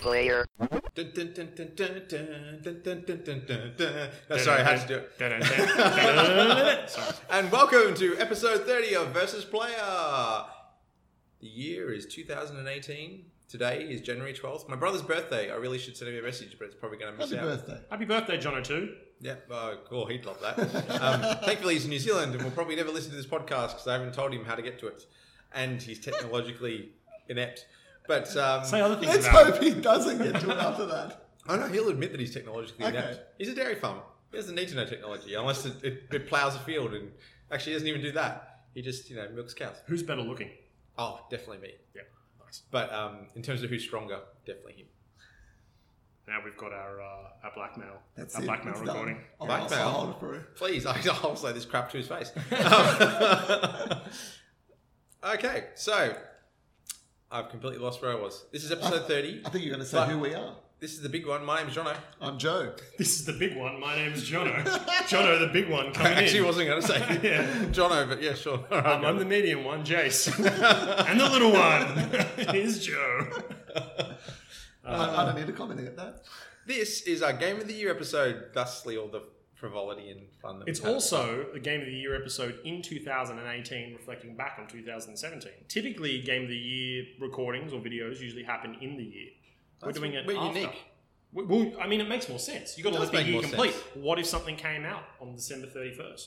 player. Dun, dun, dun, dun, dun, dun, dun, dun, dun, dun, dun, dun. No, Oh, sorry, I had to do it. Sorry. And welcome to episode 30 of Versus Player. The year is 2018. Today is January 12th. My brother's birthday. I really should send him a message, but it's probably going to miss Happy out. birthday. Happy birthday, John O'Too. Yeah, oh, cool. He'd love that. um, thankfully, he's in New Zealand and will probably never listen to this podcast because I haven't told him how to get to it. And he's technologically inept. But um, Say other things Let's about hope he doesn't get to it after that. Oh no, he'll admit that he's technologically Okay. inept. He's a dairy farmer. He doesn't need to know technology unless it, it, it plows a field. And actually, he doesn't even do that. He just you know milks cows. Who's better looking? Oh, definitely me. Yeah, nice. But um, in terms of who's stronger, definitely him. Now we've got our uh, our blackmail, That's our it. blackmail it's recording. Done. I'll, Blackmail. I'll hold it for you. Please, I- I'll say this crap to his face. Um, okay, so I've completely lost where I was. This is episode thirty. I think you're going to say Fuck. who we are. This is the big one. My name's Jono. I'm Joe. This is the big one. My name's Jono. Jono, the big one I coming actually in. wasn't going to say Yeah. Jono, but yeah, sure. All right, Um, I'm the medium one, Jace, and the little one is Joe. I, I don't need to comment at that. This is our game of the year episode, thusly all the frivolity and fun. That It's we've had. also a Game of the Year episode in 2018, reflecting back on 2017. Typically, Game of the Year recordings or videos usually happen in the year. we're That's- doing it we're after. unique. We- Well, I mean, it makes more sense. You've got It to does let the make year more complete. sense. What if something came out on December 31st?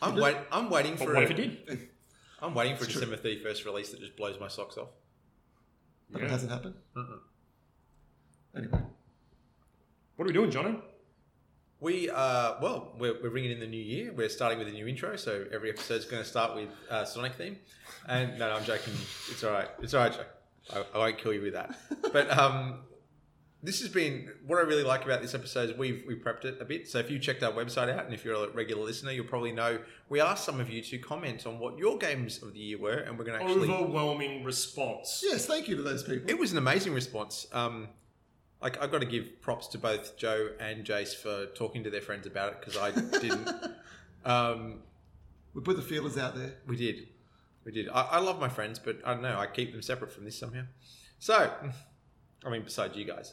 I'm, wait, I'm waiting Or for. what a- if it did? I'm waiting for a December 31st release that just blows my socks off. Yeah. But Uh-uh. it hasn't happened. Anyway. What are we doing, Jono? We uh, well, we're, we're ringing in the new year. We're starting with a new intro, so every episode's going to start with uh, Sonic theme. And no, no, I'm joking. It's all right. It's all right, Joe. I, I won't kill you with that. But um, this has been what I really like about this episode is we've we prepped it a bit. So if you checked our website out, and if you're a regular listener, you'll probably know we asked some of you to comment on what your games of the year were, and we're Oh, going to actually. Overwhelming response. Yes, thank you to those people. It was an amazing response. Um, like I've got to give props to both Joe and Jace for talking to their friends about it because I didn't. um, We put the feelers out there. we did, we did. I, I love my friends, but I don't know. I keep them separate from this somehow. So, I mean, besides you guys,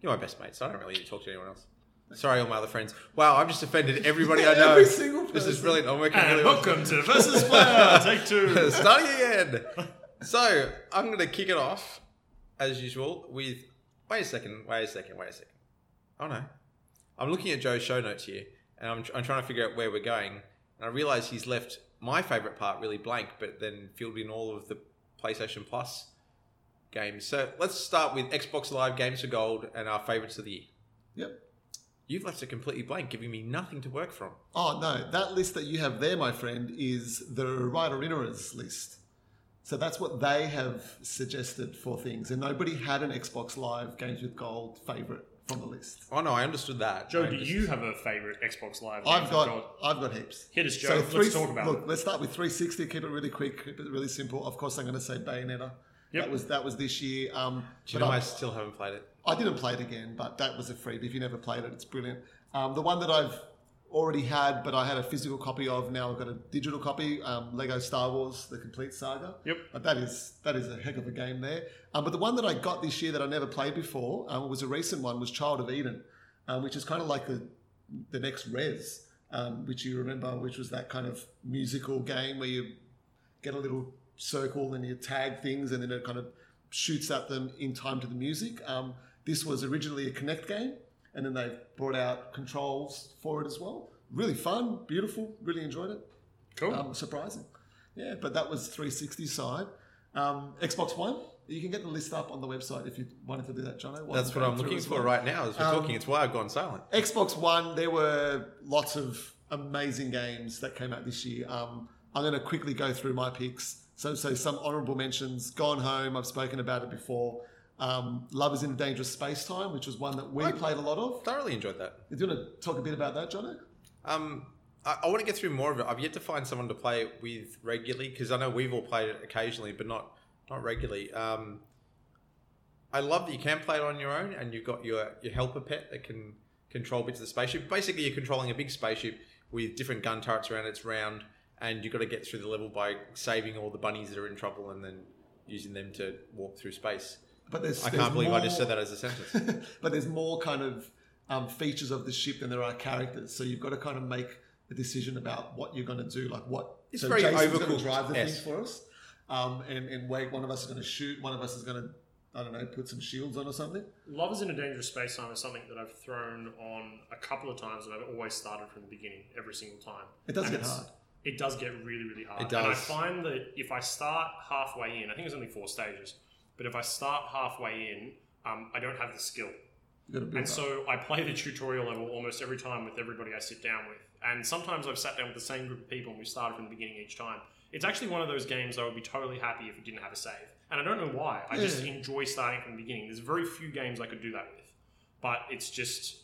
you're my best mates. I don't really need to talk to anyone else. Sorry, all my other friends. Wow, I've just offended everybody I know. Every single This is person. brilliant. I'm working And really well. welcome to Versus Player Take Two. Starting again. So I'm going to kick it off, as usual, with wait a second, wait a second, wait a second. Oh no, I'm looking at Joe's show notes here, and I'm, I'm trying to figure out where we're going, and I realise he's left my favourite part really blank, but then filled in all of the PlayStation Plus games. So let's start with Xbox Live Games for Gold and our favourites of the year. Yep. You've left it completely blank, giving me nothing to work from. Oh no, that list that you have there, my friend, is the writer-inners list. So that's what they have suggested for things, and nobody had an Xbox Live Games with Gold favorite from the list. Oh no, I understood that. Joe, I do just- you have a favourite Xbox Live? game I've you've got, I've got heaps. Hit us, Joe. Let's talk about look, it. let's start with 360. Keep it really quick, keep it really simple. Of course, I'm going to say Bayonetta. Yep. That was that was this year. Um, Do you but know I I'm- still haven't played it? I didn't play it again, but that was a freebie. If you never played it, it's brilliant. Um, the one that I've already had, but I had a physical copy of. Now I've got a digital copy. Um, Lego Star Wars: The Complete Saga. Yep. But that is that is a heck of a game there. Um, but the one that I got this year that I never played before um, was a recent one. Was Child of Eden, um, which is kind of like the the next Res, um, which you remember, which was that kind of musical game where you get a little circle and you tag things and then it kind of shoots at them in time to the music. Um, this was originally a Connect game and then they brought out controls for it as well. Really fun, beautiful, really enjoyed it. Cool. Um, surprising. Yeah, but that was 360 side. Um, Xbox One, you can get the list up on the website if you wanted to do that, Jono. while That's what going I'm through looking as for well. Um, right now as we're talking. It's why I've gone silent. Xbox One, there were lots of amazing games that came out this year. Um, I'm going to quickly go through my picks. So, so some honorable mentions: Gone Home. I've spoken about it before. Um, Love is in a Dangerous Space Time, which was one that we played a lot of. Thoroughly enjoyed that. Do you want to talk a bit about that, Jono? Um, I, I want to get through more of it. I've yet to find someone to play it with regularly because I know we've all played it occasionally, but not not regularly. Um, I love that you can play it on your own, and you've got your your helper pet that can control bits of the spaceship. Basically, you're controlling a big spaceship with different gun turrets around its round, and you've got to get through the level by saving all the bunnies that are in trouble, and then using them to walk through space. But there's I there's can't believe I just more- said that as a sentence. but there's more kind of um, features of the ship than there are characters. So you've got to kind of make a decision about what you're going to do, like what. It's so very Jason's going overcooked, to drive the yes. thing for us, um, and and wait. One of us is going to shoot. One of us is going to, I don't know, put some shields on or something. Love is in a Dangerous Space Time is something that I've thrown on a couple of times, and I've always started from the beginning every single time. It does And get it's- hard. It does get really, really hard. It And I does. find that if I start halfway in, I think there's only four stages, but if I start halfway in, um, I don't have the skill. You've got to build And up. so I play the tutorial level almost every time with everybody I sit down with. And sometimes I've sat down with the same group of people and we started from the beginning each time. It's actually one of those games I would be totally happy if it didn't have a save. And I don't know why. I just Yeah. enjoy starting from the beginning. There's very few games I could do that with. But it's just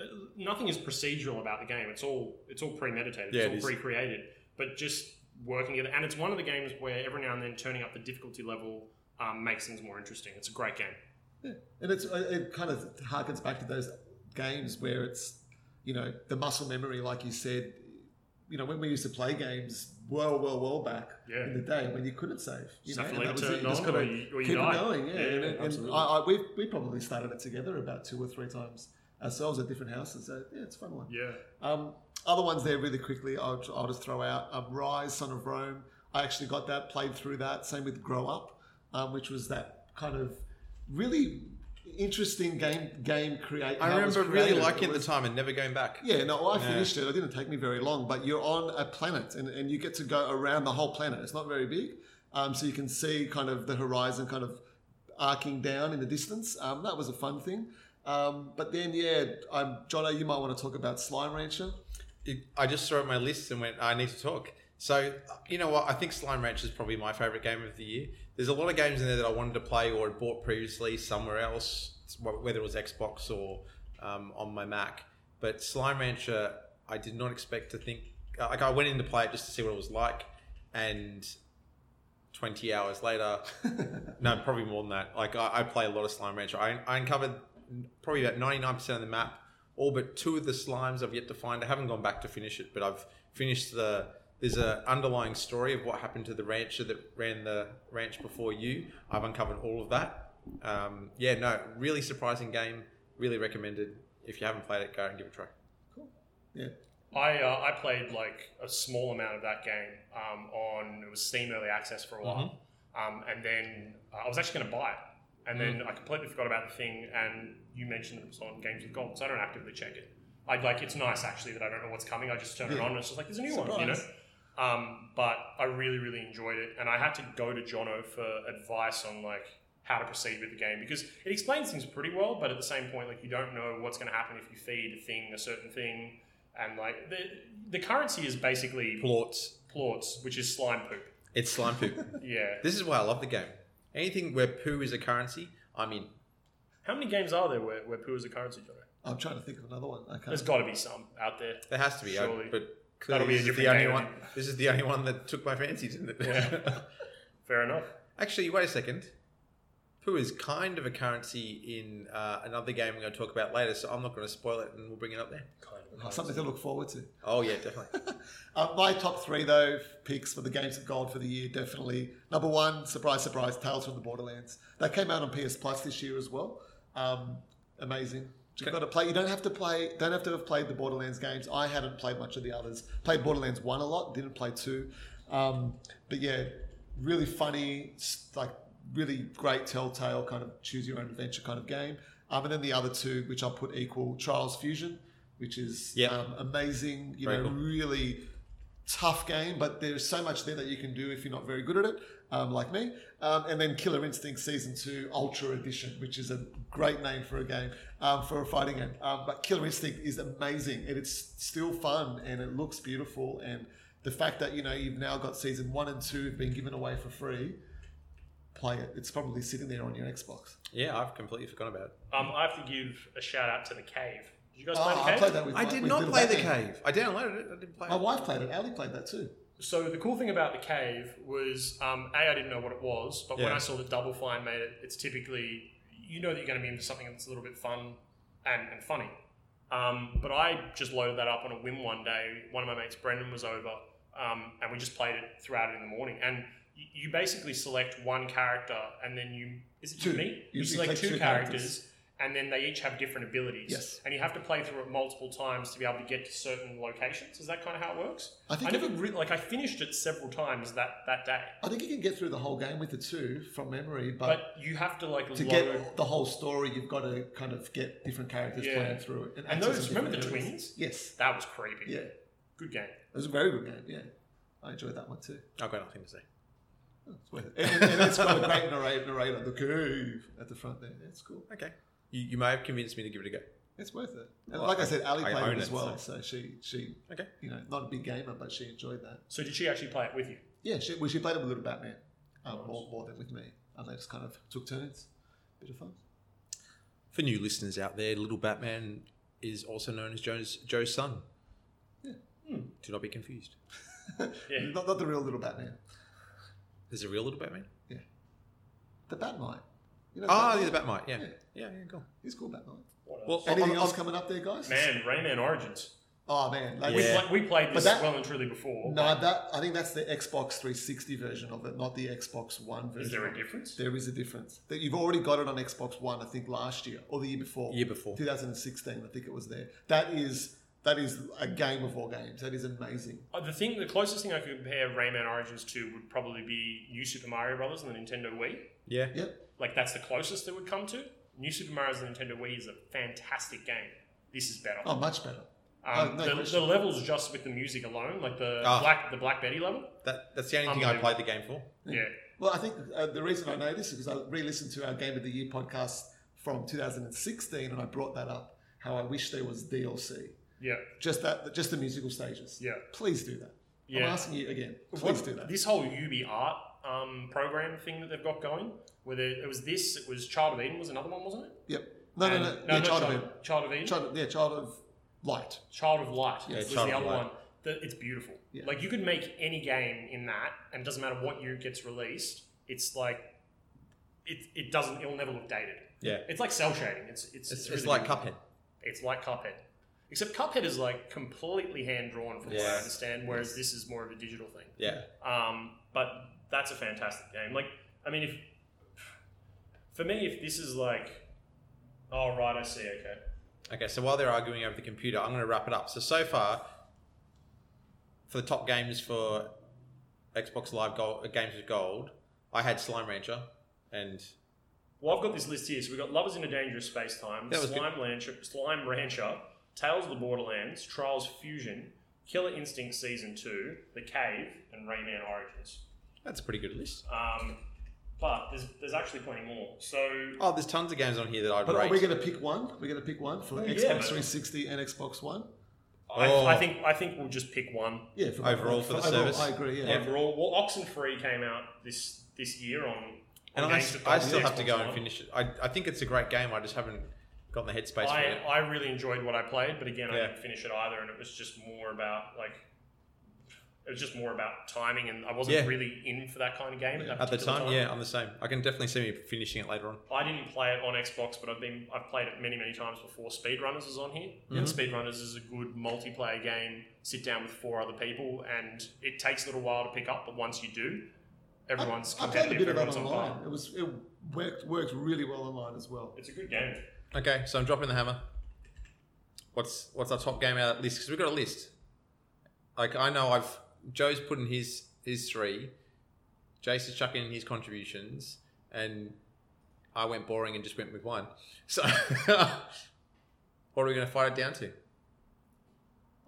uh, nothing is procedural about the game. It's all it's all premeditated. Yeah, it it's is. all pre-created. But just working it and it's one of the games where every now and then turning up the difficulty level um, makes things more interesting. It's a great game. and it's uh, it kind of harkens back to those games where it's you know the muscle memory, like you said. You know, when we used to play games well, well, well back Yeah. in the day when you couldn't save, you Just know, have to leave and that it was turned You just on gotta or you, or you keep die. it going, yeah. and, and absolutely. I, I, we we probably started it together about two or three times ourselves at different houses. So yeah, it's a fun one. yeah. Um, other ones there really quickly. I'll, I'll just throw out um, Rise, Son of Rome. I actually got that, played through that. Same with Grow Up, um, which was that kind of really interesting game game create. I how it was remember really created. liking It it at was- the time and never going back. yeah, no, I Yeah. finished it. It didn't take me very long, but you're on a planet and, and you get to go around the whole planet. It's not very big. Um, so you can see kind of the horizon kind of arcing down in the distance. Um, that was a fun thing. Um, but then, yeah, um, Jono, you might want to talk about Slime Rancher. It, I just saw it on my list and went, I need to talk. So, you know what? I think Slime Ranch is probably my favorite game of the year. There's a lot of games in there that I wanted to play or had bought previously somewhere else, wh- whether it was Xbox or um, on my Mac. But Slime Rancher, I did not expect to think. Like, I went in to play it just to see what it was like. And 20 hours later, no, probably more than that. Like I, I play a lot of Slime Rancher. I, I uncovered probably about ninety nine percent of the map. All but two of the slimes I've yet to find. I haven't gone back to finish it, but I've finished the. There's a underlying story of what happened to the rancher that ran the ranch before you. I've uncovered all of that. Um, yeah, no, really surprising game. Really recommended. If you haven't played it, go and give it a try. I, uh, I played like a small amount of that game um, on it was Steam early access for a while, Mm-hmm. um, and then uh, I was actually going to buy it, and Mm. then I completely forgot about the thing. And you mentioned that it was on Games with Gold, so I don't actively check it. I like it's nice actually that I don't know what's coming. I just turn it Yeah. on and it's just like there's a new one, you know. Surprise. Um, but I really really enjoyed it, and I had to go to Jono for advice on like how to proceed with the game because it explains things pretty well, but at the same point like you don't know what's going to happen if you feed a thing a certain thing and like the the currency is basically Plorts. plorts, which is slime poop. It's slime poo. Yeah. this is why I love the game. Anything where poo is a currency, I'm in. How many games are there where, where poo is a currency, Jono? I'm trying to think of another one. I can't. There's got to be some out there. There has to be, I- Surely. but clearly That'll be a this is the different only game. one. This is the only one that took my fancy, didn't it? Yeah. Fair enough. Actually, wait a second. Poo is kind of a currency in uh, another game we're going to talk about later, so I'm not going to spoil it, and we'll bring it up there. Kind of. Oh, something to look forward to. Oh yeah, definitely. Uh, my top three, though, picks for the Games of Gold for the year definitely. Number one, surprise, surprise, Tales from the Borderlands. That came out on PS Plus this year as well. Um, amazing. You've got to play. You don't have to play. Don't have to have played the Borderlands games. I hadn't played much of the others. Played Borderlands one a lot. Didn't play two. Um, but yeah, really funny, s- like really great telltale kind of choose your own adventure kind of game. Um, and then the other two, which I'll put equal, Trials Fusion, which is Yeah. um, amazing. You Very know, cool. really tough game, but there's so much there that you can do if you're not very good at it, um, like me. Um, and then Killer Instinct Season 2 Ultra Edition, which is a great name for a game, um, for a fighting game. Um, but Killer Instinct is amazing and it's still fun and it looks beautiful. And the fact that, you know, you've now got Season 1 and 2 have been given away for free, play it. It's probably sitting there on your Xbox. yeah, I've completely forgotten about it. Um, I have to give a shout out to the cave. Did you guys play the Oh, cave? I played that with I my- did with not Little play the Batman. cave. I downloaded it. I didn't play My it. wife played it. Ali played that too. So the cool thing about the cave was, um, a, I didn't know what it was, but when Yeah. I saw that Double Fine made it, it's typically you know that you're going to be into something that's a little bit fun and, and funny. Um, but I just loaded that up on a whim one day. One of my mates, Brendan, was over, um, and we just played it throughout it in the morning. And y- you basically select one character, and then you Is it Two. two? Me? You You select select two, two characters, characters. and then they each have different abilities. Yes. And you have to play through it multiple times to be able to get to certain locations. Is that kind of how it works? I think I if never re- like I finished it several times that that day, I think you can get through the whole game with the two from memory, but, but you have to like to load. get the whole story, you've got to kind of get different characters Yeah. playing through it. And access those- in remember different the areas. twins? Yes. that was creepy. Yeah. Good game. It was a very good game. Yeah. I enjoyed that one too. Oh, I've got nothing to say. It's worth it. And, and it's got a great narrator, narrator, the cave at the front there. It's cool. Okay. You, you may have convinced me to give it a go. It's worth it. And Well, like I, I- said, Ali I played own it as it, well, so. she she Okay. you know not a big gamer, but she enjoyed that. So did she actually play it with you? Yeah, she, well, she played it with Little Batman um, more more than with me, and they just kind of took turns. Bit of fun. For new listeners out there, Little Batman is also known as Joe's, Joe's son. Yeah. Do not be confused. Yeah. Not, not the real Little Batman, There's a real Little Batman? the Batmite. You know, Ah, Batmite? yeah, the Oh, Batmite. Yeah. Yeah. Yeah, yeah, cool. He's called Batmite. What Well, else? On- Anything on- else on- coming up there, guys? man, Rayman Origins. Oh man, like, We, Yeah. pla- we played this that- well and truly before. No, that I think that's the Xbox 360 version of it, not the Xbox One version. Is there a of it. difference? There is a difference. That you've already got it on Xbox One, I think, last year or the year before. Year before. 2016, I think it was there. That is that is a game of all games. That is amazing. Uh, the thing, the closest thing I could compare Rayman Origins to would probably be New Super Mario Brothers and the Nintendo Wii. Yeah. Yep. Like that's the closest it would come to. New Super Mario Brothers and Nintendo Wii is a fantastic game. This is better. Oh, much better. um, no the, question. the levels just with the music alone, like the Ah. black the Black Betty level. That, that's the only thing I played the game for. Yeah, Well, I think uh, the reason I know this is because I re-listened to our Game of the Year podcast from 2016, and I brought that up. How I wish there was DLC. yeah, Just that, just the musical stages. yeah, Please do that. yeah. I'm asking you again. Please What- do that. This whole UB art um, program thing that they've got going, where there, it was this, it was Child of Eden was another one, wasn't it? Yep. No, no, And- no. yeah, not child of Eden. Child, Child of Eden. Child, yeah, child of light. Child of Light Yeah, was Child the of other Light. one. The, it's beautiful. Yeah. Like you could make any game in that, and it doesn't matter what year it gets released. It's like it, it doesn't. It'll never look dated. Yeah. It's like cell shading. It's it's It's, it's, really like beautiful. Cuphead. It's like Cuphead, except Cuphead is like completely hand drawn from what I Yeah. understand, whereas this is more of a digital thing. Yeah. Um, but that's a fantastic game. Like, I mean, if for me, if this is like, oh right, I see. Okay. Okay, so while they're arguing over the computer, I'm going to wrap it up. So, so far, for the top games for Xbox Live Gold, uh, Games with Gold, I had Slime Rancher and Well, I've got this list here. So we've got Lovers in a Dangerous Space Time, That was Slime Rancher, Slime Rancher, Tales of the Borderlands, Trials Fusion, Killer Instinct Season 2, The Cave, and Rayman Origins. that's a pretty good list. Um, but there's, there's actually plenty more. So, Oh, there's tons of games on here that I'd But rate. are we going to pick one? We're going to pick one for Oh, yeah, Xbox but- 360 and Xbox One. Oh. I, I, think, I think we'll just pick one. Yeah, for, Overall for the service? I agree. Um, Yeah. Overall, well, Oxenfree came out this, this year on. and on I, games s- with I Gold still for have to Xbox go One. and finish it. I, I think it's a great game. I just haven't gotten the headspace for I, it. I really enjoyed what I played, but again, I Yeah. didn't finish it either, and it was just more about like it was just more about timing, and I wasn't Yeah. really in for that kind of game at that At the particular time, yeah, I'm the same. I can definitely see me finishing it later on. I didn't play it on Xbox, but I've been I've played it many many times before. Speedrunners is on here. Mm-hmm. And Speedrunners is a good multiplayer game. Sit down with four other people, and it takes a little while to pick up, but once you do, everyone's I, I played a competitive. bit of that Everyone's on online. fire. It was it worked worked really well online as well. It's a good game. Okay, so I'm dropping the hammer. What's what's our top game out of that list? Because we've got a list. Like I know I've Joe's put in his his three, Jace is chucking in his contributions, and I went boring and just went with one. So what are we going to fight it down to?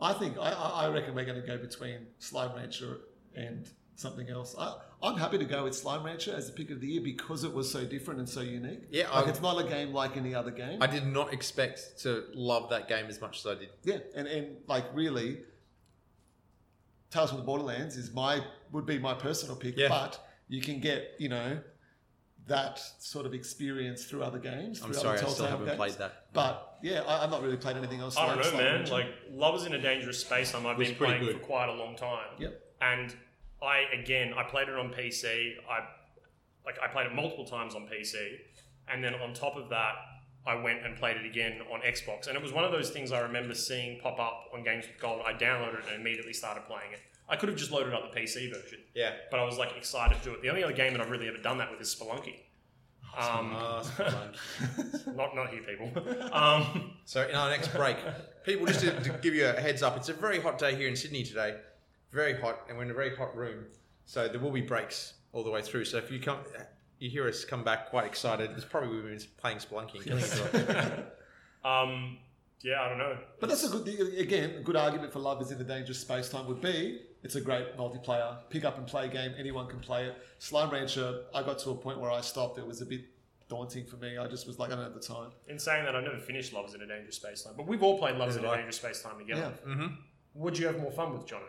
I think I, I I reckon we're going to go between Slime Rancher and something else. I, I'm happy to go with Slime Rancher as the pick of the year because it was so different and so unique. Yeah, like I- it's not a game like any other game. I did not expect to love that game as much as I did. Yeah, and and like really, Tales from the Borderlands is my would be my personal pick, Yeah. but you can get you know that sort of experience through other games. I'm through sorry, I other still Telltale haven't games. played that. But yeah, I, I've not really played anything else. I don't like know, Slime man. Rancher. Like Lovers in a Dangerous Space Time, I've Was been pretty playing good. for quite a long time. Yep. And I again, I played it on PC. I like I played it multiple times on PC, and then on top of that, I went and played it again on Xbox. And it was one of those things I remember seeing pop up on Games with Gold. I downloaded it and immediately started playing it. I could have just loaded up the PC version, Yeah, but I was like excited to do it. The only other game that I've really ever done that with is Spelunky. Um, Last one. not not here, people. Um, So in our next break, people, just to, to give you a heads up, it's a very hot day here in Sydney today, very hot, and we're in a very hot room. So there will be breaks all the way through. So if you come, you hear us come back quite excited, it's probably we've been playing Splunky. and killing it. um, yeah, I don't know. But that's a good, again, a good argument for Love is in the Dangerous Space Time would be it's a great multiplayer, pick up and play game, anyone can play it. Slime Rancher, I got to a point where I stopped. It was a bit daunting for me. I just was like, I don't have the time. In saying that, I've never finished Lovers in a Dangerous Space Time, but we've all played Lovers in a Right. Dangerous Space Time together. Mm-hmm. Would you have more fun with Jono?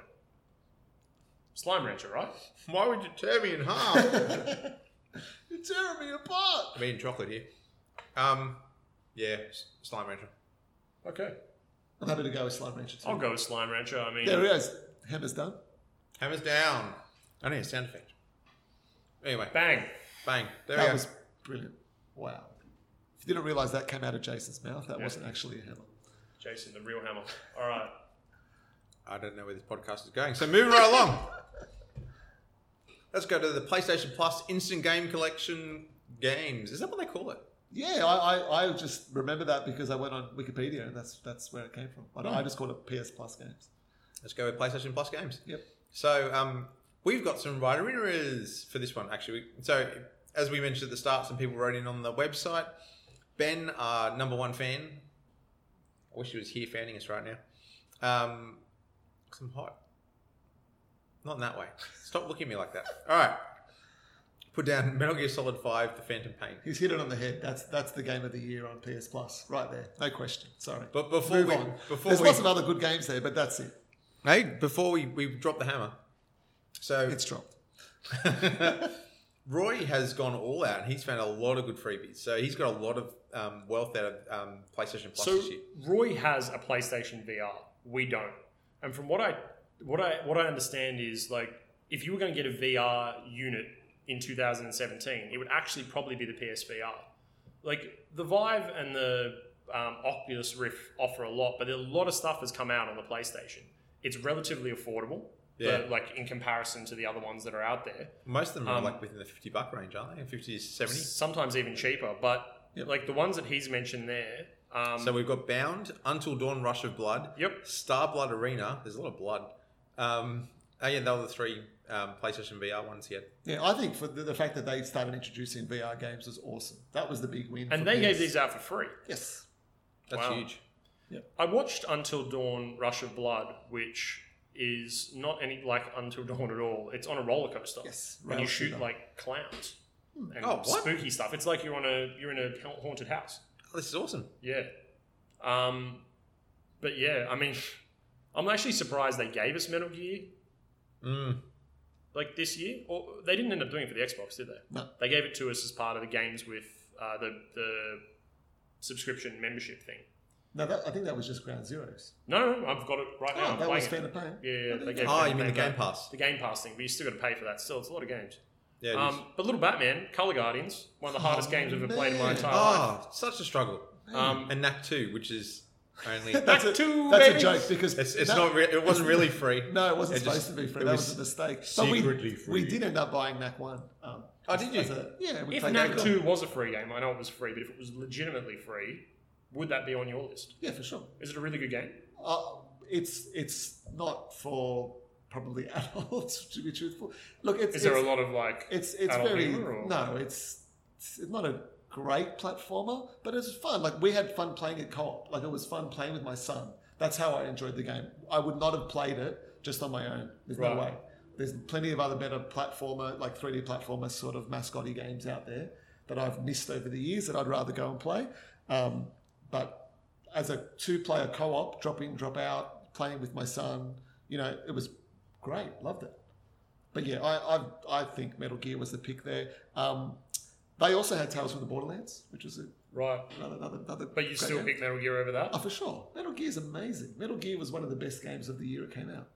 Slime Rancher, right? Why would you tear me in half? You're tearing me apart. I'm eating chocolate here. Um, yeah, s- slime rancher. Okay. I'm happy to go with Slime Rancher too. I'll go with Slime Rancher. I mean, There it is. Hammer's done. Hammers down. I need a sound effect. Anyway, bang. bang. There we That go. was brilliant. Wow. If you didn't realize that came out of Jason's mouth, that wasn't actually a hammer. Jason, the real hammer. All right. I don't know where this podcast is going. So moving right along. Let's go to the PlayStation Plus Instant Game Collection games. Is that what they call it? Yeah, I, I, I just remember that because I went on Wikipedia and that's that's where it came from. I, Hmm. I just called it PS Plus games. Let's go with PlayStation Plus games. Yep. So um, we've got some writer inners for this one, actually. We- So as we mentioned at the start, some people wrote in on the website. Ben, our number one fan. I wish he was here fanning us right now. Um, 'cause I'm hot. Not in that way. Stop looking at me like that. All right. Put down Metal Gear Solid 5, The Phantom Pain. He's hit it on the head. That's that's the game of the year on PS Plus, right there. No question. Sorry. But before Move we, on. before There's we, lots of other good games there, but that's it. hey, before we, we drop the hammer. So It's dropped. Roy has gone all out and he's found a lot of good freebies. So he's got a lot of um, wealth out of um, PlayStation Plus So this year. Roy has a PlayStation VR. We don't. And from what I what I what I understand is like if you were going to get a VR unit in 2017, it would actually probably be the PSVR. Like the Vive and the um, Oculus Rift offer a lot, but a lot of stuff has come out on the PlayStation. It's relatively affordable, Yeah. but like in comparison to the other ones that are out there. Most of them are Um, like within the 50 buck range, aren't they? 50 to 70. sometimes even cheaper. But Yep. like the ones that he's mentioned there, um, So we've got Bound, Until Dawn Rush of Blood, Yep. Star Blood Arena. There's a lot of blood. Um, oh, yeah, they were the three um, PlayStation VR ones he had. Yeah, I think for the, the fact that they started introducing VR games was awesome. That was the big win. and for they gave PS. these out for free. Yes. That's Wow. huge. I watched Until Dawn: Rush of Blood, which is not any like Until Dawn at all. It's on a roller coaster. Yes, Hmm. and rail you shoot shooter. like clowns and Oh, what? spooky stuff. It's like you're on a you're in a ha- haunted house. Oh, this is awesome. Yeah. Um, but yeah, I mean, I'm actually surprised they gave us Metal Gear Mm. like this year, or they didn't end up doing it for the Xbox, did they? No. They gave it to us as part of the games with uh, the the subscription membership thing. No, that, I think that was just Ground Zeroes. No, no, I've got it right now. Oh, I'm that was playing Fan it. of Pain. Yeah, yeah, they gave Oh, it you mean the back. Game Pass? The Game Pass thing, but you still got to pay for that. Still, it's a lot of games. Yeah, it is. Um, but Little Batman, Color Guardians, one of the hardest Oh, games I've ever played in my man. entire life. Oh, such a struggle. Um, And NAC 2, which is only. That's, a, two, that's a baby. joke because It's, it's no, not. Re- it wasn't really free. No, it wasn't It supposed just- to be free. it That was was, a mistake. secretly but we, free. we did end up buying Knack One. Um, Oh, did you? as a- yeah. We If played Knack that one. 2 was a free game, I know it was free, but if it was legitimately free, would that be on your list? Yeah, for sure. Is it a really good game? Uh, it's it's not for probably adults to be truthful. Look, it's Is there a it's, lot of like. it's it's adult very humor or- no. It's it's not a great platformer, but it's fun. Like we had fun playing it co-op. Like it was fun playing with my son. That's how I enjoyed the game. I would not have played it just on my own. There's no Right. way. There's plenty of other better platformer, like 3D platformer sort of mascotty games out there that I've missed over the years that I'd rather go and play. Um, but as a two-player co-op, drop in, drop out, playing with my son, you know, it was great. Loved it. But yeah, I I, I think Metal Gear was the pick there. Um, they also had Tales from the Borderlands, which was a, Right. another another another. But you great still game. pick Metal Gear over that? Oh, for sure. Metal Gear is amazing. Metal Gear was one of the best games of the year it came out.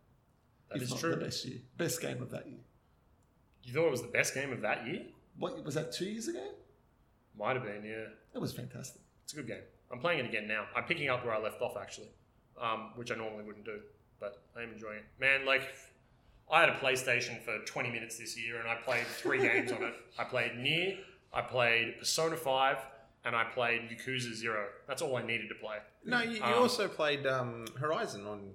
That if is not true. The best year, best game of that year. You thought it was the best game of that year? What was that? Two years ago? Might have been, yeah. That was fantastic. It's a good game. I'm playing it again now. I'm picking up where I left off actually, um, which I normally wouldn't do, but I am enjoying it. Man, like I had a PlayStation for 20 minutes this year, and I played three games on it. I played Near, I played Persona 5, and I played Yakuza 0. That's all I needed to play. No, you, you Um, also played um, Horizon on.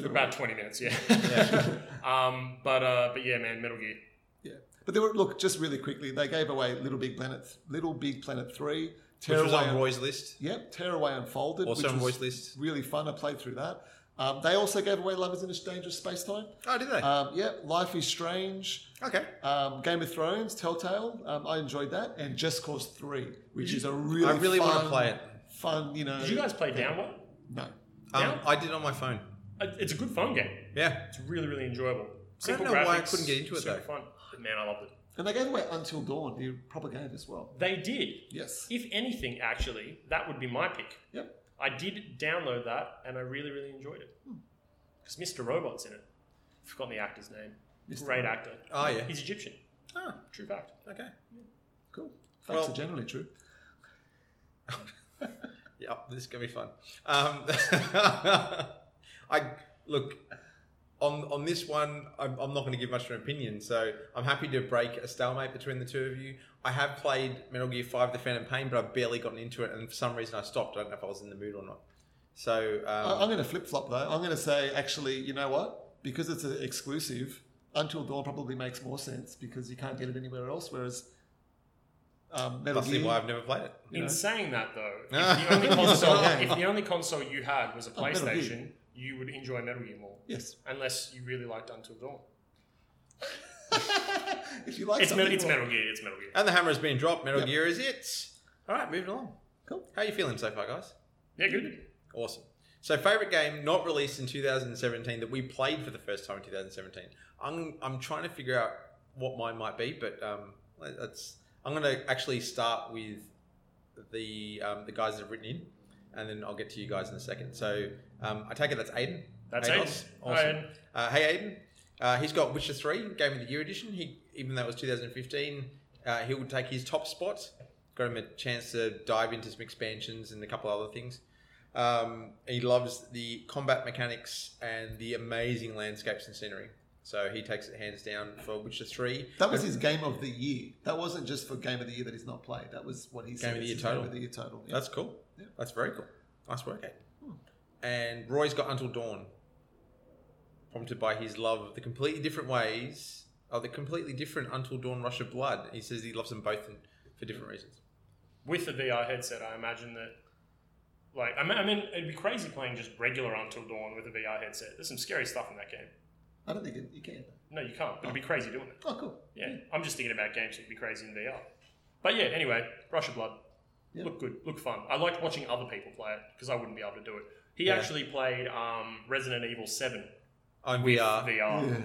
For about 20 minutes, yeah. Yeah. um, but, uh, but yeah, man, Metal Gear. Yeah, but they were look just really quickly. They gave away Little Big Planet, Little Big Planet Three, which was Tearaway. on Roy's list. Yep, Tearaway Unfolded. Also which on was Roy's list. Really fun. I played through that. Um, they also gave away Lovers in a Dangerous Space Time. Oh, did they? Um, yeah, Life is Strange, okay. um, Game of Thrones, Telltale. Um, I enjoyed that, and Just Cause Three, which is a really I really wanna fun- play it. Fun, you know. Did you guys play Downward? No. Um, Yeah. I did it on my phone. It- It's a good phone game. Yeah. It's really, really enjoyable. Simple know why I graphics, couldn't get into it, super though. Fun. But man, I loved it. And they gave away Until Dawn, the proper game as well. They did. Yes. If anything, actually, that would be my pick. Yep. I did download that, and I really, really enjoyed it. Hmm. Because Mr. Robot's in it. I've forgotten the actor's name. Mr. Great actor. Oh, yeah. He's Egyptian. Oh, True fact. okay. Cool. Facts Well- are generally true. Yeah, this is gonna be fun. Um, I look on on this one. I'm, I'm not going to give much of an opinion, so I'm happy to break a stalemate between the two of you. I have played Metal Gear Five: The Phantom Pain, but I've barely gotten into it, and for some reason I stopped. I don't know if I was in the mood or not. So I- I'm um, going to flip flop though. I'm going to say, actually, you know what? Because it's an exclusive, Until Dawn probably makes more sense because you can't get it anywhere else. Whereas um, Metal that's Gear, why I've never played it. In know? saying that, though, Ah. if the, only console, Yeah. if the only console you had was a Oh, Metal Gear. PlayStation, you would enjoy Metal Gear more. yes. Unless you really liked Until Dawn. if you like It's, something, Metal- it's well, Metal Gear. It's Metal Gear. And the hammer has been dropped. Metal Yep. Gear is it. All right, moving along. Cool. How are you feeling so far, guys? Yeah, good. Awesome. So, favorite game not released in 2017 that we played for the first time in 2017. I'm I'm trying to figure out what mine might be, but um, let- let's. I'm going to actually start with the um, the guys that have written in, and then I'll get to you guys in a second. So, um, I take it that's Aiden. That's Ados? it. Awesome. Alright. Uh, hey Aiden, uh, he's got Witcher Three Game of the Year edition. He even though it was 2015, uh, he will take his top spot. Got him a chance to dive into some expansions and a couple other things. Um, he loves the combat mechanics and the amazing landscapes and scenery. So he takes it hands down for Witcher Three. That was his game of the year. That wasn't just for game of the year that he's not played. That was what he of said. the It's year his total. Game of the year total. Yeah. That's cool. Yeah. That's very cool. Nice work, Aiden. And Roy's got Until Dawn, prompted by his love of the completely different ways of the completely different Until Dawn Rush of Blood. He says he loves them both in, for different reasons. With the VR headset, I imagine that. Like, I mean, I mean, it'd be crazy playing just regular Until Dawn with a VR headset. There's some scary stuff in that game. I don't think it, you can. No, you can't. But it'd be crazy doing it. Oh, cool. Yeah, I'm just thinking about games that'd be crazy in VR. But yeah, anyway, Rush of Blood. Yeah. Look good, look fun. I liked watching other people play it because I wouldn't be able to do it. He Yeah. actually played um, Resident Evil Seven On with VR. VR, Yeah.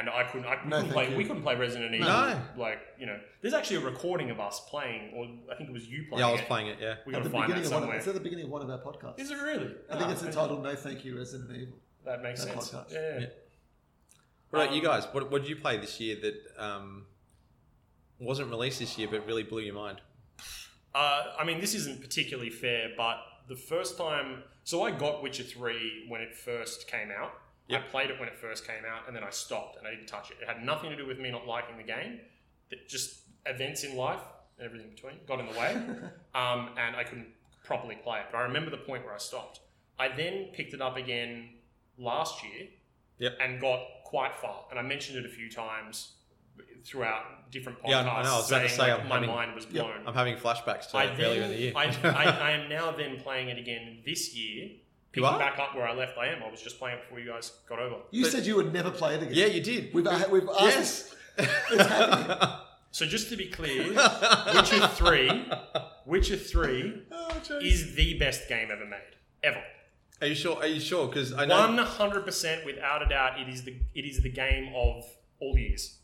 and I couldn't. I Oh, we No, couldn't thank play. you. We couldn't play Resident Evil. No. Like you know, there's actually a recording of us playing, or I think it was you playing. yeah, I was it. playing it. Yeah. We At gotta the find beginning that of one of, somewhere. it's at the beginning of one of our podcasts. Is it really? I think Ah, it's entitled "No Thank You, Resident Evil." That makes that sense. podcast. Yeah. Yeah. What about you Um, guys? What, what did you play this year that um, wasn't released this year but really blew your mind? Uh, I mean, this isn't particularly fair, but the first time, so I got Witcher Three when it first came out. I Yep. played it when it first came out, and then I stopped and I didn't touch it. It had nothing to do with me not liking the game. That just events in life and everything in between got in the way, um, and I couldn't properly play it. But I remember the point where I stopped. I then picked it up again last year, Yep. and got quite far. And I mentioned it a few times throughout different podcasts. Yeah, I know, I was about to saying, say, like, I'm my having- mind was Yep, blown. I'm having flashbacks to I earlier in then- the year. I, I, I am now then playing it again this year. Picking are? back up where I left, I am. I was just playing it before you guys got over. You But- said you would never play it again. yeah, you did. We've, uh, we've, we've asked. yes. So just to be clear, Witcher Three, Witcher Three Oh, jeez. is the best game ever made, ever. Are you sure? Are you sure? Because I know. One hundred percent, without a doubt, it is the it is the game of all years.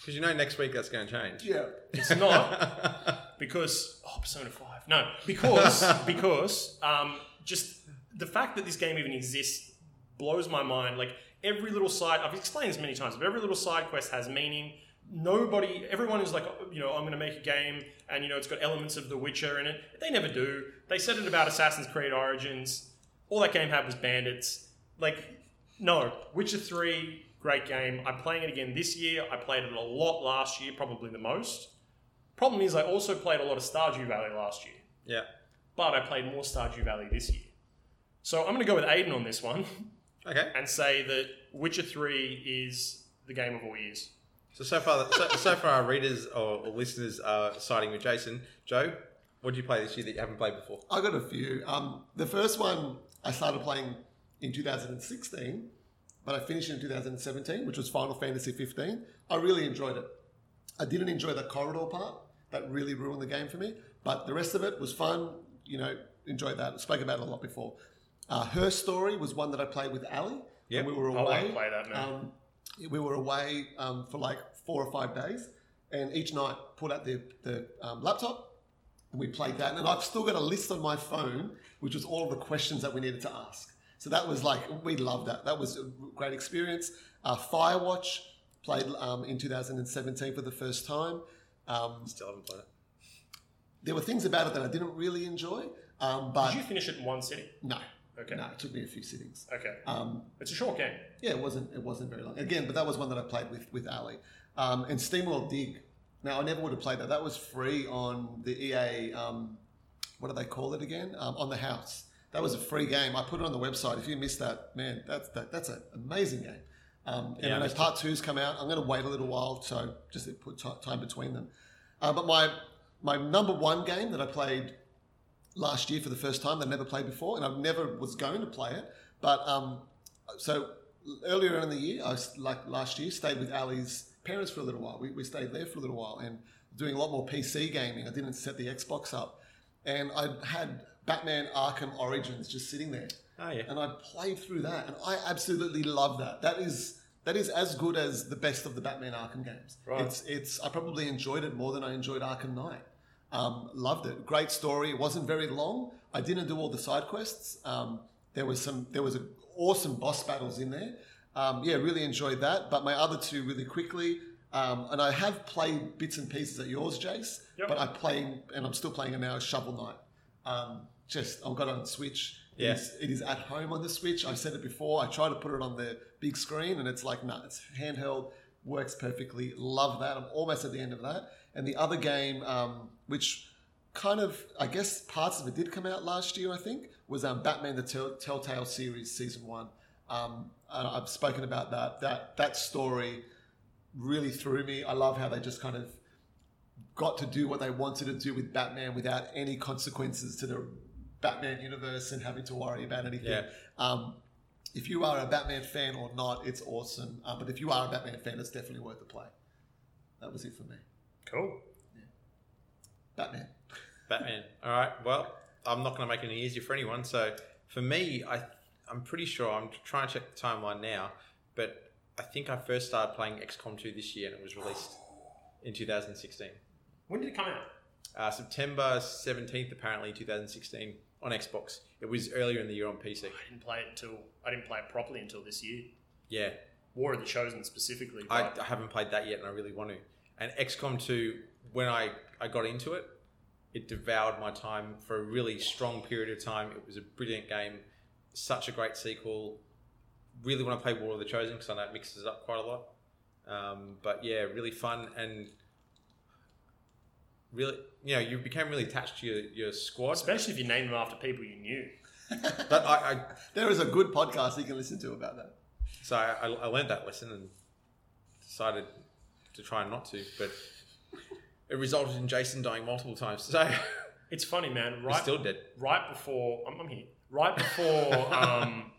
Because you know next week that's going to change. Yeah. It's not because oh Persona Five. No, because because um, just the fact that this game even exists blows my mind. Like every little side, I've explained this many times, but every little side quest has meaning. Nobody, everyone is like, you know, I'm going to make a game, and you know, it's got elements of The Witcher in it. They never do. They said it about Assassin's Creed Origins. All that game had was bandits. Like, no, Witcher Three, great game. I'm playing it again this year. I played it a lot last year, probably the most. Problem is, I also played a lot of Stardew Valley last year, Yeah. but I played more Stardew Valley this year. So I'm going to go with Aiden on this one Okay. and say that Witcher 3 is the game of all years. So so far, so, so far, our readers or, or listeners are siding with Jason. Joe, what did you play this year that you haven't played before? I got a few. Um, the first one I started playing in 2016, but I finished in 2017, which was Final Fantasy 15. I really enjoyed it. I didn't enjoy the corridor part. That really ruined the game for me. But the rest of it was fun. You know, enjoyed that. Spoke about it a lot before. Uh, Her story was one that I played with Ali. Yep. when we were I away. won't play that, man. Um, we were away um, for like four or five days, and each night pulled out the, the um, laptop and we played that. And I've still got a list on my phone, which was all of the questions that we needed to ask. So that was like, we loved that. That was a great experience. Uh, Firewatch played um, in 2017 for the first time. Um, Still haven't played it. there were things about it that I didn't really enjoy, um, but Did you finish it in one sitting? no, Okay. no, it took me a few sittings. Okay. Um, It's a short game. Yeah, it wasn't it wasn't very long. Again, but that was one that I played with with Ali. Um, and Steamworld Dig. Now I never would have played that. That was free on the EA. Um, what do they call it again? Um, on the house. That was a free game. I put it on the website. If you missed that, man, that's that, that's an amazing game. Um, and Yeah, I I know missed part two's come out. I'm going to wait a little while, so just to put ti time between them. Uh, but my my number one game that I played last year for the first time that I never played before, and I never was going to play it. But um, so earlier in the year, I was, like last year, stayed with Ali's parents for a little while. We, we stayed there for a little while and doing a lot more PC gaming. I didn't set the Xbox up, and I had Batman Arkham Origins just sitting there, Oh yeah. and I played through that, and I absolutely love that. That is. That is as good as the best of the Batman Arkham games. Right. It's it's I probably enjoyed it more than I enjoyed Arkham Knight. Um, loved it. Great story. It wasn't very long. I didn't do all the side quests. Um, there was some. There was a, awesome boss battles in there. Um, yeah, really enjoyed that. But my other two really quickly. Um, and I have played bits and pieces at yours, Jace. Yep. But I play and I'm still playing it now. Shovel Knight. Um, just I've got it on Switch. Yeah. It is, it is at home on the Switch. I've said it before. I try to put it on the big screen, and it's like, nah, it's handheld. Works perfectly. Love that. I'm almost at the end of that. And the other game, um, which kind of, I guess, parts of it did come out last year. I think was um, Batman: The Tell- Telltale Series Season One. Um, and I've spoken about that. That that story really threw me. I love how they just kind of got to do what they wanted to do with Batman without any consequences to the Batman universe and having to worry about anything. Yeah. Um, if you are a Batman fan or not, it's awesome. Uh, but if you are a Batman fan, it's definitely worth the play. That was it for me. Cool. Batman. Batman. All right. Well, I'm not going to make it any easier for anyone. So for me, I I'm pretty sure I'm trying to check the timeline now, but I think I first started playing XCOM 2 this year, and it was released in 2016, When did it come out? uh, September 17th, apparently 2016 on Xbox. It was earlier in the year on PC. I didn't play it until I didn't play it properly until this year. Yeah, War of the Chosen specifically. I, but- I haven't played that yet, and I really want to. And XCOM 2, when I, I got into it, it devoured my time for a really strong period of time. It was a brilliant game, such a great sequel. Really want to play War of the Chosen because I know it mixes it up quite a lot. Um, but yeah, really fun and really, you know, you became really attached to your, your squad. especially if you named them after people you knew. But I, I There is a good podcast you can listen to about that. So I, I learned that lesson and decided to try not to, but it resulted in Jason dying multiple times. So It's funny, man. he's Right, still dead. right before I'm, I'm here. Right before, um,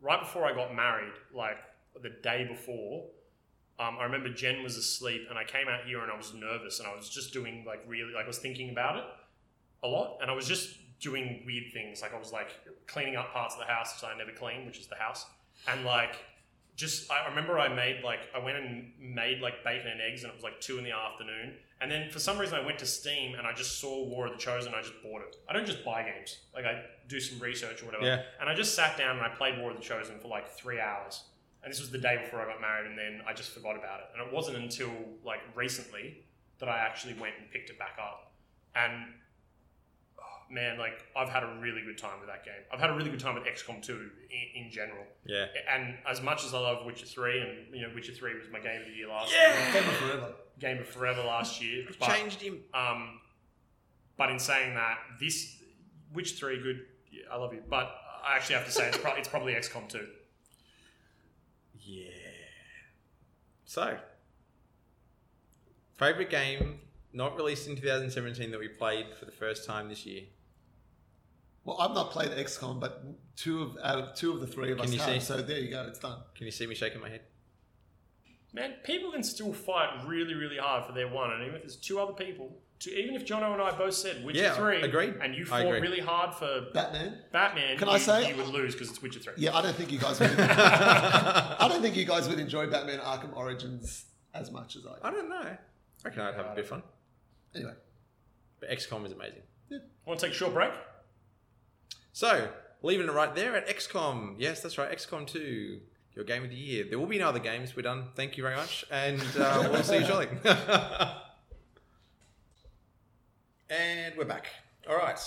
right before I got married, like the day before, um, I remember Jen was asleep, and I came out here and I was nervous, and I was just doing like really, like I was thinking about it a lot, and I was just doing weird things, like I was like cleaning up parts of the house that I never clean, which is the house, and like. Just, I remember I made like I went and made like bacon and eggs, and it was like two in the afternoon. And then for some reason I went to Steam and I just saw War of the Chosen. and I just bought it. I don't just buy games; like I do some research or whatever. Yeah. And I just sat down and I played War of the Chosen for like three hours. And this was the day before I got married, and then I just forgot about it. And it wasn't until like recently that I actually went and picked it back up. And oh, man, like I've had a really good time with that game. I've had a really good time with XCOM 2 in, in general. Yeah. And as much as I love Witcher 3, and you know, Witcher 3 was my game of the year last Yeah. year, Game of forever. game of forever last year. I've but- changed him. um, but in saying that, this Witch Three, good, yeah, I love you, but I actually have to say it's, pro- it's probably XCOM Two. Yeah. So, favorite game not released in 2017 that we played for the first time this year. Well, I've not played XCOM, but two of out of two of the three of Can us you have. see? So there you go. It's done. Can you see me shaking my head? Man, people can still fight really, really hard for their one, and even if there's two other people, two, even if Jono and I both said Witcher Yeah, Three, agreed. and you I fought agree. really hard for Batman. Batman, Can you, I say- you would lose because it's Witcher Three? Yeah, I don't think you guys. Would, I I don't think you guys would enjoy Batman Arkham Origins as much as I. Do. don't know. I reckon I'd have a bit of fun. Anyway, But XCOM is amazing. Want to take a short break? So, leaving it right there at XCOM. Yes, that's right, XCOM 2, your game of the year. There will be no other games. We're done. Thank you very much. And uh, we'll see you shortly. and we're back. All right.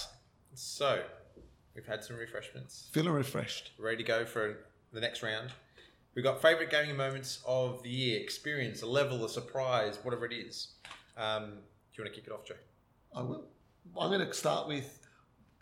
So, we've had some refreshments. feeling refreshed. Ready to go for the next round. We've got favorite gaming moments of the year, experience, a level, a surprise, whatever it is. Um, do you want to kick it off, Joe? I will. I'm going to start with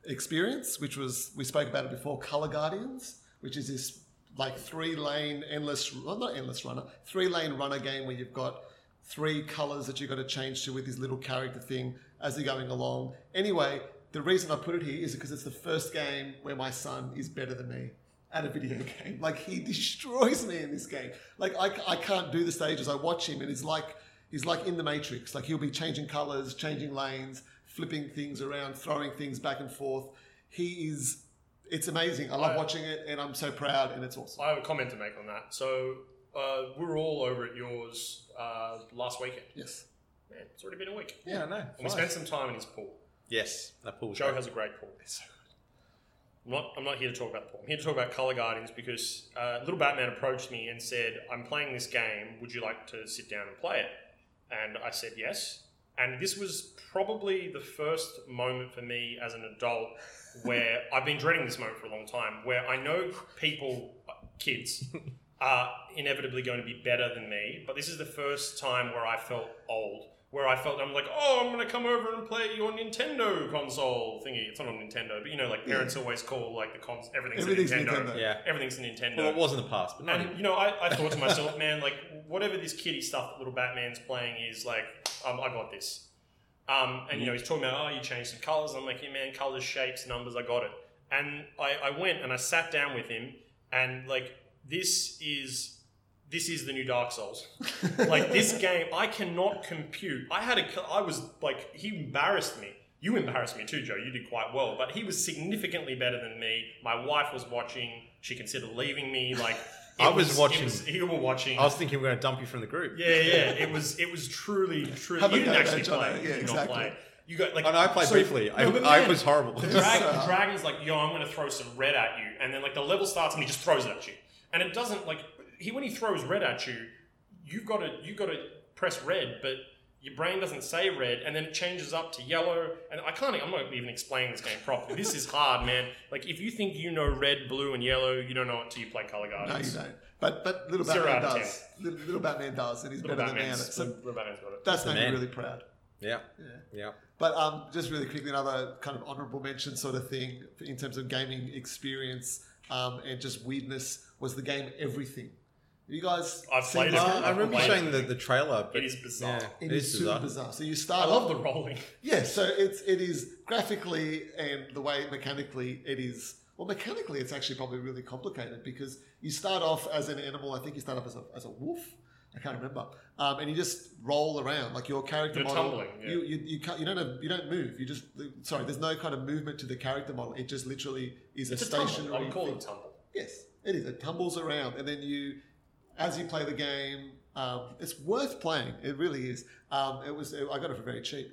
experience, which was we spoke about it before. Color Guardians, which is this like three lane endless, well, not endless runner, three lane runner game where you've got three colors that you've got to change to with this little character thing as you're going along. Anyway, the reason I put it here is because it's the first game where my son is better than me at a video game. Like he destroys me in this game. Like I, I can't do the stages. I watch him and he's like he's like in the Matrix. Like he'll be changing colors, changing lanes, flipping things around, throwing things back and forth. He is. It's amazing. I love I- watching it, and I'm so proud, and it's awesome. I have a comment to make on that. So uh, we were all over at yours uh, last weekend. Yes. Man, it's already been a week. Yeah, I know. And we spent some time in his pool. Yes, that pool. Joe has a great pool. I'm not, I'm not here to talk about the pool. I'm here to talk about Color Guardians because uh, Little Batman approached me and said, I'm playing this game. Would you like to sit down and play it? And I said yes. And this was probably the first moment for me as an adult where I've been dreading this moment for a long time, where I know people, kids, are inevitably going to be better than me. But this is the first time where I felt old, where I felt I'm like, oh, I'm going to come over and play your Nintendo console thingy. It's not on Nintendo, but you know, like parents always call like the cons everything's, Everything's a Nintendo. Nintendo. Yeah. Everything's a Nintendo. Well, it was in the past, but not And you know, I, I thought to myself, man, like whatever this kiddie stuff that little Batman's playing is, like, um, I got this. Um, and you know, he's talking about, oh, you changed some colors. I'm like, yeah, man, colors, shapes, numbers, I got it. And I, I went and I sat down with him, and like, this is this is the new Dark Souls. like this game, I cannot compute. I had a, co- I was like, he embarrassed me. You embarrassed me too, Joe. You did quite well, but he was significantly better than me. My wife was watching. She considered leaving me. Like it I was it watching. was- you were watching. I was thinking we are going to dump you from the group. yeah, yeah. It was. It was truly, truly. Have a you didn't go, actually Jono. play. you Yeah, did Not exactly. play. You got like. And I played so- briefly. I, No, but I man, was horrible. the drag- So- the dragon's like, yo, I'm gonna throw some red at you, and then like the level starts and he just throws it at you, and it doesn't like he when he throws red at you, you've got to you got to press red, but your brain doesn't say red, and then it changes up to yellow, and I can't. I'm not even explaining this game properly. This is hard, man. Like if you think you know red, blue, and yellow, you don't know it till you play Color No, you Guardians. don't. But but little Zero Batman out of does. Little, little Batman does, and he's Little better than me. at it. Batman's, So Little Batman's got it. that's The made me man. really proud. Yeah. Yeah. Yeah. But um, just really quickly, another kind of honourable mention sort of thing in terms of gaming experience um, and just weirdness was the game Everything. You guys, I've seen played that? it. Uh, I remember Wait. showing the, the trailer. But It is bizarre. Yeah, It is super bizarre. bizarre. So you I start. love off- the rolling. Yeah, so it's it is graphically and the way mechanically it is. Well, mechanically, it's actually probably really complicated because you start off as an animal. I think you start off as a, as a wolf. I can't remember. Um, and you just roll around like your character You're model. tumbling, yeah. You you you, can't, you don't have, you don't move. You just sorry. There's no kind of movement to the character model. It just literally is It's a a tumble. I stationary. would call thing. it tumble. Yes, it is. It tumbles around, and then you, as you play the game, um, it's worth playing. It really is. Um, it was. I got it for very cheap.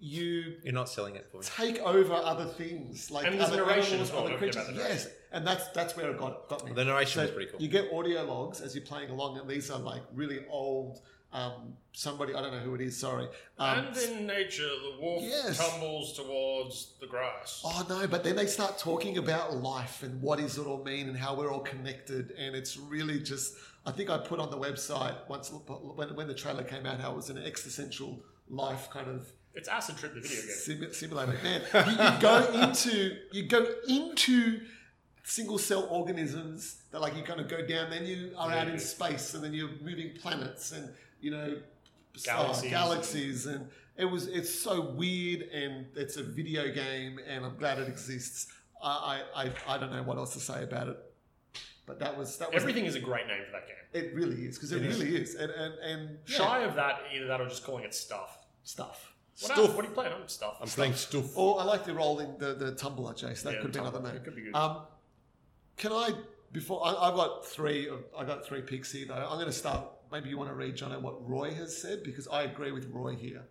you You're not selling it for me. take over other things, like And there's other narration animals, as well, other don't forget about creatures. the Yes, and that's that's where it got got me. The narration So was pretty cool. You get audio logs as you're playing along, and these are like really old. Um, somebody I don't know who it is. Sorry. Um, and in nature, the wolf Yes. tumbles towards the grass. Oh no, but then they start talking about life and what does it all mean and how we're all connected. And it's really just, I think I put on the website once when, when the trailer came out how it was an existential life kind of It's acid trip the video game. simu- simulator. Man, you, you go into, you go into single cell organisms that like you kind of go down, then you are out in Yeah. space and then you're moving planets and, you know, star- Galaxies. galaxies and it was it's so weird and it's a video game and I'm glad it exists. I I, I, I don't know what else to say about it, but that was that was Everything is a great name for that game. It really is because it, It is. really is, and and and yeah, Shy of that, either that or just calling it stuff. stuff. What, Stuff. Are, what are you playing? I'm stuff. I'm playing stuff. Or I like the rolling the the tumbler chase. That Yeah, could be tumbler. another name. It could be good. Um, can I before I, I've got three of- I got three picks here though. I'm going to start. Maybe you want to read, Jono, what Roy has said because I agree with Roy here.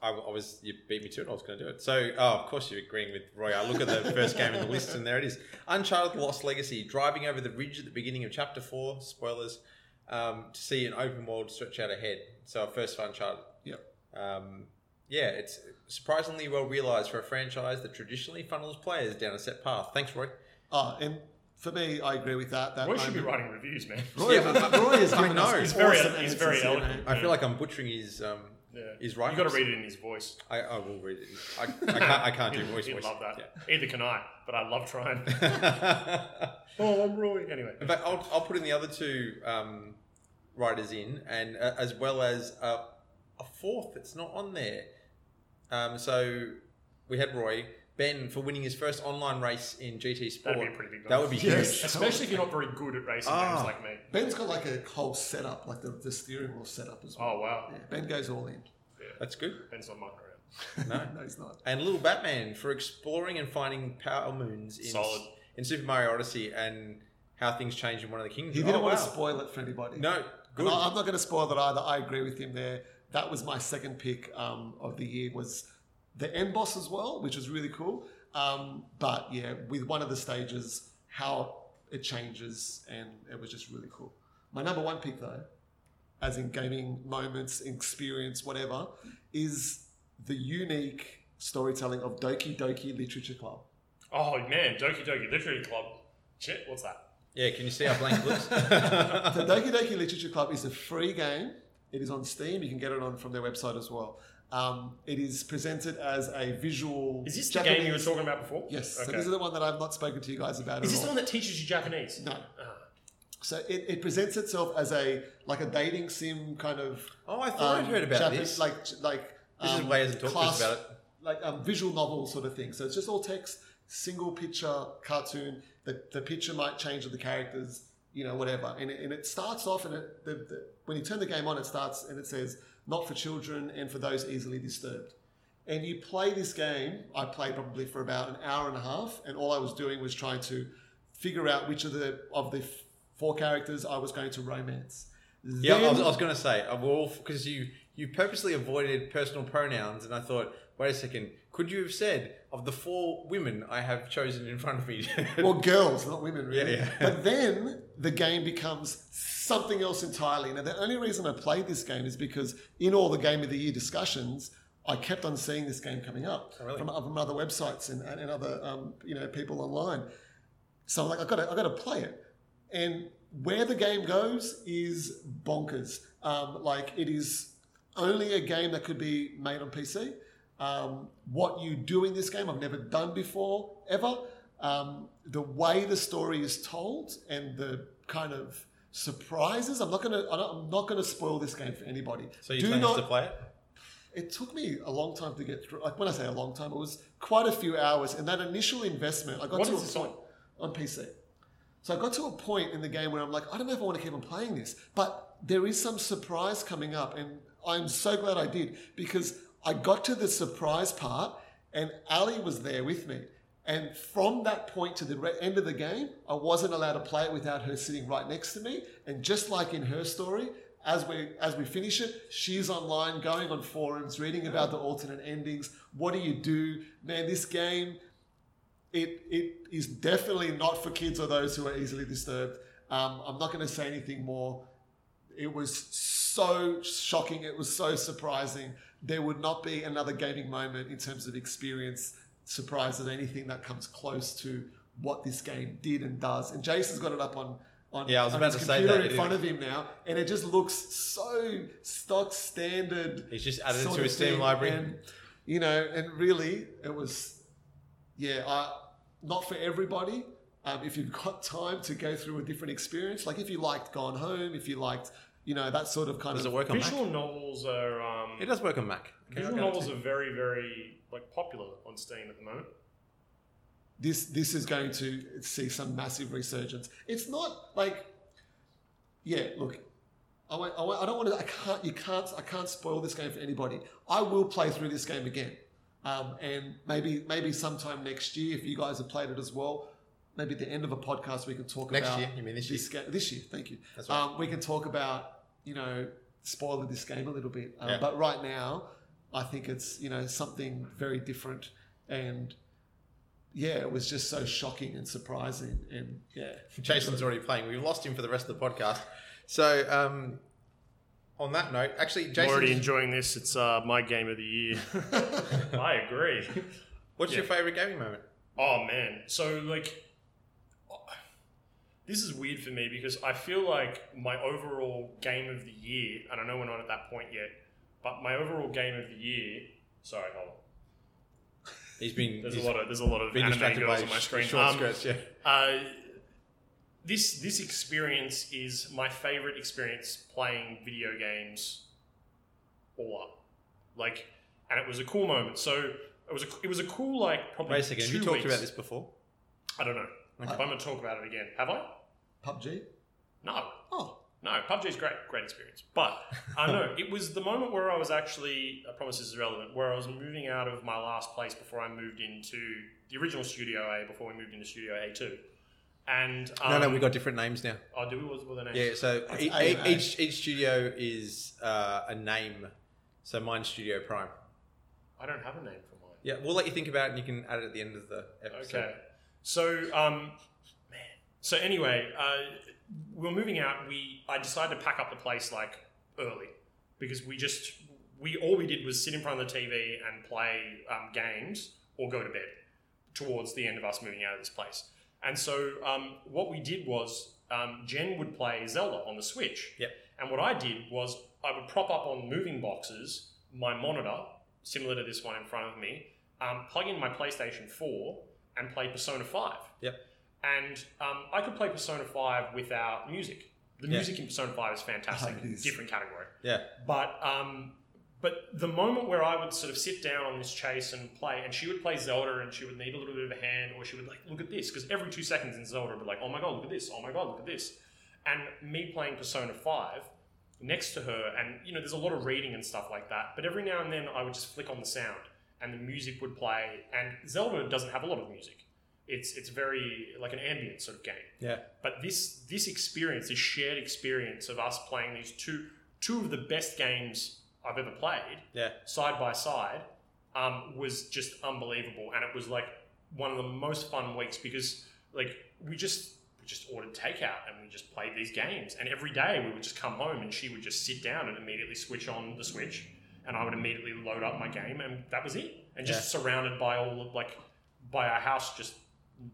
I, I was you beat me to it. I was going to do it. So, oh, of course, you're agreeing with Roy. I look at the first game in the list, and there it is: Uncharted: The Lost Legacy, driving over the ridge at the beginning of Chapter Four. Spoilers um, to see an open world stretch out ahead. So, our first for Uncharted. Yep. Um, yeah, it's surprisingly well realized for a franchise that traditionally funnels players down a set path. Thanks, Roy. Oh, and for me, I agree with that. that Roy should be moment- writing reviews, man. Roy, Yeah. Roy is I giving us know. He's very- awesome he's answers very here, eloquent. man. I feel like I'm butchering his. Um, Yeah. He's right. Mm. you got to read it in his voice. I, I will read it. I, I can't. I can't do He'd- voice. He'd voice. love that. Either can I, but I love trying. Yeah. oh, I'm Roy. Anyway. In fact, I'll, I'll put in the other two um, writers in, and uh, as well as uh, a fourth that's not on there. Um, so we had Roy Ben for winning his first online race in GT Sport. That'd be a pretty big That would be bonus. huge. Yes. Especially if you're not very good at racing Ah. games like me. Ben's got like a whole setup, like the, the steering wheel setup as well. Oh, wow. Yeah, ben goes all in. That's good. Depends on my career. No. no, he's not. And Little Batman for exploring and finding power moons in Solid. in Super Mario Odyssey and how things change in one of the kingdoms. He didn't Oh, want wow. to spoil it for anybody. No, good. And I- I'm not going to spoil that either. I agree with him there. That was my second pick um, of the year was the end boss as well, which was really cool. Um, but yeah, with one of the stages, how it changes, and it was just really cool. My number one pick though, as in gaming moments, experience, whatever, is the unique storytelling of Doki Doki Literature Club. Oh, man. Doki Doki Literary Club. Shit, what's that? Yeah, can you see our blank Oh, looks? The Doki Doki Literature Club is a free game. It is on Steam. You can get it on from their website as well. Um, it is presented as a visual. Is this Japanese- the game you were talking about before? Yes. So Okay. this is the one that I've not spoken to you guys about. is at this the all. one that teaches you Japanese? No. Ah. So it, it presents itself as a like a dating sim kind of. oh, I thought um, I'd heard about Japan- this. Like like. This is um, Way hasn't talked to us class- about it. Like um, visual novel sort of thing. So it's just all text, single picture cartoon. The, the picture might change of the characters, you know, whatever. And it, and it starts off, and it, the, the, when you turn the game on, it starts and it says, not for children and for those easily disturbed. And you play this game, I played probably for about an hour and a half, and all I was doing was trying to figure out which of the of the f- four characters I was going to romance. Yeah, I was, Then- I was going to say, because you you purposely avoided personal pronouns, and I thought, wait a second, could you have said of the four women I have chosen in front of me? well, girls, not women, really. Yeah, yeah. But then the game becomes something else entirely. Now, the only reason I played this game is because in all the Game of the Year discussions, I kept on seeing this game coming up Oh, really? from, from other websites and, and other um, you know people online. So I'm like, I got to, I got to play it. And where the game goes is bonkers. Um, like it is only a game that could be made on PC. Um, what you do in this game, I've never done before ever. Um, the way the story is told and the kind of surprises. I'm not gonna. I don't- I'm not gonna spoil this game for anybody. so you do plan not to play it? it took me a long time to get through. Like when I say a long time, it was quite a few hours. And that initial investment, I got What to is a this point on PC. So I got to a point in the game where I'm like, I don't know if I want to keep on playing this, but there is some surprise coming up, and I'm so glad I did because I got to the surprise part, and Ali was there with me. And from that point to the re- end of the game, I wasn't allowed to play it without her sitting right next to me. And just like in her story, As we as we finish it, she's online, going on forums, reading about the alternate endings. What do you do, man? This game, it it is definitely not for kids or those who are easily disturbed. Um, I'm not going to say anything more. It was so shocking. It was so surprising. There would not be another gaming moment in terms of experience, surprise, and anything that comes close to what this game did and does. And Jason's got it up on on, Yeah, I was on about his to say computer that, in it front is- of him now, and it just looks so stock standard. He's just added it sort to of his Steam thing. library. And, you know, and really, it was, yeah, I, not for everybody. Um, if you've got time to go through a different experience, like if you liked Gone Home, if you liked, you know, that sort of kind Does of it work on Mac? Visual novels are um, It does work on Mac. visual novels are very very like popular on Steam at the moment. this this is going to see some massive resurgence. It's not like, yeah, look, I, won't, I, won't, I don't want to. I can't. You can't. I can't spoil this game for anybody. I will play through this game again, um, and maybe maybe sometime next year if you guys have played it as well. Maybe at the end of a podcast we can talk Next about year, you mean this year? this game this year. Thank you. That's right. Um, we can talk about you know spoiler this game a little bit, um, Yeah. but right now I think it's you know something very different, and yeah, it was just so shocking and surprising, and yeah, Jason's already playing. We've lost him for the rest of the podcast. So, um, on that note, actually, I'm Jason, already enjoying this. It's uh, my game of the year. I agree. what's your yeah. favorite gaming moment? Oh man, so like, uh, this is weird for me because I feel like my overall game of the year, and I know we're not at that point yet, but my overall game of the year. Sorry, hold on. He's been There's he's a lot of there's a lot of been anime distracted by girls on my sh- screen. short Um, skirts. Yeah, Uh, this this experience is my favorite experience playing video games all up. Like, and it was a cool moment. So it was a, it was a cool like probably Wait a second. Have two you talked weeks. about this before? I don't know. Okay. If I'm gonna talk about it again, have I? PUBG. No, Oh, no. PUBG's great, great experience. But I know it was the moment where I was actually. I promise this is relevant. Where I was moving out of my last place before I moved into the original Studio A before we moved into Studio A two. And um, no, no, we got different names now. Oh, do we? What were the names? Yeah, so That's e- A and A. e- each each studio is uh, a name. So mine's Studio Prime. I don't have a name for mine. Yeah, we'll let you think about it, and you can add it at the end of the episode. Okay. So, um, man. So anyway, uh, we we're moving out. We I decided to pack up the place like early because we just we all we did was sit in front of the TV and play um, games or go to bed towards the end of us moving out of this place. And so um, what we did was um, Jen would play Zelda on the Switch. Yep. And what I did was I would prop up on moving boxes my monitor, similar to this one in front of me, um, plug in my PlayStation 4 and play Persona 5. Yep. And um, I could play Persona 5 without music. The Yeah. music in Persona 5 is fantastic, Oh, it is. different category. Yeah. But um, but the moment where I would sort of sit down on this chase and play, and she would play Zelda, and she would need a little bit of a hand, or she would like look at this, because every two seconds in Zelda, would be like, oh my god, look at this, oh my god, look at this, and me playing Persona Five next to her, and you know, there's a lot of reading and stuff like that. But every now and then, I would just flick on the sound, and the music would play. And Zelda doesn't have a lot of music; it's it's very like an ambient sort of game. Yeah. But this this experience, this shared experience of us playing these two two of the best games I've ever played Yeah. side by side um, was just unbelievable, and it was like one of the most fun weeks because like we just we just ordered takeout and we just played these games, and every day we would just come home and she would just sit down and immediately switch on the switch, and I would immediately load up my game, and that was it, and just surrounded by all of like by our house just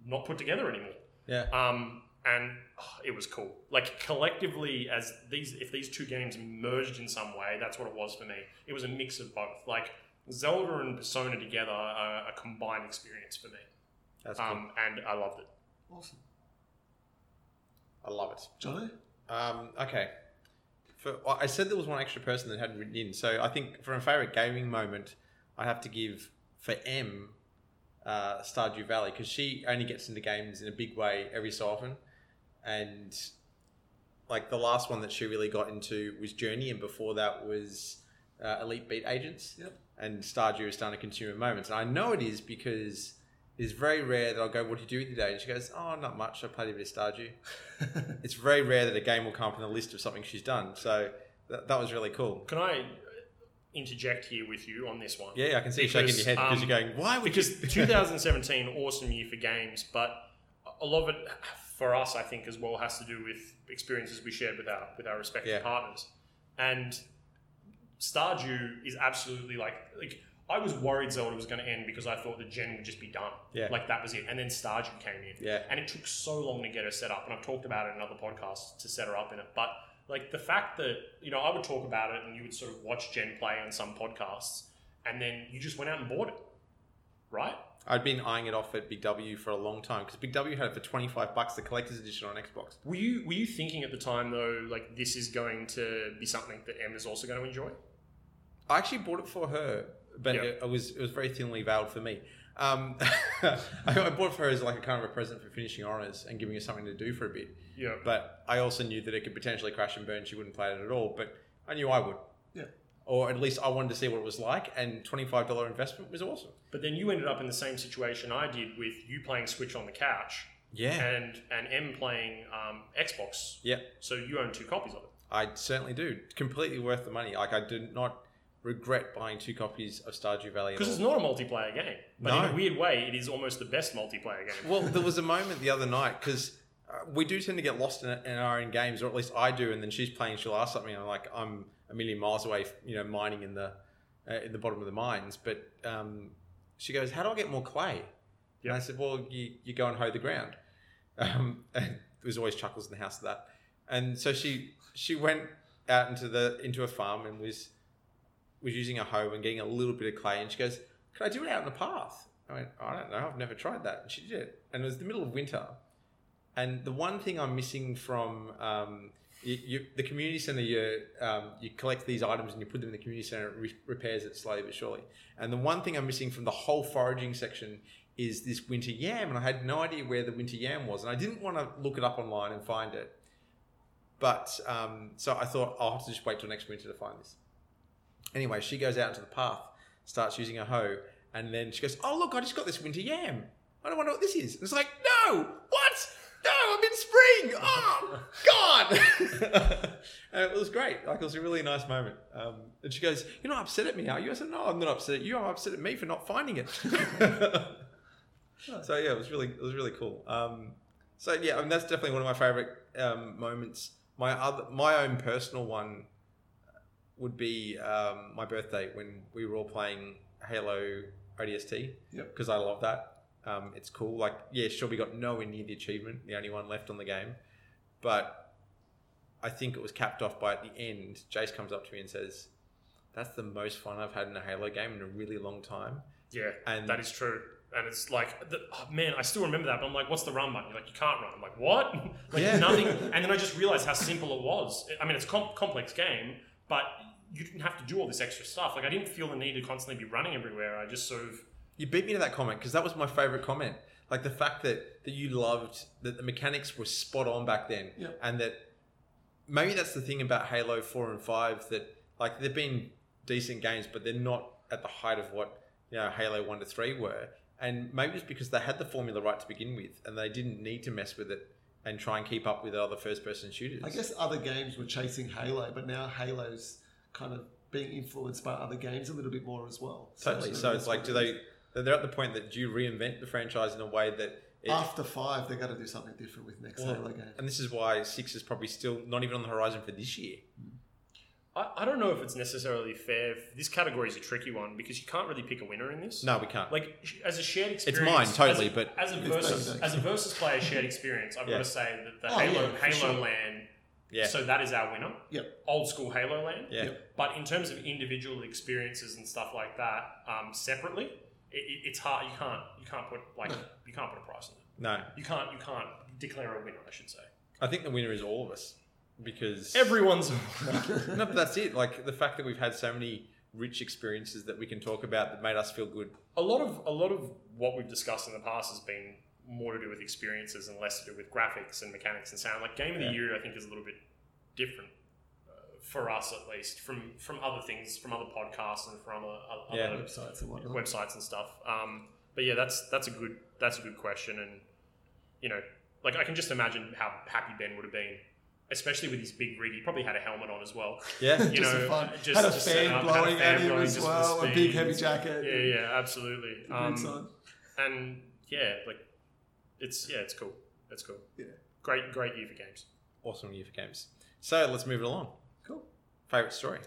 not put together anymore. Yeah. Um, and oh, it was cool. Like collectively, as these, if these two games merged in some way, that's what it was for me. It was a mix of both. Like Zelda and Persona together are a combined experience for me, That's cool. um, and I loved it. awesome, I love it. Johnny. Um, okay. For, I I said there was one extra person that hadn't written in, so I think for a favorite gaming moment, I have to give for M uh, Stardew Valley because she only gets into games in a big way every so often, and like the last one that she really got into was Journey, and before that was uh, Elite Beat Agents. Yep. And Stardew is starting to consume her moments, and I know it is because. It's very rare that I'll go, What do you do today? And she goes, Oh, not much. I played a bit of Stardew it's very rare that a game will come up in the list of something she's done. So That, that was really cool. Can I uh, interject here with you on this one? Yeah, I can see you shaking your Because, head because um, you're going, why would because you? 2017 awesome year for games but a lot of it for us i think as well has to do with experiences we shared with our with our respective Yeah. partners and stardew is absolutely like like i was worried zelda was going to end because i thought the gen would just be done Yeah. like that was it and then stardew came in yeah, and it took so long to get her set up and i've talked about it in other podcasts to set her up in it but like the fact that you know i would talk about it and you would sort of watch gen play on some podcasts and then you just went out and bought it right I'd been eyeing it off at Big W for a long time because Big W had it for 25 bucks, the collector's edition on Xbox. were you were you thinking at the time though like this is going to be something that emma's also going to enjoy I actually bought it for her, but Yeah. it, it was it was very thinly veiled for me. Um, I, I bought it for her as like a kind of a present for finishing honors and giving her something to do for a bit. yeah But I also knew that it could potentially crash and burn. She wouldn't play it at all, but I knew I would. Yeah. Or at least I wanted to see what it was like, and twenty-five dollar investment was awesome. but then you ended up in the same situation i did with you playing switch on the couch Yeah. and and em playing um, xbox Yeah. so you own two copies of it I certainly do. Completely worth the money. Like I did not regret buying two copies of Stardew Valley. at Because all. it's not a multiplayer game, but in No. a weird way, it is almost the best multiplayer game. Well, there was a moment the other night because uh, we do tend to get lost in, in our own games, or at least I do. And then she's playing, she'll ask something, and I'm like, I'm a million miles away, you know, mining in the uh, in the bottom of the mines. But um, she goes, "How do I get more clay?" And I said, "Well, you you go and hoe the ground." Um, and there's always chuckles in the house of that. And so she she went out into the into a farm and was was using a hoe and getting a little bit of clay. And she goes, "Can I do it out in the path?" I went, "I don't know. I've never tried that." And she did it, and it was the middle of winter. And the one thing I'm missing from um, you, you, the community center, you um, you collect these items and you put them in the community center. It re- repairs it slowly but surely. And the one thing I'm missing from the whole foraging section is this winter yam, and I had no idea where the winter yam was, and I didn't want to look it up online and find it. But um, so I thought I'll have to just wait till next winter to find this. Anyway, she goes out into the path, starts using a hoe, and then she goes, "Oh look, I just got this winter yam. I don't wonder what this is." And it's like, "No, what? No, I'm in spring. Oh God!" and it was great. Like it was a really nice moment. Um, and she goes, "You're not upset at me, are you?" I said, "No, I'm not upset at you. I'm upset at me for not finding it." so yeah, it was really it was really cool. Um, so yeah, I mean that's definitely one of my favorite um, moments. My other my own personal one would be um, my birthday when we were all playing Halo ODST. Yep. Because I love that. Um, it's cool. Like, yeah, sure, we got nowhere near the achievement, the only one left on the game. But I think it was capped off by at the end, Jace comes up to me and says, That's the most fun I've had in a Halo game in a really long time. Yeah, And that is true. And it's like, the, oh man, I still remember that. But I'm like, what's the run button? You're like, you can't run. I'm like, what? like Yeah. nothing. And then I just realized how simple it was. I mean, it's a com- complex game, but you didn't have to do all this extra stuff. Like I didn't feel the need to constantly be running everywhere. I just sort of You beat me to that comment because that was my favorite comment. Like the fact that that you loved that the mechanics were spot on back then, Yeah. and that maybe that's the thing about Halo Four and Five that like they've been decent games, but they're not at the height of what you know Halo One to Three were. And maybe it's because they had the formula right to begin with, and they didn't need to mess with it and try and keep up with other first-person shooters. I guess other games were chasing Halo, but now Halo's kind of being influenced by other games a little bit more as well. totally. So it's like, do they? They're at the point that do you reinvent the franchise in a way that it, After five, they got to do something different with next Well, Halo game. And this is why six is probably still not even on the horizon for this year. I, I don't know if it's necessarily fair. This category is a tricky one because you can't really pick a winner in this. No, we can't. like sh- as a shared experience. mine, as a- totally, but- as a It's versus basically- as a versus player shared experience, I've Yeah. got to say that the Oh, Halo yeah, for Halo sure. Land. yeah, So that is our winner. Yep. Old school Halo Land. yeah, Yep. But in terms of individual experiences and stuff like that, um, separately, it, it, it's hard. You can't you can't put like you can't put a price on it. No, You can't you can't declare a winner. I should say. I think the winner is all of us because Everyone's a No, but that's it. Like the fact that we've had so many rich experiences that we can talk about that made us feel good. a lot of a lot of what we've discussed in the past has been more to do with experiences and less to do with graphics and mechanics and sound. Like game of Yeah. the year, I think is a little bit different uh, for us at least from from other things, from other podcasts and from other, other Yeah. websites and whatnot. websites and stuff. Um, but yeah, that's that's a good that's a good question, and you know, like I can just imagine how happy Ben would have been especially with his big rig, he probably had a helmet on as well. Yeah. You just know, for fun. just had a just fan set up, had a blowing fan at him blowing as just for the well, a speed. big heavy jacket. Yeah, yeah, absolutely. Boots Um, on. and yeah, like it's yeah, it's cool. It's cool. Yeah. Great, great year for games. Awesome year for games. So let's move it along. Cool. Favorite story.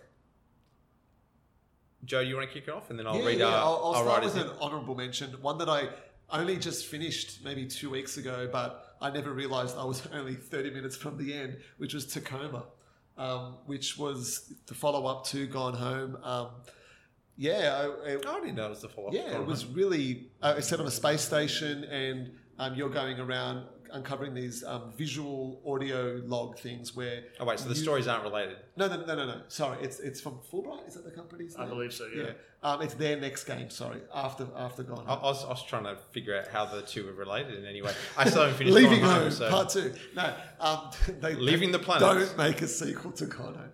Joe, you want to kick it off, and then I'll yeah, read. yeah. our, I'll, I'll our start writers with in. an honourable mention, one that I only just finished maybe two weeks ago, but I never realised I was only 30 minutes from the end, which was Tacoma, um, which was the follow up to Gone Home. Um, yeah, I, it, I didn't know it was the follow-up. yeah, it was really uh, it's set on a space station, and um, you're going around uncovering these um, visual audio log things where Oh wait, so the you- stories aren't related. no, no, no, no, no. Sorry, it's it's from Fulbright. Is that the company's I name? believe so. Yeah. Yeah. Um, it's their next game, sorry, after after Gone I, I, Home. was, I was trying to figure out how the two were related in any way. I still haven't finished Leaving Gone Home, Home, so- part two. No, um, they Leaving the planet. don't make a sequel to Gone Home.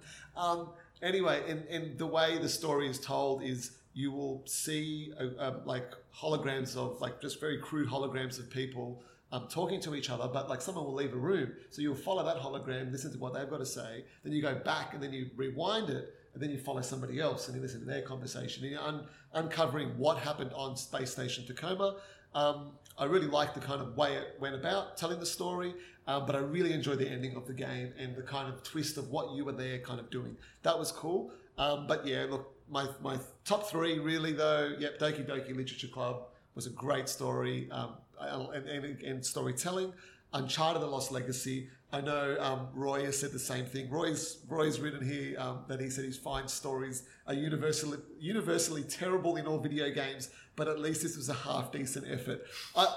Um, anyway, and, and the way the story is told is you will see uh, um, like holograms of like just very crude holograms of people um, talking to each other, but like someone will leave a room, so you'll follow that hologram, listen to what they've got to say, then you go back and then you rewind it. And then you follow somebody else and you listen to their conversation. And you're un- uncovering what happened on Space Station Tacoma. Um, I really liked the kind of way it went about telling the story, um, but I really enjoyed the ending of the game and the kind of twist of what you were there kind of doing. That was cool. Um, but yeah, look, my, my top three really though, yep, Doki Doki Literature Club was a great story um, and, and, and storytelling. Uncharted: The Lost Legacy. I know um, Roy has said the same thing. Roy's Roy's written here um, that he said his fine stories are universally universally terrible in all video games, but at least this was a half decent effort. I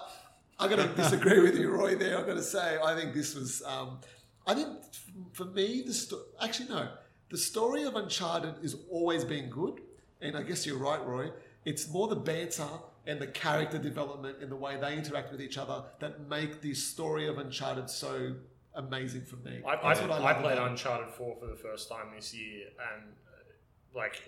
I'm gonna disagree with you, Roy. There, I'm gonna say I think this was. Um, I think f- for me, the sto- actually no, the story of Uncharted is always been good, and I guess you're right, Roy. It's more the banter and the character development and the way they interact with each other that make the story of Uncharted so amazing for me. I, I, That's what I, love played about it. Uncharted 4 for the first time this year, and uh, like,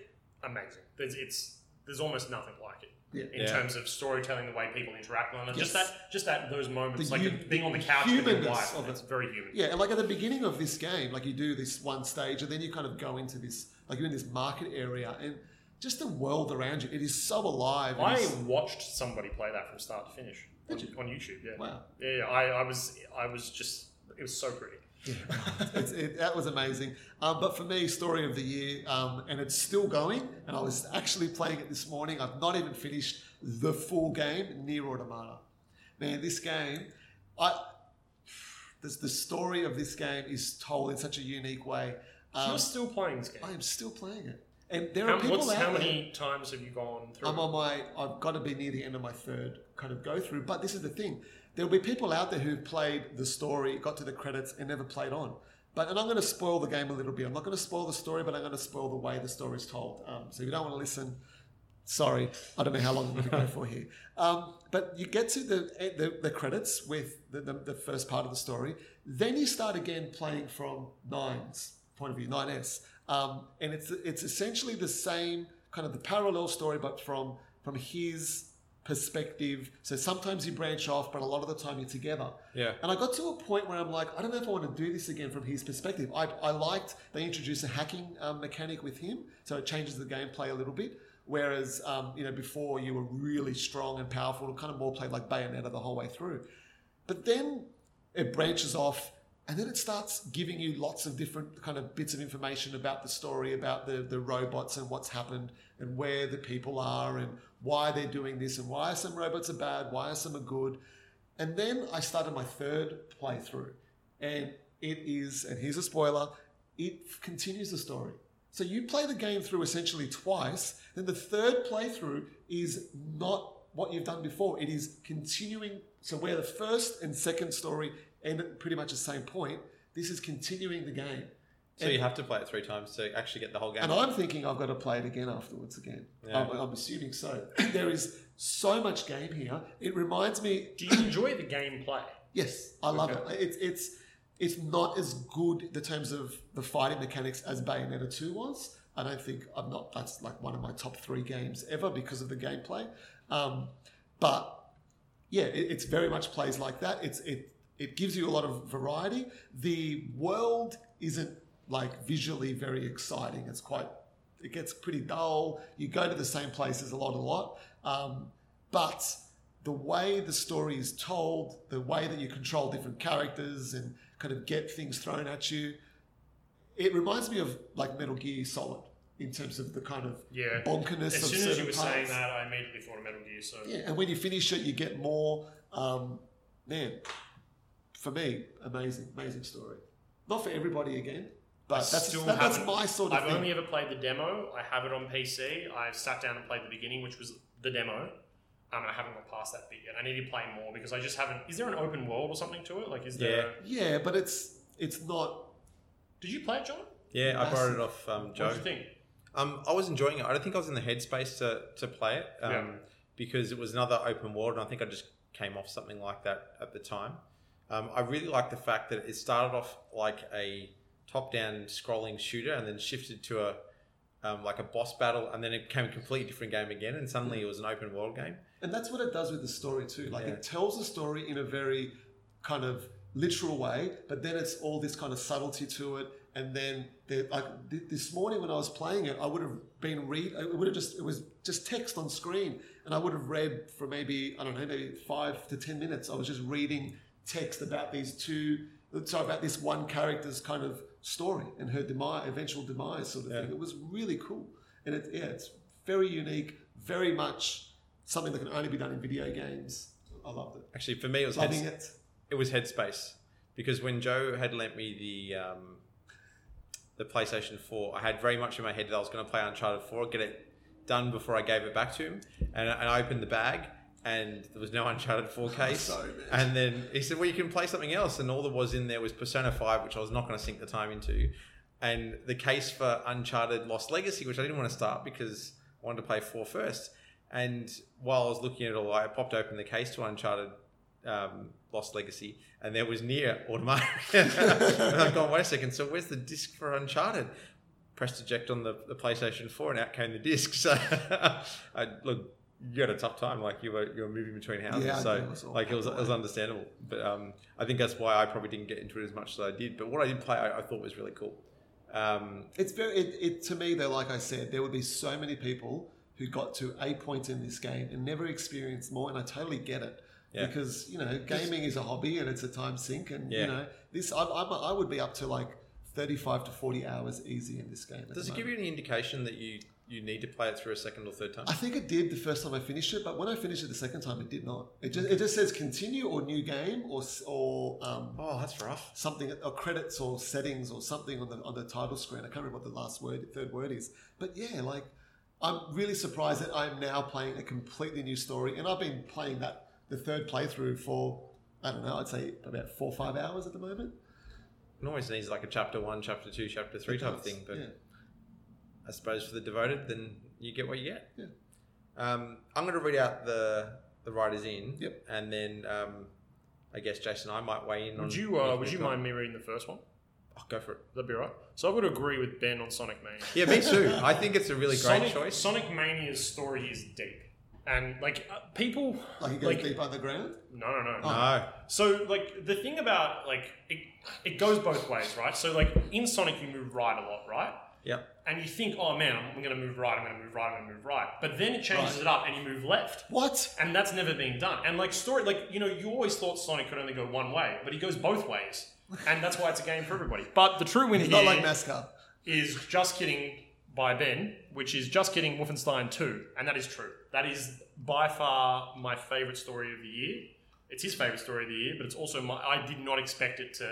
amazing. There's, it's there's almost nothing like it Yeah. in Yeah. terms of storytelling, the way people interact with one another. Just Yes. that, just that those moments, The like hu- being on the the couch with your humanness wife. of it. It's very human. Yeah, and like at the beginning of this game, like you do this one stage, and then you kind of go into this, like you're in this market area, and just the world around you, it is so alive. It I is- watched somebody play that from start to finish on, Did you? on YouTube. Yeah, wow. yeah. yeah, I, I was, I was just, it was so pretty. It's, it, that was amazing. Um, but for me, story of the year, um, and it's still going. And I was actually playing it this morning. I've not even finished the full game, Near Automata. Man, this game, I this, the story of this game is told in such a unique way. Um, You're still playing this game. I am still playing it, and there How, are people what's, out how there- many times have you gone through? I'm on my. I've got to be near the end of my third kind of go through. But this is the thing: there'll be people out there who've played the story, got to the credits, and never played on. But and I'm going to spoil the game a little bit. I'm not going to spoil the story, but I'm going to spoil the way the story is told. Um, so if you don't want to listen, sorry, I don't know how long we can go for here. Um, but you get to the the, the credits with the, the, the first part of the story. Then you start again playing from nines point of view, nine S, um, and it's it's essentially the same kind of the parallel story, but from from his perspective. So sometimes you branch off, but a lot of the time you're together. Yeah. And I got to a point where I'm like, I don't know if I want to do this again from his perspective. I, I liked they introduced a hacking um, mechanic with him, so it changes the gameplay a little bit. Whereas um, you know before you were really strong and powerful, kind of more played like Bayonetta the whole way through. But then it branches off, and then it starts giving you lots of different kind of bits of information about the story, about the, the robots and what's happened, and where the people are, and why they're doing this, and why some robots are bad, why some are good. And then I started my third playthrough, and it is, and here's a spoiler, it f- continues the story. So you play the game through essentially twice, then the third playthrough is not what you've done before. It is continuing. So where the first and second story end at pretty much the same point, this is continuing the game. So you have to play it three times to actually get the whole game. And I'm thinking I've got to play it again afterwards again. Yeah. I'm, I'm assuming so. there is so much game here. It reminds me Do you enjoy the gameplay? Yes, I love Okay. it. It's it's it's not as good in the terms of the fighting mechanics as Bayonetta two was. I don't think I'm not. That's like one of my top three games ever because of the gameplay. Um, but yeah, it, it's very much plays like that. It's it It gives you a lot of variety. The world isn't like visually very exciting. It's quite, it gets pretty dull. You go to the same places a lot, a lot. Um, but the way the story is told, the way that you control different characters and kind of get things thrown at you, it reminds me of like Metal Gear Solid in terms of the kind of Yeah. bonkerness As of soon as certain you were parts. saying that, I immediately thought of Metal Gear. So Yeah, and when you finish it, you get more. Um, man, for me, amazing, amazing story. Not for everybody again, but I that's still that, that's haven't- my sort of I've thing. only ever played the demo. I have it on PC. I've sat down and played the beginning, which was the demo. Um, and I haven't got past that bit yet. I need to play more because I just haven't. Is there an open world or something to it? Like, is there? Yeah. yeah, but it's it's not. Did you play it, John? Yeah, I borrowed Massive. it off um, What Joe. did you think? Um, I was enjoying it. I don't think I was in the headspace to, to play it um, Yeah. because it was another open world, and I think I just came off something like that at the time. Um, I really like the fact that it started off like a top-down scrolling shooter, and then shifted to a um, like a boss battle, and then it became a completely different game again, and suddenly it was an open world game. And that's what it does with the story too. Like Yeah. it tells the story in a very kind of literal way, but then it's all this kind of subtlety to it. And then there- like th- this morning when I was playing it, I would have been read. It would have just it was just text on screen, and I would have read for maybe I don't know, maybe five to ten minutes. I was just reading text about these two. Sorry, about this one character's kind of story and her demise, eventual demise, sort of Yeah. thing. It was really cool, and it, yeah, it's very unique, very much something that can only be done in video games. I loved it. Actually, for me, it was Loving heads- it it. was headspace because when Joe had lent me the um, the PlayStation Four, I had very much in my head that I was going to play Uncharted Four, get it done before I gave it back to him, and, and I opened the bag. And there was no Uncharted 4 case. Sorry, man. and then he said, Well, you can play something else. And all there was in there was Persona 5, which I was not going to sink the time into. And the case for Uncharted Lost Legacy, which I didn't want to start because I wanted to play 4 first. And while I was looking at it all, I popped open the case to Uncharted um, Lost Legacy, and there was near Automata. and I've gone, wait a second, so where's the disc for Uncharted? Pressed eject on the, the PlayStation 4, and out came the disc. So, I, look, you had a tough time. Like, you were, you were moving between houses. Yeah, I so, did, it was all like, it was, it packed was away. understandable. But um, I think that's why I probably didn't get into it as much as I did. But what I did play, I, I thought was really cool. Um, It's very it, it to me though. Like I said, there would be so many people who got to a point in this game and never experienced more, and I totally get it Yeah. because you know gaming is a hobby and it's a time sink, and Yeah. you know this. I, I'm, I would be up to like thirty-five to forty hours easy in this game. at does the it give you moment. any indication that you, you need to play it through a second or third time? I think it did the first time I finished it, but when I finished it the second time, it did not. It just it just says continue or new game or s- or um, Oh, that's rough. something or credits or settings or something on the on the title screen. I can't remember what the last word third word is. But yeah, like I'm really surprised that I'm now playing a completely new story and I've been playing that the third playthrough for I don't know, I'd say about four or five hours at the moment. It always needs like a chapter one, chapter two, chapter three type That's- thing. But yeah. I suppose for the devoted, then you get what you get. Yeah. Um, I'm going to read out the the writers in. Yep. And then um, I guess Jason and I might weigh in. on Would you uh, if Would we've you got- mind me reading the first one? Oh, go for it. That'd be all right. So I would agree with Ben on Sonic Mania. Yeah, me too. I think it's a really great Sonic, choice. Sonic Mania's story is deep, and like uh, people, Like it goes Like- deep underground. no, no, no, no. no. So like the thing about like it, it goes both ways, right? So like in Sonic you move right a lot, right? Yep. And you think, oh man, I'm going to move right, I'm going to move right, I'm going to move right. But then it changes it up and you move left. What? And that's never been done. And like story, like you know, you always thought Sonic could only go one way, but he goes both ways, and that's why it's a game for everybody. But the true winner It's not here like NASCAR. is Just Kidding by Ben, which is Just Kidding Wolfenstein 2, and that is true. That is by far my favorite story of the year. It's his favorite story of the year, but it's also my. I did not expect it to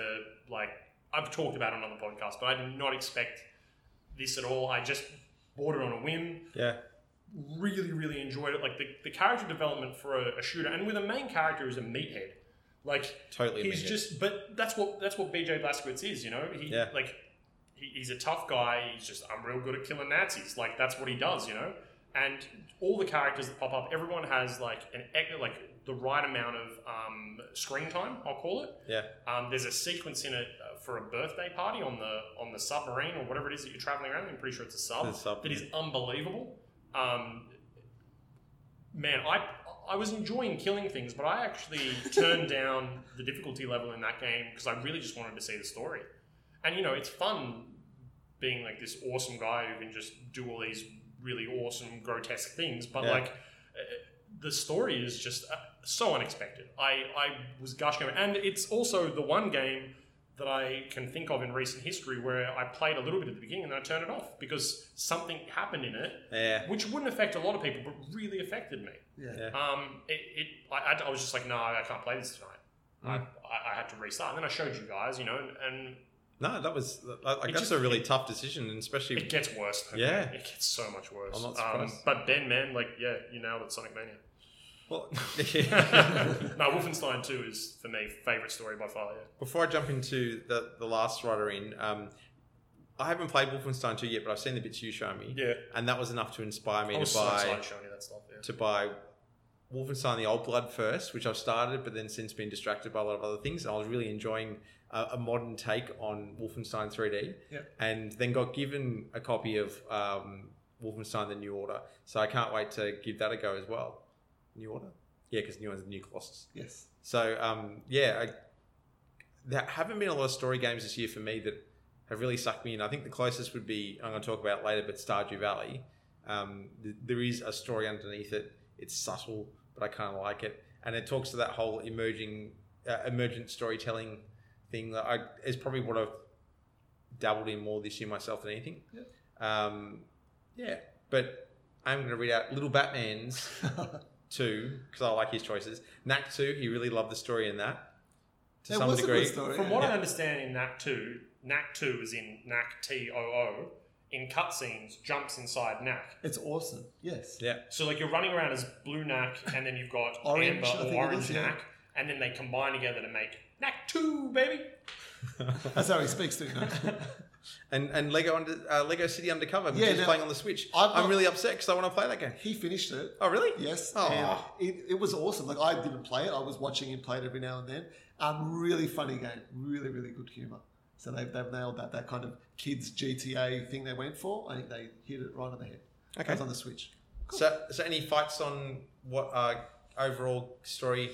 like. I've talked about it on other podcasts, but I did not expect this at all. I just bought it on a whim Yeah. really, really enjoyed it. Like the, the character development for a, a shooter, and with a main character who's a meathead. Like Totally a he's meathead. just. But that's what that's what BJ Blazkowicz is. You know, he Yeah. like he, he's a tough guy. He's just I'm real good at killing Nazis. Like that's what he does. You know, and all the characters that pop up, everyone has like an ec- like the right amount of um, screen time. I'll call it. Yeah. Um, there's a sequence in it uh, for a birthday party on the on the submarine or whatever it is that you're traveling around. I'm pretty sure it's a sub. The sub, That is unbelievable. Um, man, I I was enjoying killing things, but I actually turned down the difficulty level in that game because I really just wanted to see the story. And you know, it's fun being like this awesome guy who can just do all these really awesome, grotesque things, but Yeah. like uh, the story is just uh, so unexpected. I I was gushing over, and it's also the one game that I can think of in recent history where I played a little bit at the beginning and then I turned it off because something happened in it Yeah. which wouldn't affect a lot of people, but really affected me. Yeah. Yeah. Um, it, it I, I- I was just like, no, I can't play this tonight. I, Mm. I, I had to restart. And then I showed you guys, you know, and, and No, that was like It that's just- a really tough decision, and it especially gets worse. Yeah. it gets so much worse. I'm not Um, surprised. but Ben, man, like, yeah, you nailed it, Sonic Mania. well. no, Wolfenstein Two is for me favorite story by far. Yeah. Before I jump into the the last writer in, um, I haven't played Wolfenstein 2 yet, but I've seen the bits you showed me, Yeah, and that was enough to inspire me I to was so buy excited showing you that stuff. Yeah. to buy Wolfenstein: The Old Blood first, which I've started, but then since been distracted by a lot of other things. And I was really enjoying a, a modern take on Wolfenstein 3D, Yeah. and then got given a copy of um, Wolfenstein: The New Order. So I can't wait to give that a go as well. New Order, yeah, because New Order's the New Colossus. Yes. So um, yeah, I, there haven't been a lot of story games this year for me that have really sucked me in. I think the closest would be I'm going to talk about later, but Stardew Valley. Um, th- there is a story underneath it. It's subtle, but I kind of like it, and it talks to that whole emerging, uh, emergent storytelling thing that I is probably what I've dabbled in more this year myself than anything. Um, yeah, but I'm going to read out Little Batman's two because I like his choices. Knack two, he really loved the story in that to It some was a degree. good story. From what Yeah. I understand in NAC 2, NAC 2 is in NAC T O O, in cutscenes, jumps inside NAC. It's awesome. Yes. Yeah, So, like, you're running around as blue NAC, and then you've got Orange, I Amber think or it Orange is, yeah. NAC, and then they combine together to make NAC 2, baby! That's how he speaks to it. now. and and Lego under uh, Lego City Undercover, which Yeah, is now- playing on the Switch. I've I'm got- really upset because I want to play that game. he finished it. Oh really? Yes. Aw. and It, it was awesome. Like I didn't play it. I was watching him play it every now and then. Um, really funny game. Really, really good humor. So they've, they've nailed that that kind of kids GTA thing they went for. I think they hit it right on the head. Okay. That was on the Switch. So so any fights on what uh, overall story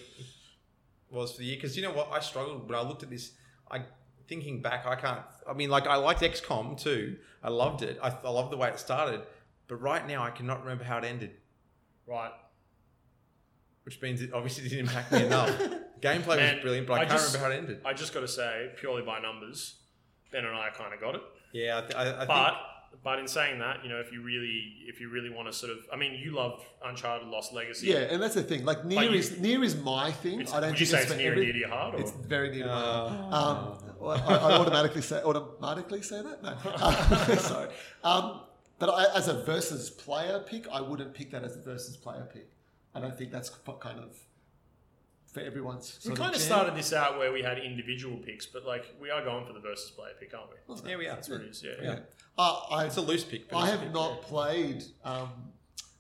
was for the year? Because you know what, I struggled when I looked at this. I thinking back, I can't. I mean, like I liked XCOM too. I loved it. I, I loved the way it started. But right now, I cannot remember how it ended, Right. which means it obviously didn't impact me enough. Gameplay Man, was brilliant, but I, I can't just- remember how it ended. I just got to say, purely by numbers, Ben and I kind of got it. Yeah, I, th- I, I think. But. But in saying that, you know, if you really, if you really want to sort of, I mean, you love Uncharted Lost Legacy. Yeah, and that's the thing. Like near Like, you- is near is my thing. It's- I don't would you think say it's it's for near every- and dear to your heart? Or? It's very near. to my heart. Uh, Um, well, I, I automatically say automatically say that. No, Uh, sorry. Um, but I, as a versus player pick, I wouldn't pick that as a versus player pick. I don't think that's p- kind of for everyone's. We sort kind of jam. started this out where we had individual picks, but like we are going for the versus player pick, aren't we? Here we are. That's what it is. Yeah. Yeah. Uh, I It's a loose pick. but I it's a have pick, not played um,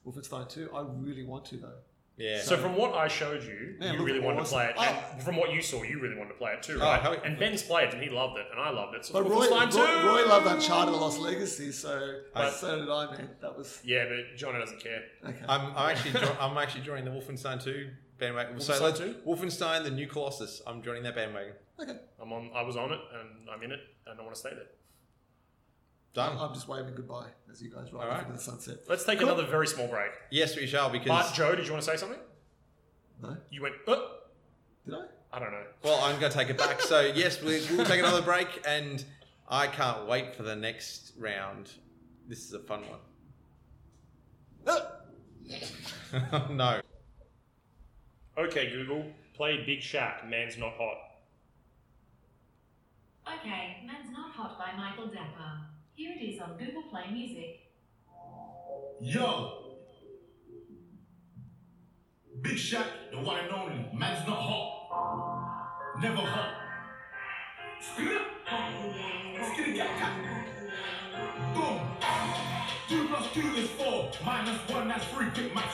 Wolfenstein 2. I really want to though. Yeah. Yeah. So from what I showed you, Yeah, you look really wanted awesome. Oh. to play it, and from what you saw, you really wanted to play it too, Oh, right? how- and Ben's played it, and he loved it, and I loved it. So But it's Roy, Wolfenstein Roy, 2! Roy loved Uncharted: Lost Legacy, so I- so did I, man. That was Yeah, but Johnny doesn't care. okay. I'm, I'm actually jo- I'm actually joining the Wolfenstein 2 bandwagon. so Wolfenstein let's 2? Wolfenstein the New Colossus. I'm joining that bandwagon. okay. I'm on. I was on it, and I'm in it, and I want to stay there. Done. I'm just waving goodbye as you guys ride All right. off into the sunset. Let's take another very small break. yes, we shall But because Joe, did you want to say something? No, You went. Uh, did I? I don't know. well, I'm going to take it back. So yes, we, we'll take another break, and I can't wait for the next round. This is a fun one. no. Okay, Google, play Big Shaq. Man's not hot. Okay, Man's Not Hot by Michael Dapper. Here it is on Google Play Music. Yo! Big Shaq, the one and only. Man's not hot. Never hot. Skid it. Skid it, yak, yak. Boom. Two plus two is four. Minus one, that's three. Big max.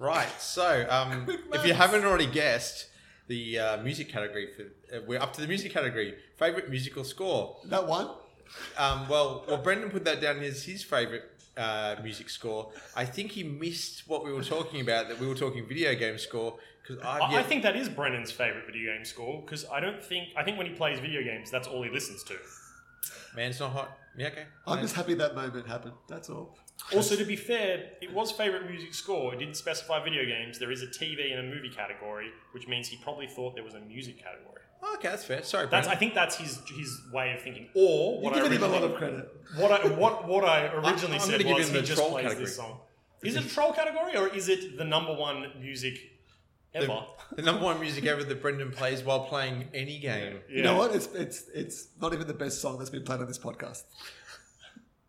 Right. So, um, if you haven't already guessed, the uh, music category for uh, we're up to the music category. Favorite musical score. That one? Um, well, well, Brendan put that down as his favorite uh, music score. I think he missed what we were talking about. That we were talking video game score because Uh, I've I, I yet, think that is Brennan's favorite video game score because I don't think I think when he plays video games, that's all he listens to. man's not hot. Yeah, okay. I'm just happy that moment happened. That's all. Also, to be fair, it was favorite music score. It didn't specify video games. There is a TV and a movie category, which means he probably thought there was a music category. Oh, okay, that's fair. Sorry, That's I Brandon. think that's his his way of thinking. Or You're what I giving him a originally, lot of credit. what I what what I originally I'm gonna said give was him he the just troll plays category. this song. Is it a troll category or is it the number one music ever? the number one music ever that Brendan plays while playing any game. Yeah. You know what? It's it's it's not even the best song that's been played on this podcast.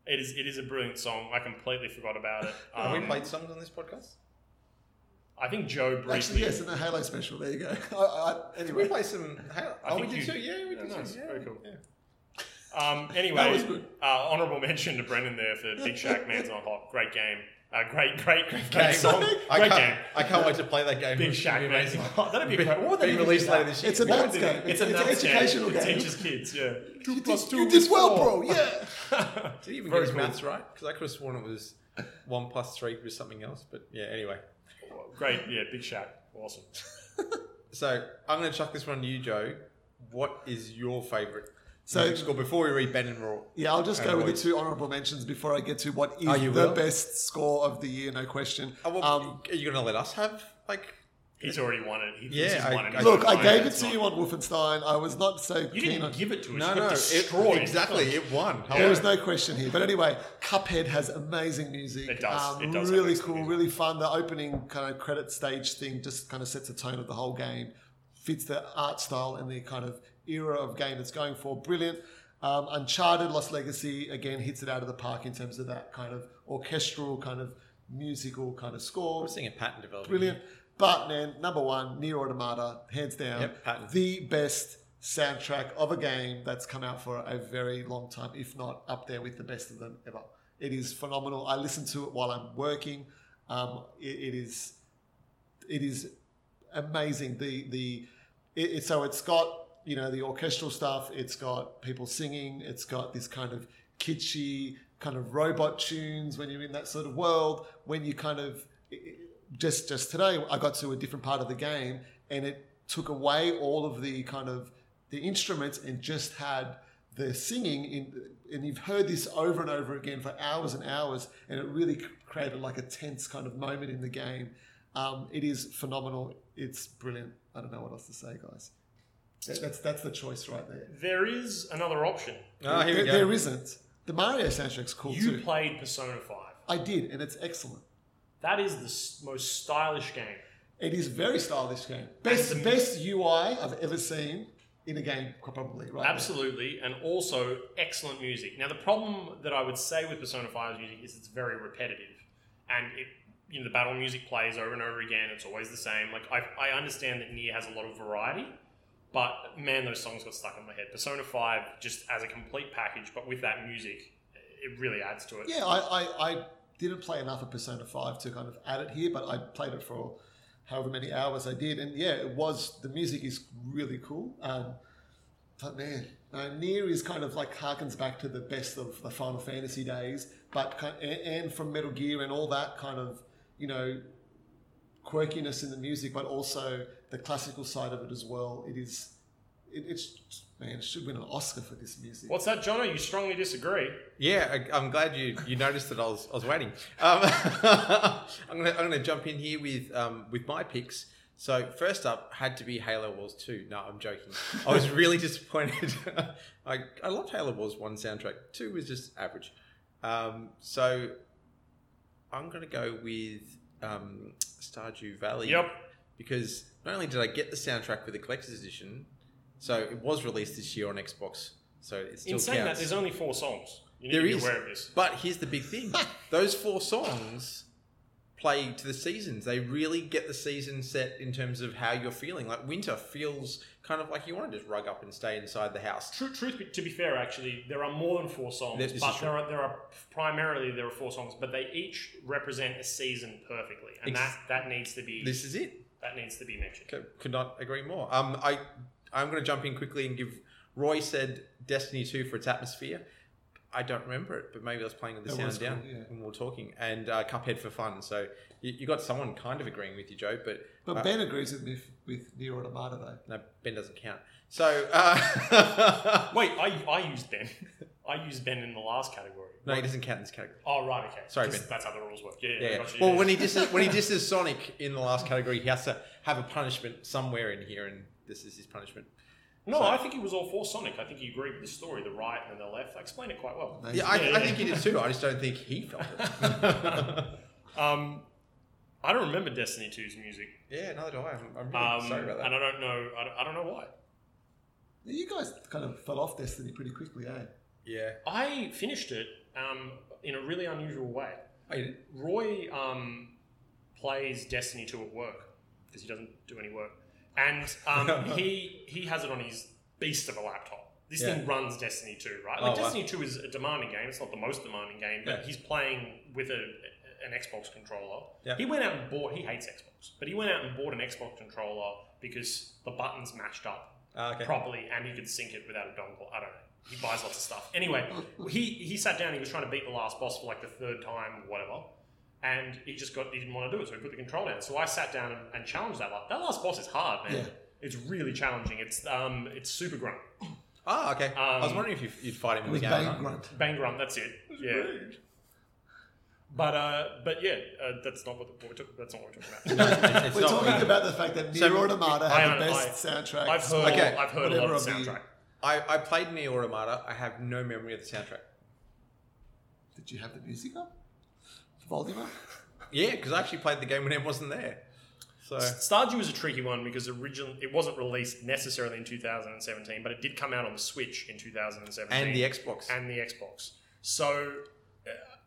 It is it is a brilliant song. I completely forgot about it. Have Um, we played songs on this podcast? I think Joe briefly. Actually, yes, in the Halo special. There you go. I, I, We anyway, played some. Halo. I Oh, we think did you- too. Yeah, we Yeah, did. nice. too, yeah. Very cool. Yeah. Um, That anyway, was good. uh, honourable mention to Brendan there for Big Shack Man's Not Hot. Great game. Uh, great, great, great, Game. great song. I Great can't, game. I can't wait to play that game. Big It's Shack gonna be Man's amazing. Not Hot. That'd be great. What would they Being do with released that? later this year. it's a What nuts would game. It's, a an nuts game. educational It game. teaches kids, yeah. You Two did, plus two you did is well, four. bro. Yeah. Did he even Very get his cool. maths right? Because I could have sworn it was one plus three was something else. But yeah, anyway. Great, yeah. Big Shack. Awesome. So I'm going to chuck this one to you, Joe. What is your favourite So- music score before we read Ben and Raw? Yeah, I'll just And go with the boys. two honorable mentions before I get to what is Oh, you the will? best score of the year, no question. Oh, well, um, are you going to let us have like? He's already won it. He, Yeah, he's I- won it. I- He's look, won I gave it It's to not- you on Wolfenstein. I was not so You keen didn't on give it to us. No, you no, got it- destroyed. exactly. It won. There Hello. was no question here. But anyway, Cuphead has amazing music. Um, It does. It does have Really excellent cool, music. really fun. The opening kind of credit stage thing just kind of sets the tone of the whole game, fits the art style and the kind of era of game it's going for. Brilliant. Um, Uncharted Lost Legacy again hits it out of the park in terms of that kind of orchestral, kind of musical kind of I score. was seeing a pattern developing. Brilliant. But man, number one, Near Automata, hands down, Yep, patent. the best soundtrack of a game that's come out for a very long time, if not up there with the best of them ever. It is phenomenal. I listen to it while I'm working. Um, it, it is, it is amazing. The the it, it, so it's got you know the orchestral stuff. It's got people singing. It's got this kind of kitschy kind of robot tunes when you're in that sort of world. When you kind of just just today, I got to a different part of the game and it took away all of the kind of the instruments and just had the singing in and you've heard this over and over again for hours and hours and it really c- created like a tense kind of moment in the game um, it is phenomenal it's brilliant i don't know what else to say guys That- that's that's the choice right there There is another option. Oh, here there, we go. there isn't the mario soundtrack's cool You too played Persona 5. i did and it's excellent That is the s- most stylish game. It is very stylish game. Best And the- best UI I've ever seen in a game, probably. Right. Absolutely, and also excellent music. Now, the problem that I would say with Persona 5's music is it's very repetitive, and it you know the battle music plays over and over again. It's always the same. Like I, I understand that Nier has a lot of variety, but man, those songs got stuck in my head. Persona 5 just as a complete package, but with that music, it really adds to it. Yeah, I, I, I didn't play enough of Persona Five to kind of add it here, but I played it for however many hours I did, and yeah, it was the music is really cool. Um, but man, uh, Nier is kind of like harkens back to the best of the Final Fantasy days, but kind and, and from Metal Gear and all that kind of you know quirkiness in the music, but also the classical side of it as well. It is, it, it's man, it should win an Oscar for this music. What's that, Jono? You strongly disagree. Yeah, I, I'm glad you, you noticed that I was, I was waiting. Um, I'm gonna I'm gonna jump in here with um, with my picks. So first up had to be Halo Wars Two. No, I'm joking. I was really disappointed. I I loved Halo Wars One soundtrack. Two was just average. Um, so I'm gonna go with um, Stardew Valley. Yep. Because not only did I get the soundtrack for the collector's edition, so it was released this year on Xbox. So it's still In saying that, counts. there's only four songs. You need There to be is. aware of this. But here's the big thing: those four songs play to the seasons. They really get the season set in terms of how you're feeling. Like winter feels kind of like you want to just rug up and stay inside the house. True, truth be, to be fair, actually, there are more than four songs, This- this is but true. there are there are primarily there are four songs, but they each represent a season perfectly, and Ex- that that needs to be This is it. that needs to be mentioned. C- Could not agree more. Um, I I'm going to jump in quickly and give. Roy said Destiny Two for its atmosphere. I don't remember it, but maybe I was playing with the That was sound down cool, yeah. when we were talking, and uh, Cuphead for fun. So you, you got someone kind of agreeing with you, Joe, but But uh, Ben agrees with me f- with Near Automata though. no, Ben doesn't count. So uh, Wait, I, I used Ben. I used Ben in the last category. no, he doesn't count in this category. Oh, right, okay. Sorry, 'Cause Ben. That's how the rules work. Yeah, yeah. Yeah. gotcha, Well, yeah. when he disses, when he disses Sonic in the last category, he has to have a punishment somewhere in here, and this is his punishment. No, So- I think he was all for Sonic. I think he agreed with the story, the right and the left. I explained it quite well. Amazing. Yeah, I, Yeah, I yeah. think he did too. I just don't think he felt it. Um, I don't remember Destiny 2's music. yeah, neither do I. I'm, I'm really Um, sorry about that. And I don't know. I don't, I don't know why. You guys kind of fell off Destiny pretty quickly, eh? Yeah. I finished it um, in a really unusual way. Oh, you did? Roy um, plays Destiny 2 at work because he doesn't do any work, and um, he he has it on his beast of a laptop. This Yeah. thing runs Destiny 2, right? Like Oh, wow. Destiny 2 is a demanding game. It's not the most demanding game, but Yeah. he's playing with a, an Xbox controller. Yeah. He went out and bought. He hates Xbox, but he went out and bought an Xbox controller because the buttons matched up Ah, okay. properly and he could sync it without a dongle. I don't know. He buys lots of stuff. Anyway, he, he sat down, he was trying to beat the last boss for like the third time, whatever. And he just got, he didn't want to do it, so he put the control down. So I sat down and, and challenged that last. That last boss is hard, man. Yeah. It's really challenging. It's um, it's super grunt. Ah, okay. I was Um, wondering if you, you'd fight him It in was the game. Bane huh? Grunt. Bang grunt, that's it. Yeah. But uh, but yeah, uh, that's not what, what we're talk- that's not what we're talking about. No, it's- it's We're not talking Bane. about the fact that Near So, Automata I had the don't- best soundtrack. I've heard Okay. I've heard a lot Whatever of the of the- soundtrack. I, I played Nier Automata. I have no memory of the soundtrack. Did you have the music up? Volume up? Yeah, because I actually played the game when it wasn't there. So Stardew is a tricky one because originally it wasn't released necessarily in 2017, but it did come out on the Switch in 2017 and the Xbox. and the Xbox. So uh,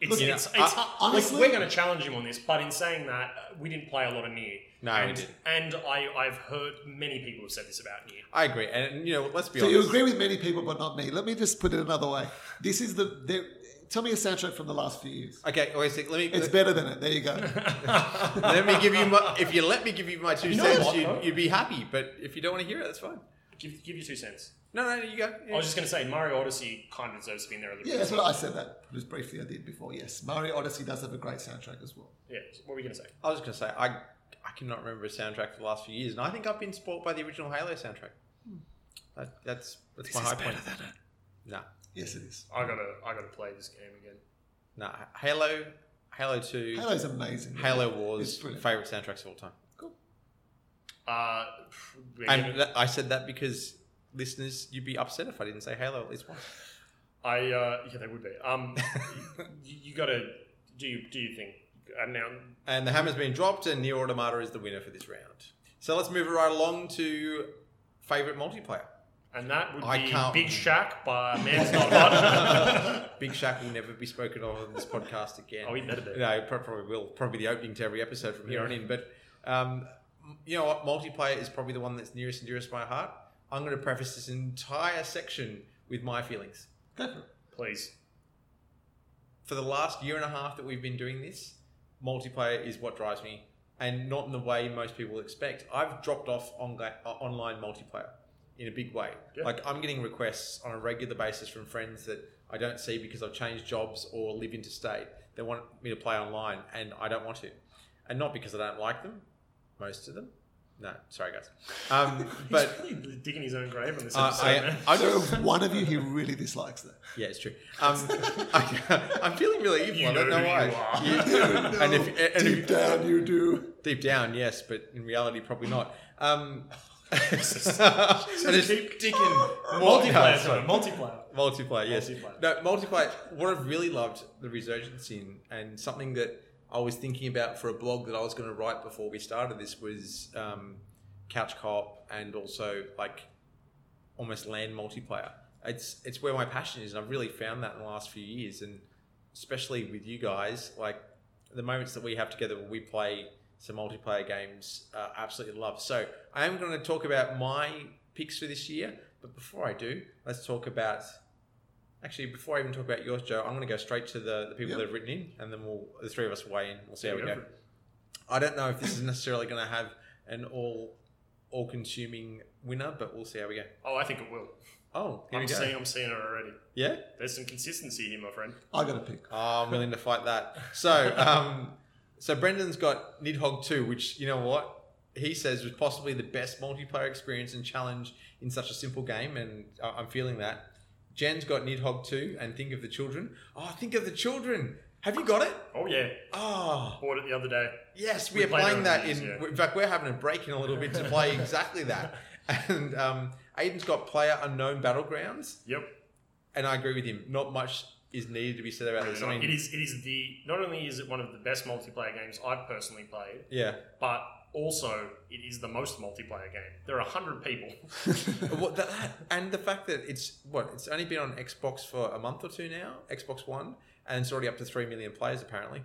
it's, Look, it's, you know, it's, I- hard- honestly- like, we're going to challenge him on this, but in saying that, uh, we didn't play a lot of Nier. No, we and, didn't. And I, I've heard many people have said this about Nier. I agree. And you know, let's be So honest. you agree with many people, but not me. Let me just put it another way. This is the. the- Tell me a soundtrack from the last few years. Okay, wait a sec. Let me It's better than it. There you go. let me give you my. If you let me give you my two You know cents, what, you'd, though? you'd be happy. But if you don't want to hear it, that's fine. Give, give you two cents. No, no, you go. I was just going to say, Mario Odyssey kind of deserves to be in there a little Yeah, bit. that's what I said that just briefly. I did before. Yes, Mario Odyssey does have a great soundtrack as well. Yeah, what were we going to say? I was just gonna say I I cannot remember a soundtrack for the last few years, and I think I've been spoilt by the original Halo soundtrack. That, that's that's my high point. No, Yes, it is. I gotta, I gotta play this game again. no, Halo, Halo Two, Halo, Halo's amazing. It's Wars, brilliant. favorite soundtracks of all time. Uh, we're gonna- And that, I said that because listeners, you'd be upset if I didn't say Halo at least once. I uh, yeah, they would be. Um, you, you gotta do you do you think and now And the hammer's been dropped, and Nier Automata is the winner for this round. So let's move right along to favorite multiplayer. and that would I be can't- Big Shack by Man's Not Hot. Big Shack will never be spoken of on this podcast again. oh, he better be. No, it pro- probably will. Probably the opening to every episode from here on in. But um, m- you know what? Multiplayer is probably the one that's nearest and dearest to my heart. I'm going to preface this entire section with my feelings. Go for it. Please, For the last year and a half that we've been doing this, multiplayer is what drives me, and not in the way most people expect. I've dropped off on, uh, online multiplayer in a big way. Yeah. Like I'm getting requests on a regular basis from friends that I don't see because I've changed jobs or live interstate. They want me to play online, and I don't want to, and not because I don't like them, most of them. No, sorry guys, um, but but. he's really digging his own grave on this Uh, episode. I, man. I So just, one of you he really dislikes that. yeah, it's true. Um, I, am feeling really evil. You I don't know know who why. you are. You- and if, and deep if, down you do. Deep down, yes, but in reality, probably not. Um, and it's Keep digging multiplayer, multiplayer, sorry, multiplayer. multiplayer, Uh, yes. Multiplayer. No, multiplayer. What I've really loved the resurgence in, and something that I was thinking about for a blog that I was going to write before we started this was um, couch co-op and also like almost land multiplayer. It's it's where my passion is, and I've really found that in the last few years, and especially with you guys, like the moments that we have together where we play some multiplayer games, uh, absolutely love. So I am going to talk about my picks for this year, but before I do, let's talk about. Actually, before I even talk about yours, Joe, I'm going to go straight to the, the people Yep. that have written in, and then we'll the three of us weigh in. We'll see how we Yeah, go. go I don't know if this is necessarily going to have an all all consuming winner, but we'll see how we go. Oh, I think it will. Oh, here I'm we go. seeing, I'm seeing it already. Yeah? There's some consistency here, my friend. I got to pick. Oh, I'm willing to fight that. So, um, so Brendan's got Nidhogg 2, which, you know what? He says was possibly the best multiplayer experience and challenge in such a simple game, and I- I'm feeling that. Jen's got Nidhogg 2 and Think of the Children. Oh, Think of the Children! Have you got it? Oh yeah, Oh, bought it the other day. yes, we, We are played it playing on that the in. news, yeah. In fact, we're having a break in a little bit to play exactly that. And um, Aiden's got Player Unknown Battlegrounds, Yep. and I agree with him. Not much is needed to be said about this. I mean, it is. It is the. Not only is it one of the best multiplayer games I've personally played, yeah. but also it is the most multiplayer game. There are hundred people. What that, and the fact that it's what it's only been on Xbox for a month or two now, Xbox One, and it's already up to three million players apparently.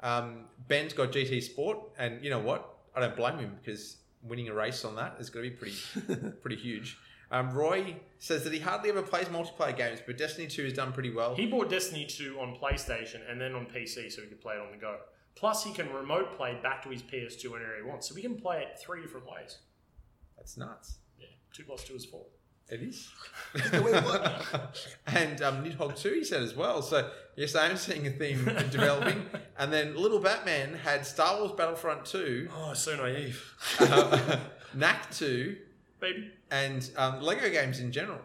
Um, Ben's got GT Sport, and you know what? I don't blame him because winning a race on that is going to be pretty pretty huge. Um, Roy says that he hardly ever plays multiplayer games, but Destiny Two has done pretty well. He bought Destiny 2 on PlayStation and then on PC so he could play it on the go. Plus, he can remote play back to his PS2 whenever he wants, so we can play it three different ways. That's nuts. Yeah, two plus two is four. It is. Wait, what? and um, Nidhogg 2, he said as well. So, yes, I am seeing a theme developing. And then Little Batman had Star Wars Battlefront 2, Oh, so naive, uh, Knack 2, baby. and um, Lego games in general.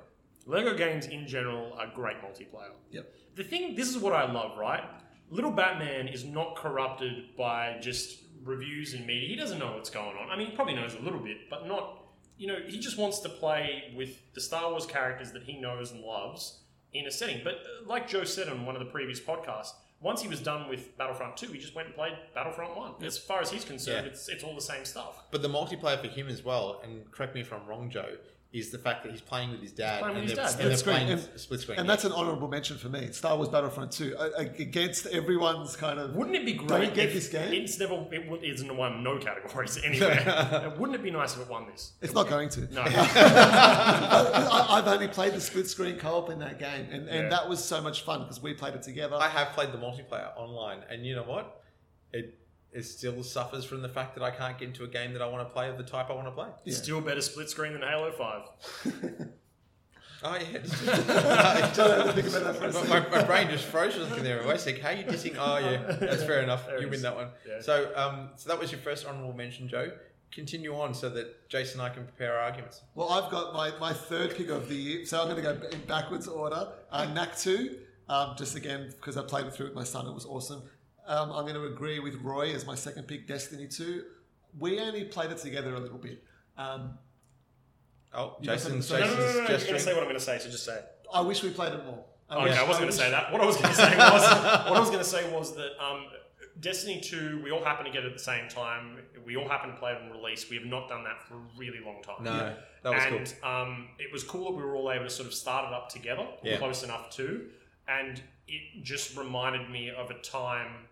Lego games in general are great multiplayer. Yep. The thing, this is what I love, right? Little Batman is not corrupted by just reviews and media. He doesn't know what's going on. I mean, he probably knows a little bit, but not, you know, he just wants to play with the Star Wars characters that he knows and loves in a setting. But uh, like Joe said on one of the previous podcasts, once he was done with Battlefront 2, he just went and played Battlefront 1. As far as he's concerned, Yeah. it's, it's all the same stuff. But the multiplayer for him as well, and correct me if I'm wrong, Joe, is the fact that he's playing with his dad. playing with and his they're, dad. And they're Split playing screen. s- split screen. And yeah. that's an honourable mention for me. Star Wars Battlefront 2. I, I, against everyone's kind of. Wouldn't it be great? Don't get if this game? It's never. It would- it's won no categories anywhere. Wouldn't it be nice if it won this? It's not going to. No. I, I've only played the split screen co-op in that game, and, and Yeah. that was so much fun because we played it together. I have played the multiplayer online, and you know what? It it still suffers from the fact that I can't get into a game that I want to play of the type I want to play. Yeah. Still better split screen than Halo Five. Oh yeah, Don't have to think about that for a my, my- my brain just froze for a second there. Wait a sec, how you dissing? Oh yeah, that's fair enough. There it you win is. that one. Yeah. So um, so that was your first honourable mention, Joe. Continue on so that Jason and I can prepare our arguments. Well, I've got my, my third pick of the year, so I'm going to go in backwards order. Uh, Knack 2, um, just again, because I played it through with my son, it was awesome. Um, I'm going to agree with Roy as my second pick, Destiny 2. We only played it together a little bit. Um, Oh, You got Jason, Jason's No, something to say? no, no, no, no. You're gonna say gesturing. what I'm gonna say, so just say. It. I wish we played it more. I Oh, Oh, Okay, wish- I wasn't gonna wish- say that. What I was gonna say was, what I was gonna say was that um, Destiny Two. We all happen to get it at the same time. We all happen to play it on release. We have not done that for a really long time. No, that was cool. and um, it was cool that we were all able to sort of start it up together, Yeah. close enough to, and it just reminded me of a time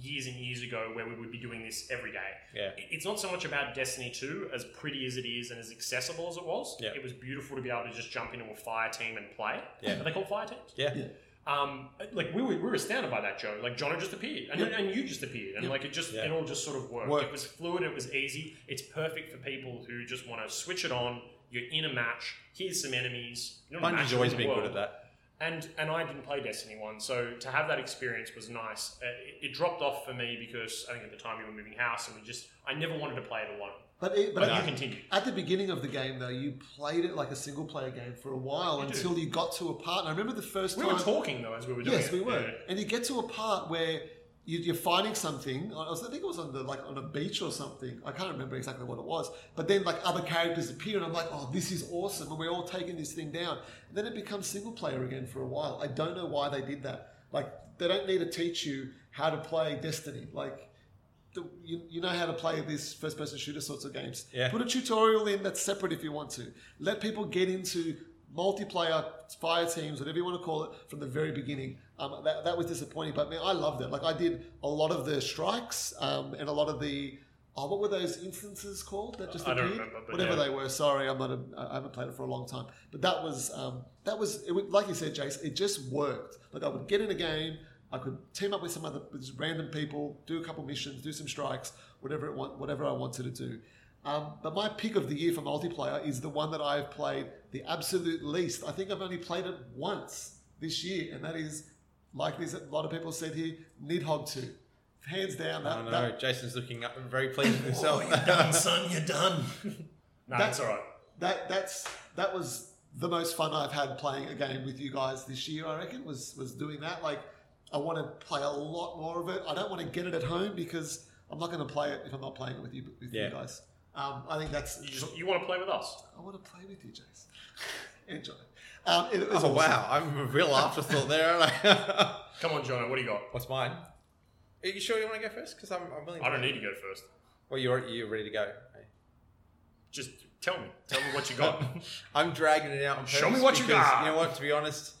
years and years ago where we would be doing this every day. Yeah. It- It's not so much about Destiny 2, as pretty as it is and as accessible as it was. Yeah. It was beautiful to be able to just jump into a fire team and play. Yeah. Are they called fire teams? Yeah. Yeah. Um, like we were, we were astounded by that, Joe. Like Jono just appeared, and, Yeah. and you just appeared, and Yeah. like it just Yeah. it all just sort of worked. Worked. It was fluid. It was easy. It's perfect for people who just want to switch it on. You're in a match. Here's some enemies. You're not a match Bungie's always in the been good world. at that. And and I didn't play Destiny one, so to have that experience was nice. Uh, It, it dropped off for me because I think at the time we were moving house, and we just I never wanted to play it alone. But, it, but But I- you continued. At the beginning of the game, though, you played it like a single player game for a while You do. until you got to a part. And I remember the first We time. were talking though as we were doing yes, it. we were. Yeah. And you get to a part where you, you're finding something. I, was, I think it was on the like on a beach or something. I can't remember exactly what it was. But then like other characters appear, and I'm like, oh, this is awesome, and we're all taking this thing down. And then it becomes single player again for a while. I don't know why they did that. Like they don't need to teach you how to play Destiny. Like. the- You, you know how to play these first-person shooter sorts of games. Yeah. Put a tutorial in that's separate if you want to. Let people get into multiplayer fire teams, whatever you want to call it, from the very beginning. Um, that, that was disappointing, but man, I loved it. Like I did a lot of the strikes um, and a lot of the oh, what were those instances called that I just don't appeared? remember, but Whatever yeah. they were. Sorry, I'm not. A, I haven't played it for a long time, but that was um, that was it. would- Like you said, Jace, it just worked. Like I would get in a game. I could team up with some other with just random people, do a couple missions, do some strikes, whatever it want, whatever I wanted to do. Um, but my pick of the year for multiplayer is the one that I've played the absolute least. I think I've only played it once this year, and that is, like there's a lot of people said here, Nidhogg 2. Hands down, that, I don't know. that, Jason's looking up very pleased with himself. done, son. You're done. no, That's- that's all right. that that's that was the most fun I've had playing a game with you guys this year. I reckon was was doing that. Like, I want to play a lot more of it. I don't want to get it at home because I'm not going to play it if I'm not playing it with you with Yeah. you guys. Um, I think that's You, just, you want to play with us? I want to play with you, Jace. Enjoy. Um, it, was oh awesome. wow, I'm a real afterthought there, aren't I? Come on, Jono. What do you got? What's mine? Are you sure you want to go first? Because I'm, I'm willing. I don't need to go first. Well, you're you're ready to go. Just tell me. Tell me what you got. I'm dragging it out. On Show purpose me what you because, got. You know what? To be honest,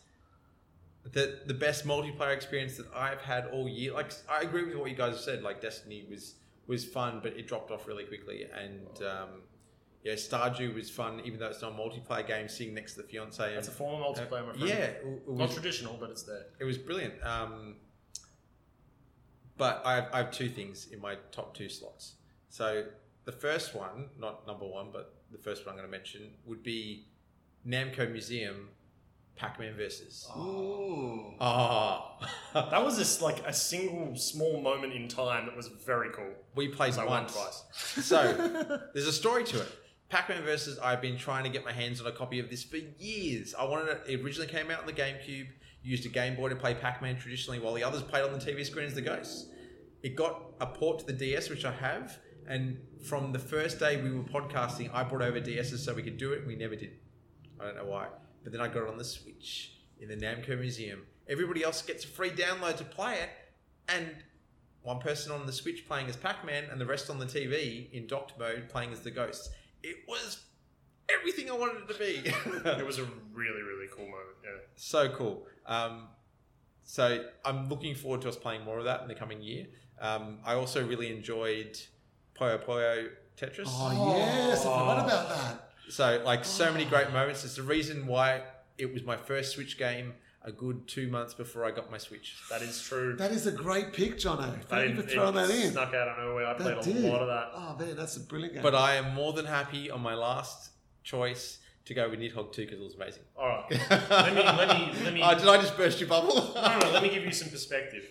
the the best multiplayer experience that I've had all year. Like I agree with what you guys have said. Like Destiny was was fun, but it dropped off really quickly. And um, yeah, Stardew was fun, even though it's not a multiplayer game. Sitting next to the fiance. And, That's a form of multiplayer, my friend. yeah, it, it Not was, traditional, but it's there. it was brilliant. Um, but I have, I have two things in my top two slots. So the first one, not number one, but the first one I'm going to mention would be Namco Museum Pac-Man versus. Ooh. Ah, That was just like a single small moment in time that was very cool. we played I won once. twice. so there's a story to it. Pac-Man versus. I've been trying to get my hands on a copy of this for years. I wanted it. It originally came out on the GameCube. Used a Game Boy to play Pac-Man traditionally, while the others played on the TV screen as the ghosts. It got a port to the DS, which I have. And from the first day we were podcasting, I brought over DSs so we could do it. We never did. I don't know why. But then I got it on the Switch in the Namco Museum. Everybody else gets a free download to play it, and one person on the Switch playing as Pac Man, and the rest on the TV in docked mode playing as the ghosts. It was everything I wanted it to It be. was a really, really cool moment. Yeah. so cool. Um, so I'm looking forward to us playing more of that in the coming year. Um, I also really enjoyed Poyo Poyo Tetris. Oh yes, I forgot about Oh. that. So like so many great moments. It's the reason why it was my first Switch game a good two months before I got my Switch. That is true. That is a great pick, Jono. I Thank you didn't- for it throwing that in. Snuck out of nowhere. I played That a did. lot of that. Oh man, that's a brilliant game. But I am more than happy on my last choice to go with Nidhogg 2 because it was amazing. All right. Let me- let me- let me- Oh, did I just burst your bubble? No, no, let me give you some perspective.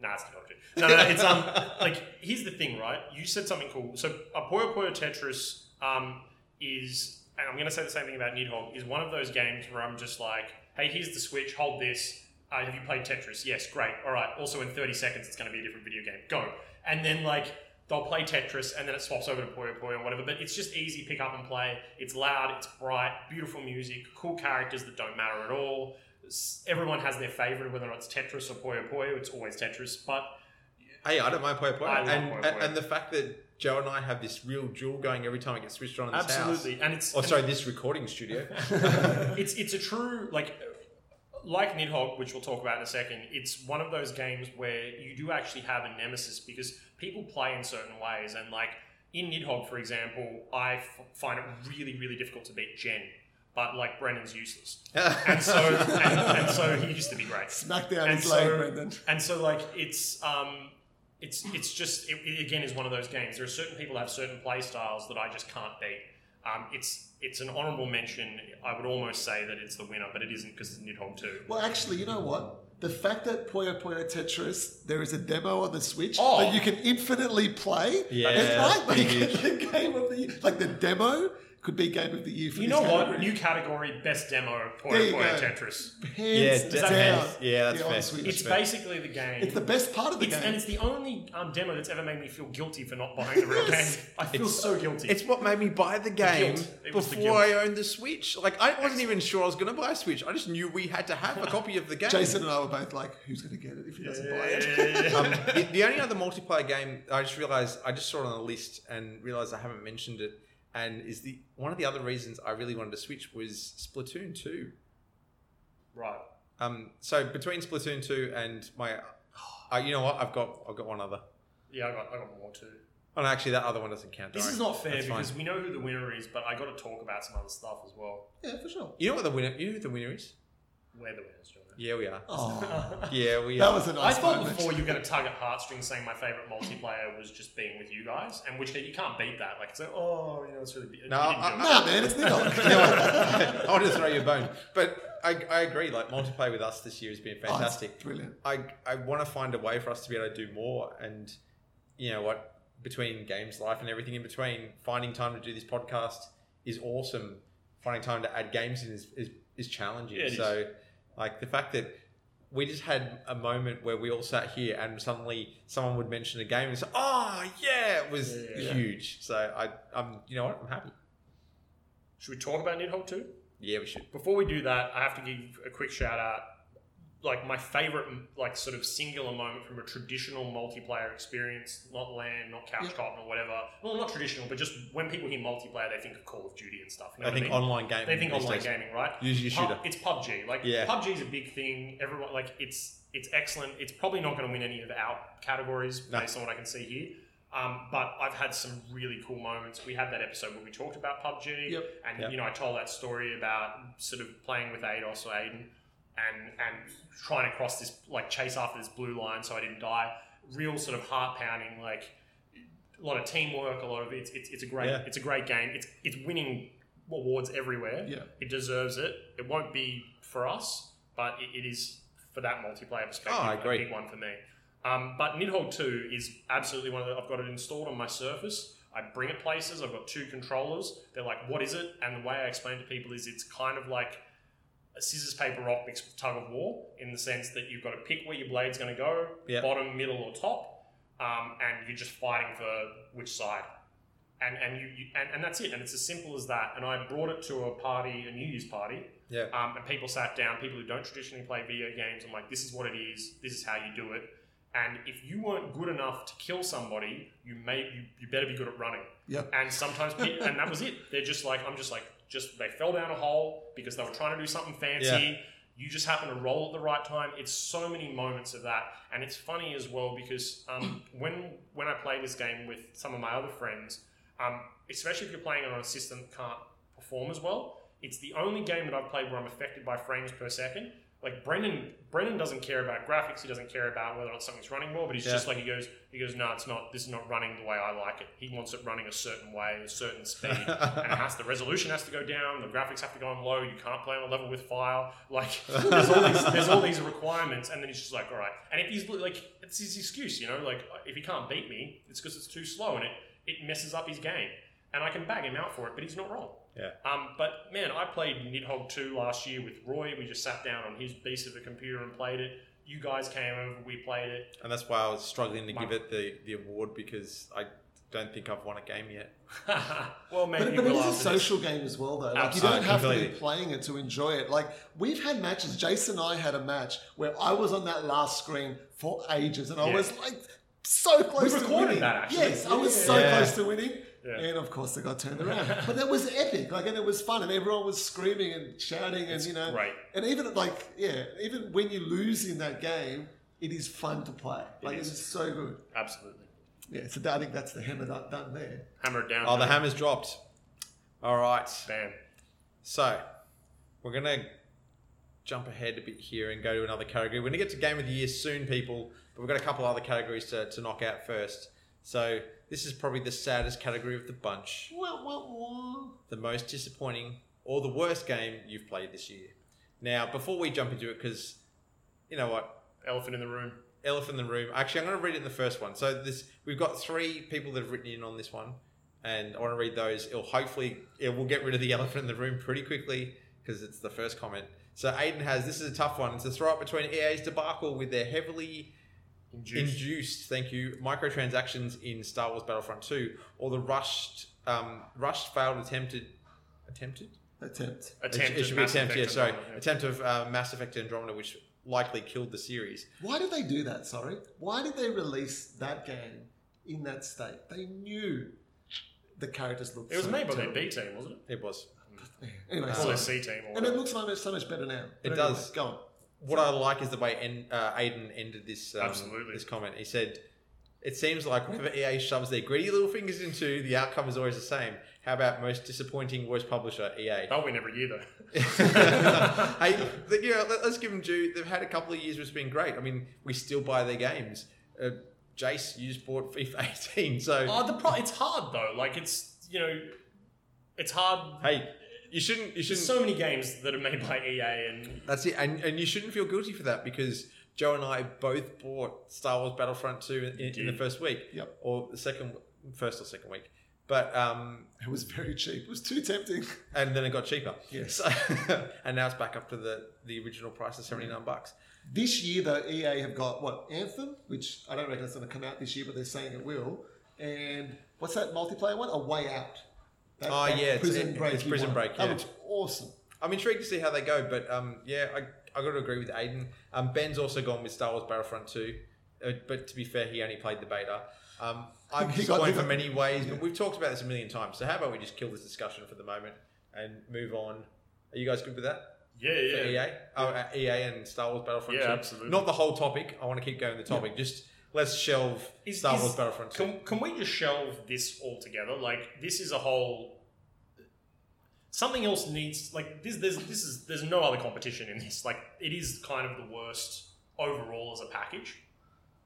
Nah, it's not good. No, no, no, it's um, like here's the thing, right? You said something cool. So a Puyo Puyo Tetris um is, and I'm gonna say the same thing about Nidhogg, is one of those games where I'm just like, hey, here's the Switch, hold this. Uh, have you played Tetris? Yes, great. All right. Also, in 30 seconds, it's going to be a different video game. Go. And then like they'll play Tetris, and then it swaps over to Puyo Puyo or whatever. But it's just easy pick up and play. It's loud. It's bright. Beautiful music. Cool characters that don't matter at all s- everyone has their favorite, whether it's Tetris or Puyo Puyo. It's always Tetris, but hey, I don't mind Poyo I Poyo. love And, Puyo and, Puyo. and the fact that Joe and I have this real duel going every time it gets switched on in this absolutely, and it's house. Oh, sorry, this recording studio. it's it's a true like like Nidhogg, which we'll talk about in a second. It's one of those games where you do actually have a nemesis because people play in certain ways, and like in Nidhogg, for example, I f- find it really really difficult to beat Jen, but like Brennan's useless, and so and, and so he used to be great. Smackdown And is late, so- Brendan. And so like it's um it's it's just it, it again is one of those games. There are certain people that have certain play styles that I just can't beat. Um, it's it's an honourable mention. I would almost say that it's the winner, but it isn't because it's Nidhogg two. Well, actually, you know what? The fact that Puyo Puyo Tetris, there is a demo on the Switch Oh. that you can infinitely play. Yeah, it that's might pretty make it the game of the year. Like the demo could be game of the year for You this know what? category. New category: best demo There you Puyo Puyo go. Tetris. Hands Yeah, down. that's- yeah, that's the on fair. Switch. It's It's fair. basically the game. It's the best part of the It's- game. and it's the only um, demo that's ever made me feel guilty for not buying the real Yes. game. I feel It's- so guilty. It's what made me buy the game guilt. It was the before I guilt. owned the Switch. Like I wasn't even sure I was going to buy a Switch. I just knew we had to have a copy of the game. Jason and I were both like, who's going to get it if he doesn't buy it? um, the, the only other multiplayer game I just realized I just saw it on the list and realized I haven't mentioned it. And is the one of the other reasons I really wanted to switch was Splatoon two. right. Um, so between Splatoon two and my, uh, you know what? I've got I've got one other. Yeah, I got I got more too. Oh, no, actually, that other one doesn't count. This don't is worry. not fair That's fine. because we know who the winner is, but I got to talk about some other stuff as well. Yeah, for sure. you know what the winner. You know who the winner is. We're the winners, John. Yeah, we are. Oh, Yeah, we that are. was a I nice thought moment. before you were going to tug at heartstrings saying my favorite multiplayer was just being with you guys, and which you can't beat that. Like, it's like, oh, you know, it's really. No, you didn't I- do it. Nah, man, it's You know Nico. what? I'll just throw you a bone. But I, I agree. Like multiplayer with us this year has Oh, been fantastic. Oh, brilliant. I I want to find a way for us to be able to do more, and you know what, between games, life, and everything in between, finding time to do this podcast is awesome. Finding time to add games in is is, is challenging. Yeah, it is. so, like the fact that we just had a moment where we all sat here and suddenly someone would mention a game and say, "Oh yeah," it was Yeah, yeah. huge. So I I'm you know what I'm happy. Should we talk about Nidhogg too? Yeah, we should. Before we do that, I have to give a quick shout out. Like my favorite, like sort of singular moment from a traditional multiplayer experience, not LAN, not couch Yeah. cotton or whatever. Well, not traditional, but just when people hear multiplayer, they think of Call of Duty and stuff. You know I what think I mean? online gaming. they think these online days- gaming, right? Usually a Pub- shooter. It's PUBG. Like Yeah. PUBG is a big thing. Everyone like it's it's excellent. It's probably not going to win any of our categories No. based on what I can see here. Um, but I've had some really cool moments. We had that episode where we talked about PUBG, Yep. and Yep. you know I told that story about sort of playing with Ados or Aiden, and and trying to cross this like chase after this blue line so I didn't die. Real sort of heart pounding like a lot of teamwork, a lot of it's it's, it's a great Yeah. it's a great game. It's it's winning awards everywhere. Yeah. It deserves it. It won't be for us, but it, it is for that multiplayer perspective. Oh, I agree. A big one for me. Um, but Nidhogg 2 is absolutely one of the, I've got it installed on my Surface. I bring it places. I've got two controllers. They're like, what is it? And the way I explain to people is it's kind of like a scissors, paper, rock mixed with tug of war in the sense that you've got to pick where your blade's going to go, Yep. bottom, middle, or top, um, and you're just fighting for which side. And and you, you and, and that's it. And it's as simple as that. And I brought it to a party, a New Year's party, Yeah. um, and people sat down, people who don't traditionally play video games, I'm like, this is what it is, this is how you do it. And if you weren't good enough to kill somebody, you may you, you better be good at running. Yeah. And sometimes, pe- and that was it. They're just like, I'm just like, just they fell down a hole because they were trying to do something fancy. Yeah. You just happen to roll at the right time. It's so many moments of that, and it's funny as well because um, when when I play this game with some of my other friends, um, especially if you're playing it on a system that can't perform as well. It's the only game that I've played where I'm affected by frames per second. Like Brendan, Brendan doesn't care about graphics. He doesn't care about whether or not something's running well. But he's Yeah. just like he goes, he goes, no, it's not. This is not running the way I like it. He wants it running a certain way, a certain speed, and it has the resolution has to go down. The graphics have to go on low. You can't play on a level with file. Like there's all these, there's all these requirements, and then he's just like, all right. And if he's like, it's his excuse, you know, like if he can't beat me, it's because it's too slow, and it it messes up his game. And I can bag him out for it, but he's not wrong. Yeah. Um, but man, I played Nidhogg 2 last year with Roy. We just sat down on his piece of a computer and played it. You guys came over, we played it. And that's why I was struggling to My- give it the, the award because I don't think I've won a game yet. well, maybe But, but it we'll is a after social game as well, though. Like, you Absolutely. don't have to be Completely. playing it to enjoy it. Like, we've had matches. Jason and I had a match where I was on that last screen for ages, and I Yeah. was like so close to recorded winning. that, actually. Yes, I was so Yeah. close to winning. Yeah. And of course, I got turned around. but that was epic. Like, and it was fun, and everyone was screaming and shouting, and you know, This. Right. and even like, yeah, even when you lose in that game, it is fun to play. Like, it is. is. so good. Absolutely. Yeah, so I think that's the hammer that done there. Hammer it down. Oh, the Johnny. hammer's dropped. All right. Bam. So we're going to jump ahead a bit here and go to another category. We're going to get to Game of the Year soon, people, but we've got a couple other categories to, to knock out first. So this is probably the saddest category of the bunch, Wah, wah, wah. the most disappointing, or the worst game you've played this year. Now, before we jump into it, because you know what? Elephant in the room. elephant in the room. Actually, I'm going to read it in the first one. So this we've got three people that have written in on this one, and I want to read those. It'll hopefully it will get rid of the elephant in the room pretty quickly because it's the first comment. So Aiden has this is a tough one. It's a throw up between EA's debacle with their heavily Induced. induced, thank you, microtransactions in Star Wars Battlefront 2, or the rushed, um, rushed failed attempted, attempted Attempt. attempt. it, it at should be Mass attempt. Yeah, Effect sorry, Andromeda. attempt of uh, Mass Effect Andromeda, which likely killed the series. Why did they do that? Sorry. Why did they release that game in that state? They knew the characters looked. It was so made by their terrible. B team, wasn't it? It was. Anyway, Or so- their C team. Or and it whatever. looks so much, so much better now. It But does. Go on. What I like is the way en- uh, Aiden ended this um, Absolutely. this comment. He said, It seems like whatever EA shoves their greedy little fingers into, the outcome is always the same. How about most disappointing worst publisher, EA? They'll win every year though. hey, th- you know, let, us give them due. They've had a couple of years where it's been great. I mean, we still buy their games. Uh, Jace, you just bought FIFA 18, so Oh, the pro- it's hard though. Like it's you know, it's hard. hey, you shouldn't. You shouldn't. There's so many games that are made by EA, and That's it, and and you shouldn't feel guilty for that because Joe and I both bought Star Wars Battlefront two in, in the Indeed. first week, Yep. or the second, first or second week. But um, It was very cheap. It was too tempting. and then it got cheaper. Yes. So- and now it's back up to the the original price of seventy nine bucks. This year, though, EA have got what Anthem, which I don't reckon it's going to come out this year, but they're saying it will. And what's that multiplayer one? A Way Out. That, Oh, yeah, it's- it- it's you Prison want. Break, That yeah. looks awesome. I'm intrigued to see how they go, but um, yeah, I I got to agree with Aiden. Um, Ben's also gone with Star Wars Battlefront two, uh, but to be fair, he only played the beta. Um, I'm He got- he disappointed for got- many ways, yeah. but we've talked about this a million times. So how about we just kill this discussion for the moment and move on? Are you guys good with that? yeah, for yeah. EA, oh, uh, EA and Star Wars Battlefront. Yeah, 2. absolutely. Not the whole topic. I want to keep going with the topic. Just let's shelve Is- Star is- Wars Battlefront. 2. Can, can we just shelve this altogether? Like this is a whole. Something else needs like this. There's this is there's no other competition in this. Like it is kind of the worst overall as a package,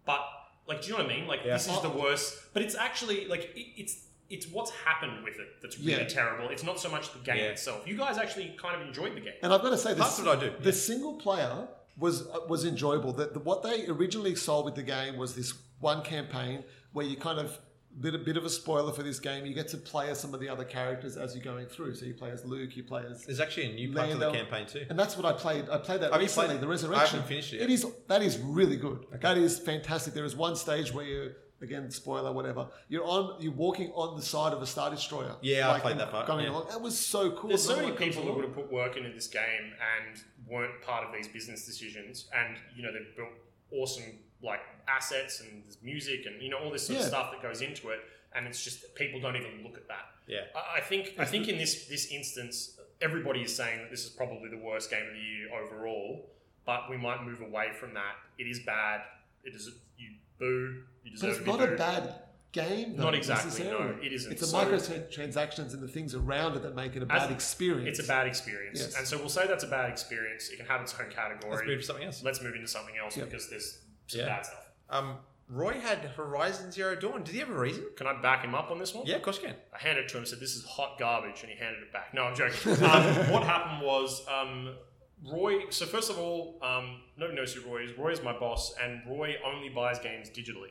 but like do you know what I mean? Like Yeah. this is the worst. But it's actually like it, it's it's what's happened with it that's really Yeah. terrible. It's not so much the game Yeah. itself. You guys actually kind of enjoyed the game. And I've got to say, That's this, what I do. the single player was uh, was enjoyable. That the, what they originally sold with the game was this one campaign where you kind of bit a bit of a spoiler for this game. You get to play as some of the other characters as you're going through. So you play as Luke, you play as There's actually a new part to the Lando- campaign too. And that's what I played. I played that Have you recently, played it? the I resurrection. haven't finished it yet. It is that is really good. That is fantastic. There is one stage where you again spoiler whatever you're on you're walking on the side of a star destroyer. Yeah, I played and that part, Going yeah. along, that was so cool. There's so No many one comes people that along. would have put work into this game and weren't part of these business decisions, and you know they've built awesome like assets and there's music and you know all this sort of Yeah. stuff that goes into it, and it's just that people don't even look at that. Yeah. I, I think I think in this this instance, everybody is saying that this is probably the worst game of the year overall, but we might move away from that. It is bad. It is you boo. You But deserve to it's be not a booed. bad game. Though, Not exactly, necessarily. no, it isn't. It's the So- microtransactions and the things around it that make it a bad As- experience. It's a bad experience, Yes. and so we'll say that's a bad experience. It can have its own category. Let's move to something else. let's move into something else Yeah. because there's some Yeah. bad stuff. Um, Roy had Horizon Zero Dawn. Did he have a reason? Can I back him up on this one? Yeah, of course you can. I handed it to him, said, This is hot garbage, and he handed it back. No, I'm joking. um, what happened was um, Roy, so first of all, um, nobody knows who Roy is. Roy is my boss, and Roy only buys games digitally.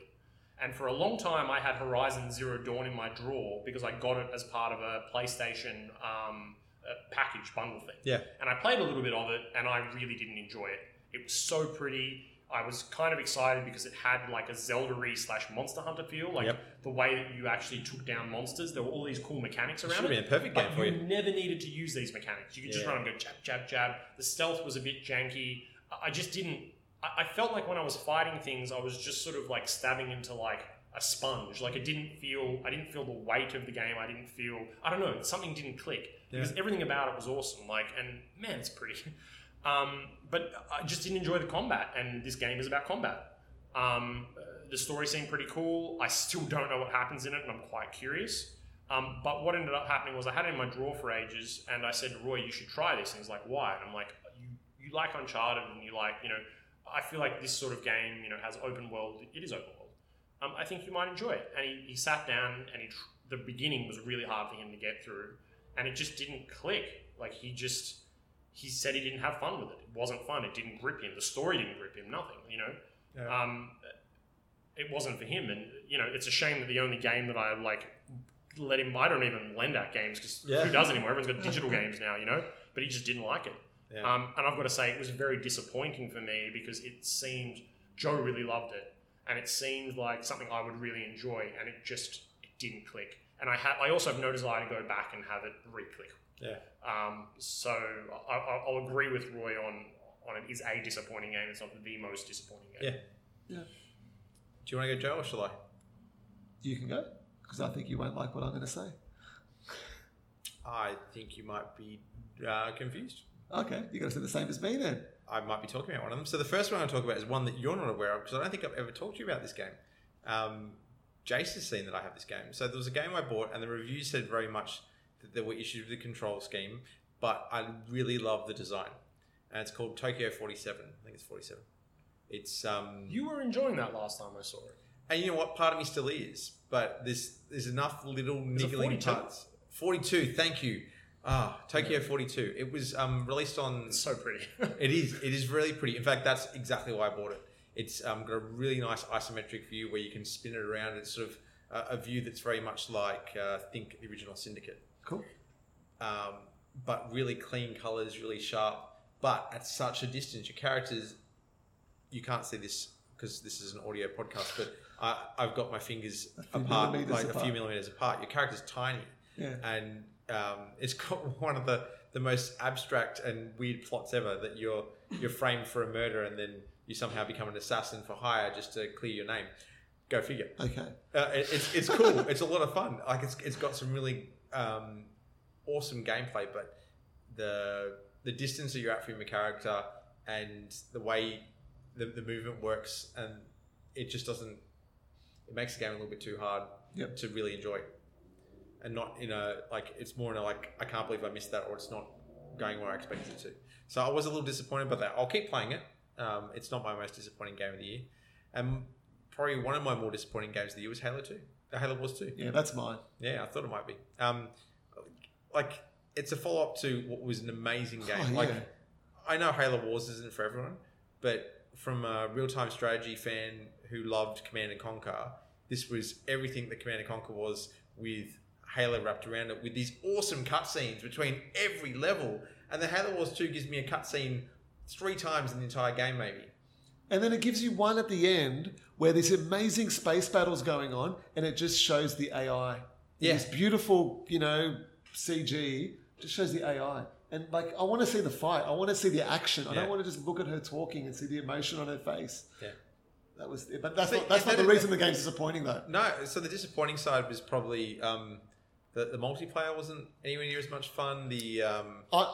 And for a long time, I had Horizon Zero Dawn in my drawer because I got it as part of a PlayStation um, uh, package bundle thing. Yeah. and I played a little bit of it, and I really didn't enjoy it. It was so pretty. I was kind of excited because it had like a Zelda-y slash Monster Hunter feel, like the way that you actually took down monsters. There were all these cool mechanics It should around have it. been a Mm. perfect game But for you, you. never needed to use these mechanics. You could just Yeah. run and go jab, jab, jab. The stealth was a bit janky. I- I just didn't. I I felt like when I was fighting things, I was just sort of like stabbing into like a sponge. Like it didn't feel. I didn't feel the weight of the game. I didn't feel. I don't know. Something didn't click Yeah. because everything about it was awesome. Like and man, it's pretty. Um, but I just didn't enjoy the combat, and this game is about combat. Um, uh, the story seemed pretty cool. I still don't know what happens in it, and I'm quite curious. Um, but what ended up happening was I had it in my drawer for ages, and I said, "Roy, you should try this." And he's like, "Why?" And I'm like, "You, you like Uncharted, and you like, you know, I feel like this sort of game, you know, has open world. It is open world. Um, I think you might enjoy it." And he, he sat down, and he tr- the beginning was really hard for him to get through, and it just didn't click. Like he just he said he didn't have fun with it. It wasn't fun. It didn't grip him. The story didn't grip him. Nothing. You know. Yeah. Um, it wasn't for him, and you know, it's a shame that the only game that I like let him. I don't even lend out games because Yeah. who does anymore? Everyone's got digital games now, you know. But he just didn't like it. Yeah. Um, and I've got to say, it was very disappointing for me because it seemed Joe really loved it, and it seemed like something I would really enjoy, and it just it didn't click. And I ha- I also have no desire to go back and have it re-click. Yeah. Um, so I, I, I'll agree with Roy on on it is a disappointing game. It's not the most disappointing game. Yeah. Do you want to go, Joe, or shall I? you can go because I think you won't like what I'm going to say. I think you might be uh, confused. Okay, you're going to say the same as me then. I might be talking about one of them. So the first one I want to talk about is one that you're not aware of because I don't think I've ever talked to you about this game. um, Jace has seen that I have this game. So there was a game I bought, and the reviews said very much that there were issues with the control scheme, but I really love the design. And it's called Tokyo 47. I think it's 47. It's um, You were enjoying that last time I saw it. and you know what? Part of me still is, but there's there's enough little it niggling 42? parts. Forty-two. Thank you. Ah, Tokyo 42. It was um, released on. It's so pretty. It is. It is really pretty. In fact, that's exactly why I bought it. It's um, got a really nice isometric view where you can spin it around. It's sort of a, a view that's very much like uh, think the original Syndicate Cool. um, but really clean colors, really sharp. But at such a distance, your characters, you can't see this because this is an audio podcast. But I, I've got my fingers few apart, millimeters like a few apart. millimeters apart. Your character's tiny, Yeah. and um, it's got one of the, the most abstract and weird plots ever. That you're you're framed for a murder, and then you somehow become an assassin for hire just to clear your name. Go figure. Okay. Uh, it, it's, it's cool. it's a lot of fun. Like it's, it's got some really um, awesome gameplay, but the the distance that you're at from your character and the way the, the movement works, and it just doesn't. It makes the game a little bit too hard Yep. to really enjoy, and not in a like it's more in a like I can't believe I missed that, or it's not going where I expected it to. So I was a little disappointed by that. I'll keep playing it. Um, it's not my most disappointing game of the year, and probably one of my more disappointing games of the year was Halo Two. Uh, Halo Wars Two. Yeah, that's mine. Yeah, I thought it might be. Um, like it's a follow up to what was an amazing game. Oh, Like yeah. I know Halo Wars isn't for everyone, but from a real time strategy fan who loved Command and Conquer, this was everything that Command and Conquer was with Halo wrapped around it, with these awesome cutscenes between every level. And the Halo Wars Two gives me a cutscene three times in the entire game, maybe. And then it gives you one at the end where this amazing space battle's going on, and it just shows the AI. Yeah. This beautiful, you know, CG just shows the AI. And like, I want to see the fight. I want to see the action. I Yeah. don't want to just look at her talking and see the emotion on her face. Yeah. That was, but that's See, not, that's and not the that- reason the game's disappointing though. No, so the disappointing side was probably um, that the multiplayer wasn't anywhere near as much fun. The um, I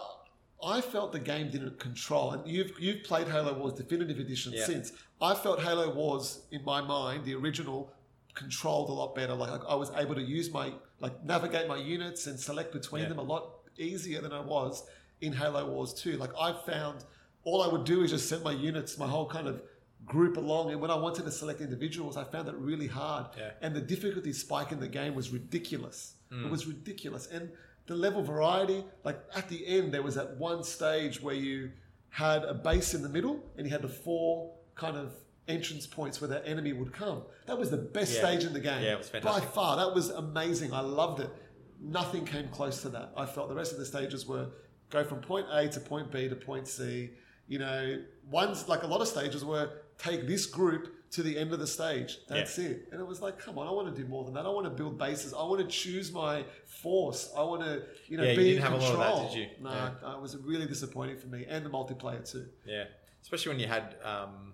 I felt the game didn't control, and you've you've played Halo Wars Definitive Edition Yeah. since. I felt Halo Wars in my mind, the original, controlled a lot better. Like, like I was able to use my like navigate my units and select between Yeah. them a lot easier than I was in Halo Wars 2. Like I found all I would do is just send my units, my whole kind of group along, and when I wanted to select individuals, I found it really hard. Yeah. Hmm. And the difficulty spike in the game was ridiculous. It was ridiculous. And the level variety, like at the end, there was that one stage where you had a base in the middle and you had the four kind of entrance points where that enemy would come. That was the best Yeah. stage in the game. Yeah, it was By fantastic. far, that was amazing. I loved it. Nothing came close to that. I felt the rest of the stages were go from point A to point B to point C. You know, ones like a lot of stages were take this group to the end of the stage. That's it. And it was like, come on, I want to do more than that. I want to build bases. I want to choose my force. I want to, you know, Yeah, you be didn't in have a lot of control. that, did you? No, Yeah. no, it was really disappointing for me and the multiplayer too. yeah, especially when you had um,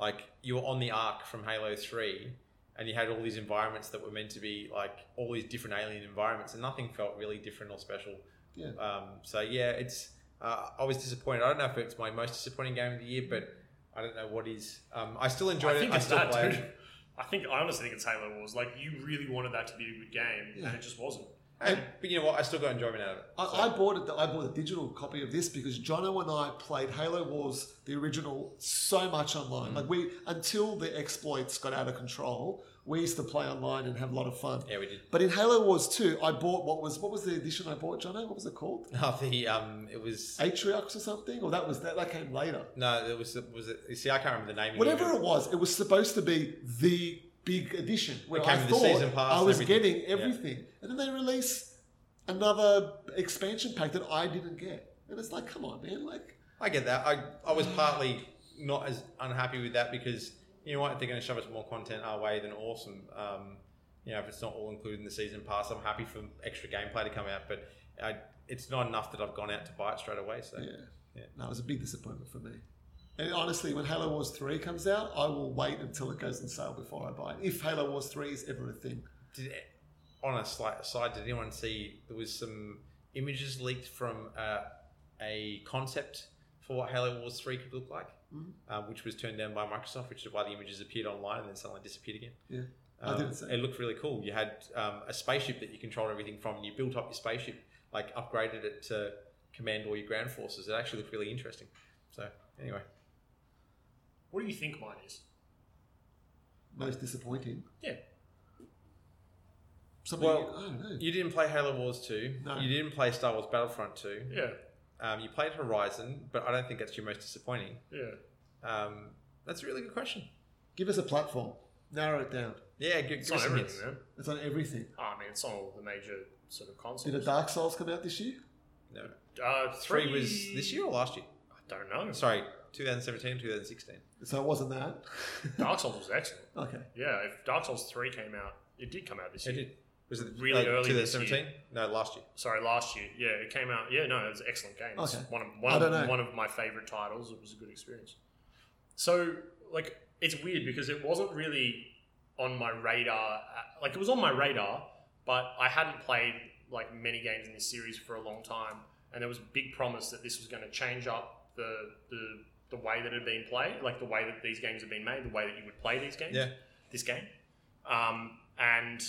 like you were on the arc from Halo Three, and you had all these environments that were meant to be like all these different alien environments, and nothing felt really different or special. Yeah. Um, so yeah, it's uh, I was disappointed. I don't know if it's my most disappointing game of the year, but I don't know what is. Um, I still enjoyed I it. think I it's still that, play dude. it. I think I honestly think it's Halo Wars. Like you really wanted that to be a good game, Yeah. and it just wasn't. And, but you know what? I still got enjoyment out of it. I, So- I bought it. I bought a digital copy of this because Jono and I played Halo Wars the original so much Mm. online. Like we until the exploits got out of control, we used to play online and have a lot of fun. yeah, we did. But in Halo Wars 2, I bought what was what was the edition I bought, Jono? What was it called? No, the um, it was Atriox or something? Or that was that that came later. No, it was was it? you See, I can't remember the name. Whatever it was, it was supposed to be the big edition where It came I with the thought season pass I and was everything. getting Yeah. everything, and then they release another expansion pack that I didn't get, and it's like, come on, man, like. I get that. I I was partly not as unhappy with that because you know what? If they're going to shove us more content our way, then awesome. Um, you know, if it's not all included in the season pass, I'm happy for extra gameplay to come out, but I, it's not enough that I've gone out to buy it straight away. So Yeah. Yeah. No, it was a big disappointment for me. And honestly, when Halo Wars 3 comes out, I will wait until it goes on sale before I buy it. If Halo Wars 3 is ever a thing. did, on a slight aside, did anyone see there was some images leaked from uh, a concept for what Halo Wars Three could look like? Mhm. um, which was turned down by Microsoft, which is why the images appeared online and then suddenly disappeared again. Yeah. I Um, didn't see. It looked really cool. You had um, a spaceship that you controlled everything from, and you built up your spaceship, like upgraded it to command all your ground forces. It actually looked really interesting. So, anyway, What do you think mine is? Most disappointing. Yeah. Something Well, I don't know. you didn't play Halo Wars 2. No. You didn't play Star Wars Battlefront 2. Yeah. Um, you played Horizon, but I don't think that's your most disappointing. Yeah. Um, that's a really good question. Give us a platform. Narrow it down. Yeah, give, It's give on us some everything, hints. man. It's on everything. Oh, I mean, it's on all the major sort of Did a consoles. Dark Souls come out this year? No. Uh, Three, was this year or last year? I don't know. Sorry, 2017 2016. So it wasn't that. Dark Souls was excellent. okay. Yeah, if Dark Souls 3 came out, it did come out this It year. did. Was it Really uh, early this 2017? No, last year. Sorry, last year. Yeah, it came out. Yeah, no, it was an excellent game. It's Okay. one of one I don't of, know. one of my favorite titles. It was a good experience. So, like, it's weird because it wasn't really on my radar. uh, Like, it was on my radar, but I hadn't played like many games in this series for a long time, and there was big promise that this was going to change up the the the way that it had been played, like the way that these games have been made, the way that you would play these games. Yeah. This game, um, and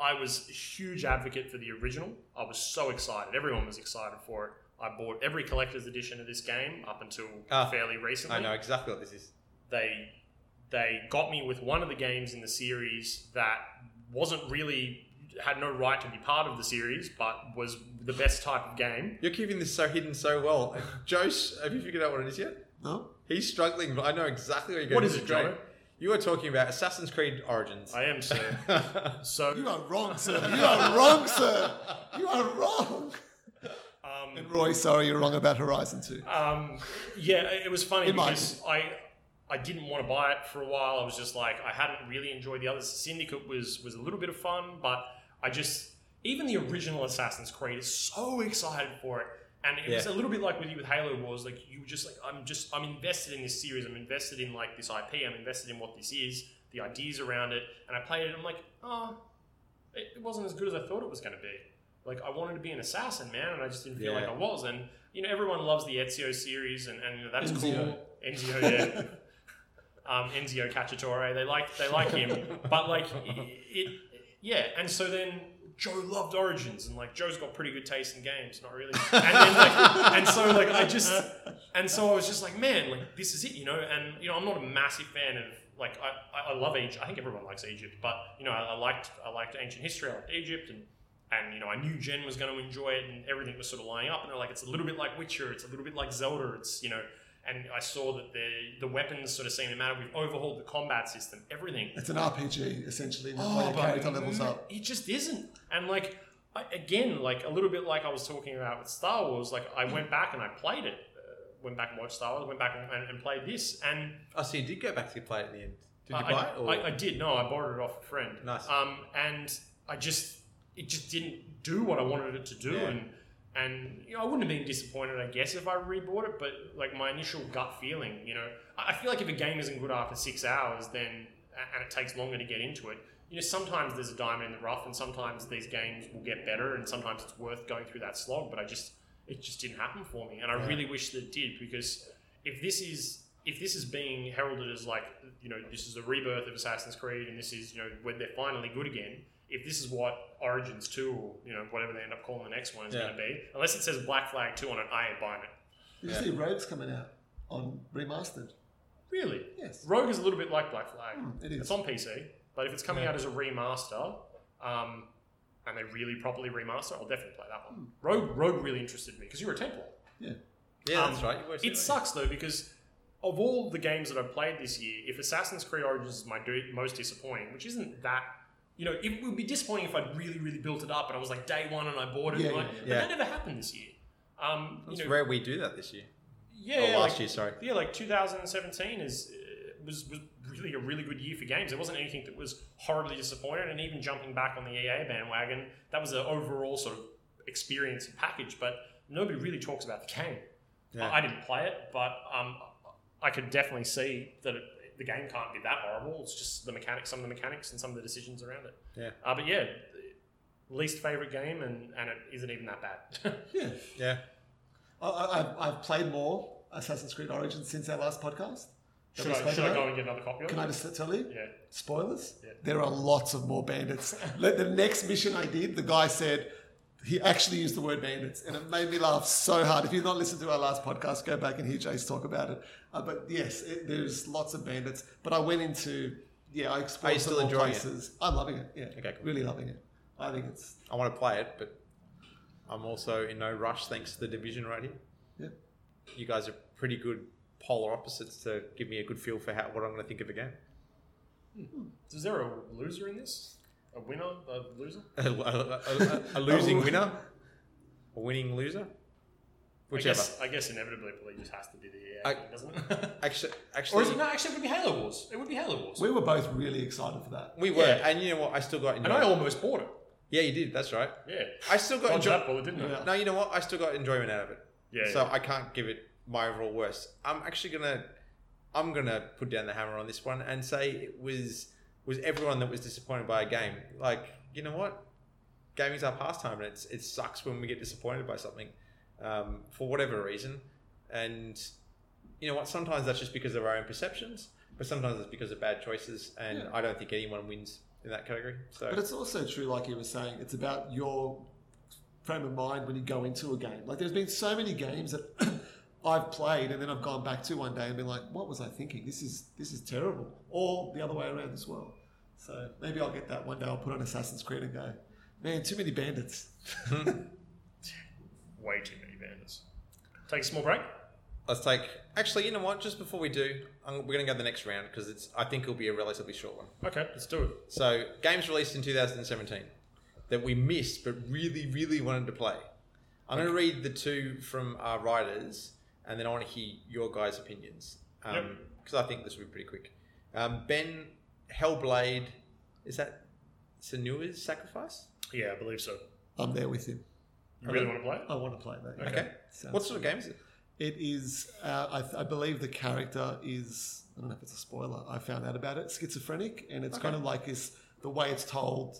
I was a huge advocate for the original. I was so excited. Everyone was excited for it. I bought every collector's edition of this game up until Ah, fairly recently. I know exactly what this is. They they got me with one of the games in the series that wasn't really had no right to be part of the series, but was the best type of game. You're keeping this so hidden so well. Josh, have you figured out what it is yet? No? He's struggling, but I know exactly where you're going. What is This it, great. Jono? You are talking about Assassin's Creed Origins. Oh, I am sir. So You are wrong, sir. You are wrong, sir. You are wrong. um, And Roy, sorry, you're wrong about Horizon 2. Um, yeah, it was funny It might. because I I didn't want to buy it for a while. I was just like I hadn't really enjoyed the others. Syndicate was was a little bit of fun, but I just even the original Assassin's Creed is so excited for it. And it was a Yeah. little bit like with you with Halo Wars, like you were just like I'm just I'm invested in this series. I'm invested in like this IP. I'm invested in what this is, the ideas around it. And I played it. and I'm like, oh, it it wasn't as good as I thought it was going to be. Like I wanted to be an assassin, man, and I just didn't feel Yeah. like I was. And you know, everyone loves the Ezio series, and, and that's cool. Enzio. Enzio, yeah. um, Enzio Cacciatore, they like they like him, but like it, it, yeah. And so then Joe loved Origins, and like Joe's got pretty good taste in games, not really. And then like, and so like I just and so I was just like, man, like this is it, you know. And you know, I'm not a massive fan of like I, I, I love Egypt. I think everyone likes Egypt, but you know, I, I liked I liked ancient history. I liked Egypt, and and you know, I knew Jen was going to enjoy it, and everything was sort of lining up. And they're like, it's a little bit like Witcher. It's a little bit like Zelda. It's you know. And I saw that the the weapons sort of seemed to matter. We've overhauled the combat system, everything. It's an RPG, essentially, the Oh, way your but character levels up. It just isn't. And like I, again, like a little bit like I was talking about with Star Wars. Like I went back and I played it. Uh, went back and watched Star Wars. Went back and, and, and played this. And oh, so you did go back to play it in the end. Did you I, buy it? Or? I, I did. No, I borrowed it off a friend. Nice. Um, and I just it just didn't do what I wanted it to do. Yeah. And and you know I wouldn't have been disappointed, I guess, if I rebought it. But like my initial gut feeling, you know, I, I feel like if a game isn't good after six hours, then a- and it takes longer to get into it. You know, sometimes there's a diamond in the rough, and sometimes these games will get better, and sometimes it's worth going through that slog. But I just it just didn't happen for me, and I Yeah. really wish that it did because if this is if this is being heralded as like you know this is a rebirth of Assassin's Creed and this is you know when they're finally good again, if this is what Origins Two or you know whatever they end up calling the next one is Yeah. going to be, unless it says Black Flag Two on it, I ain't buying it. Did you Yeah. see Rogue's coming out on remastered? Really, Yes. Rogue is a little bit like Black Flag. Mm, it It's is. on PC, but if it's coming Hmm. Yeah. out as a remaster, um, and they really properly remaster, I'll definitely play that Hmm. one. Rogue Rogue really interested me because you're a Templar. yeah, um, that's right. You watched It right? sucks though because of all the games that I've played this year, if Assassin's Creed Origins is my do- most disappointing, which isn't that. You know, it would be disappointing if I'd really, really built it up and I was like day one and I bought it. Yeah, and like, yeah, yeah. but Yeah. that never happened this year. Um, you It's know, rare we do that this year. yeah, or last like- year, sorry. yeah, like 2017 is uh, was was really a really good year for games. There wasn't anything that was horribly disappointing, and even jumping back on the EA bandwagon, that was an overall sort of experience and package. But nobody really talks about the game. Yeah. I, I didn't play it, but um, I could definitely see that it, the game can't be that horrible. It's just the mechanics, some of the mechanics, and some of the decisions around it. Yeah. Uh, but yeah, least favorite game, and and it isn't even that bad. Yeah. Yeah. I, I, I've- I've played more. Assassin's Creed Origins since our last podcast. that Should, we I, spoke should I about. go and get another copy of Can it? I just tell you? Yeah. Spoilers. Yeah. There are lots of more bandits. Like, the next mission I did, the guy said he actually used the word bandits, and it made me laugh so hard. If you've not listened to our last podcast, go back and hear Jace talk about it. Uh, but yes, it, there's lots of bandits. But I went into yeah, I Are explored you some still more enjoying it? places. I'm loving it. Yeah, Okay, cool. really loving it. I think it's I want to play it, but I'm also in no rush thanks to the division right here. Yeah. You guys are pretty good polar opposites to give me a good feel for how, what I'm going to think of a game. Is there a loser in this? A winner? A loser? a, a- a- a losing winner, a winning loser, whichever. I guess, I guess inevitably it probably just has to be the I- EA, doesn't it? Actually, actually, or is it no? Actually, it would be Halo Wars. It would be Halo Wars. we were both really excited for that. we were, Yeah. and you know what? I still got and I enjoyment. almost bought it. Yeah, you did. That's right. Yeah. I still got Dodged enjoyment. that bullet, didn't I? Yeah. No, you know what? I still got enjoyment out of it. Yeah, So yeah. I can't give it my overall worst. I'm actually gonna, I'm gonna put down the hammer on this one and say it was was everyone that was disappointed by a game. Like you know what? Gaming's our pastime, and it's it sucks when we get disappointed by something, um, for whatever reason. And you know what? Sometimes that's just because of our own perceptions, but sometimes it's because of bad choices. And Yeah. I don't think anyone wins in that category. So But it's also true, like you were saying, it's about your frame of mind when you go into a game. Like there's been so many games that I've played and then I've gone back to one day and been like, what was I thinking? This is this is terrible. Or the other way around as well. So maybe I'll get that one day. I'll put on Assassin's Creed and go, man, too many bandits. Way too many bandits. Take a small break. Let's take. Actually, you know what? Just before we do, i we're going to go the next round because it's. I think it'll be a relatively short one. Okay, let's do it. So, games released in 2017 that we missed but really, really wanted to play. I'm going to read the two from our writers, and then I want to hear your guys' opinions because Yep. I think this will be pretty quick. Um, ben Hellblade, is that Senua's sacrifice? Yeah, I believe so. I'm there with him. You really want to play? it? I want to play that. Okay. Sounds What sort of game is it? It is. Uh, I, th- I believe the character is. I don't know if it's a spoiler. I found out about it. Schizophrenic, and it's Okay. kind of like this. The way it's told,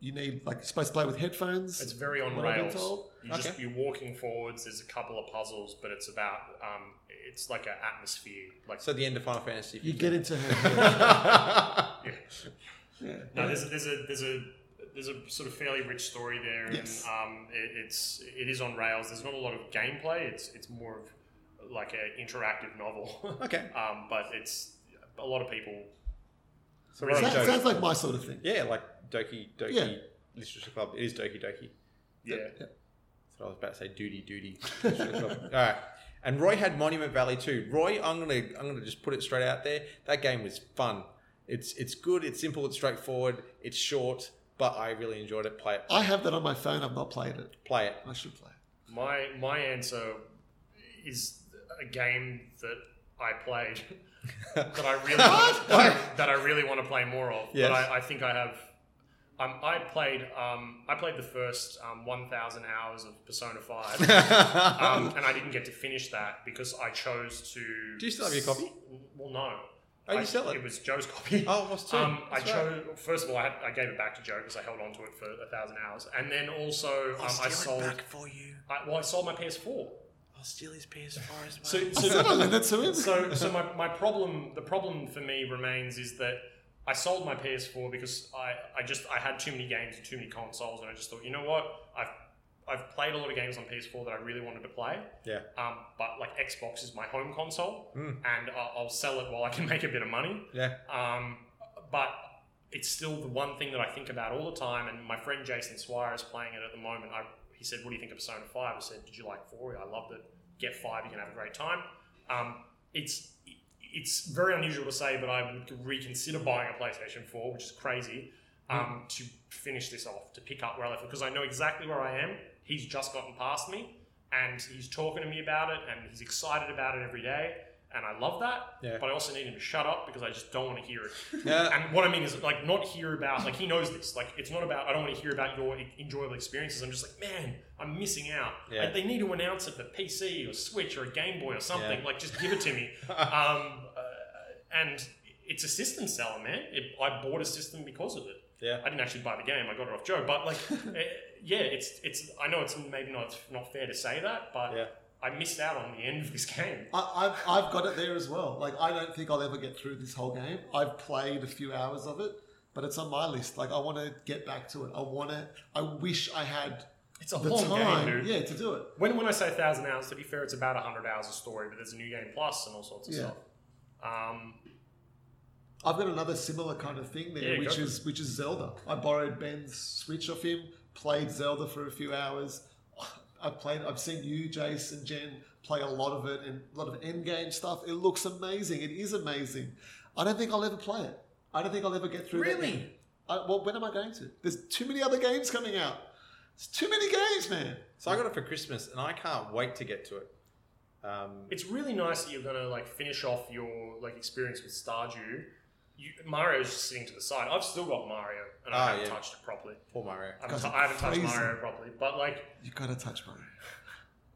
you need like you're supposed to play with headphones. It's very on What I've been rails. told. You just Okay. you're walking forwards. There's a couple of puzzles, but it's about um, it's like an atmosphere. Like So, the end of Final Fantasy. you 15. get into her head. yeah. no, there's a, there's a there's a there's a sort of fairly rich story there, Yes. and um, it, it's it is on rails. There's not a lot of gameplay. It's it's more of like an interactive novel. Okay. um, but it's a lot of people. So, Really? Rob That Jones- sounds like my sort of thing. Yeah, like Doki Doki Yeah. Literature Club. It is Doki Doki. Yeah, That's what I was about to say. Duty Duty. Literature Club. All right. And Roy had Monument Valley too. Roy, I'm gonna I'm gonna just put it straight out there. That game was fun. It's it's good. It's simple. It's straightforward. It's short, but I really enjoyed it. Play it. I have that on my phone. I've not played it. Play it. I should play. it. my my answer is a game that I played that I really What? that, I really want to play more of. Yes. But I, I think I have. Um, I played um, I played the first um, 1,000 hours of Persona 5. um, and I didn't get to finish that because I chose to. Do you still have your copy? Well, no. Oh, you I- sell it? It was Joe's copy. Oh, it was too. Um, I That's right. chose. First of all, I, had, I gave it back to Joe because I held on to it for a thousand hours, and then also um, I sold. for you. I, well, I sold my PS4. I'll steal his PS4 as well. So, I said I so, lent it to him. so, so my, my problem, the problem for me remains is that I sold my PS4 because I, I just I had too many games and too many consoles, and I just thought, you know what, I've I've played a lot of games on PS4 that I really wanted to play. Yeah. Um, but like Xbox is my home console, Mm. and I'll, I'll sell it while I can make a bit of money. yeah. Um, but it's still the one thing that I think about all the time. And my friend Jason Swire is playing it at the moment. I, he said, "What do you think of Persona 5? I said, "Did you like four? I loved it. Get five. You're gonna have a great time." Um, it's it's very unusual to say, but I would reconsider buying a PlayStation 4, which is crazy. Um, To finish this off, to pick up where I left because I know exactly where I am. He's just gotten past me, and he's talking to me about it, and he's excited about it every day, and I love that. Yeah. But I also need him to shut up because I just don't want to hear it. Yeah. And what I mean is, like, not hear about, like, he knows this. Like, it's not about, I don't want to hear about your e, enjoyable experiences. I'm just like, man, I'm missing out. Yeah. Like, they need to announce it for PC or Switch or a Game Boy or something. Yeah. Like, just give it to me. um, uh, and it's a system seller, man. It, I bought a system because of it. Yeah. I didn't actually buy the game. I got it off Joe. But, like, eh, yeah, it's, it's, I know it's maybe not, not fair to say that, but Yeah. I missed out on the end of this game. I, I've, I've got it there as well. Like, I don't think I'll ever get through this whole game. I've played a few hours of it, but it's on my list. Like, I want to get back to it. I want to. I wish I had It's a the long time, game, dude. yeah, to do it. When, when I say 1,000 hours, to be fair, it's about 100 hours of story, but there's a new game plus and all sorts of Yeah. stuff. Um, I've got another similar kind of thing there, Yeah, go which for is which is Zelda. I borrowed Ben's Switch off him, played Zelda for a few hours. I played. I've seen you, Jace, and Jen play a lot of it and a lot of end game stuff. It looks amazing. It is amazing. I don't think I'll ever play it. I don't think I'll ever get through. that Really? game. I, well, when am I going to? There's too many other games coming out. It's too many games, man. So I got it for Christmas, and I can't wait to get to it. Um, it's really nice that you're going to like finish off your like experience with Stardew. You, Mario's just sitting to the side. I've still got Mario, and Ah, I haven't yeah. touched it properly. poor Mario. I haven't, Guys, t- I haven't touched crazy. Mario properly, but like You gotta touch Mario.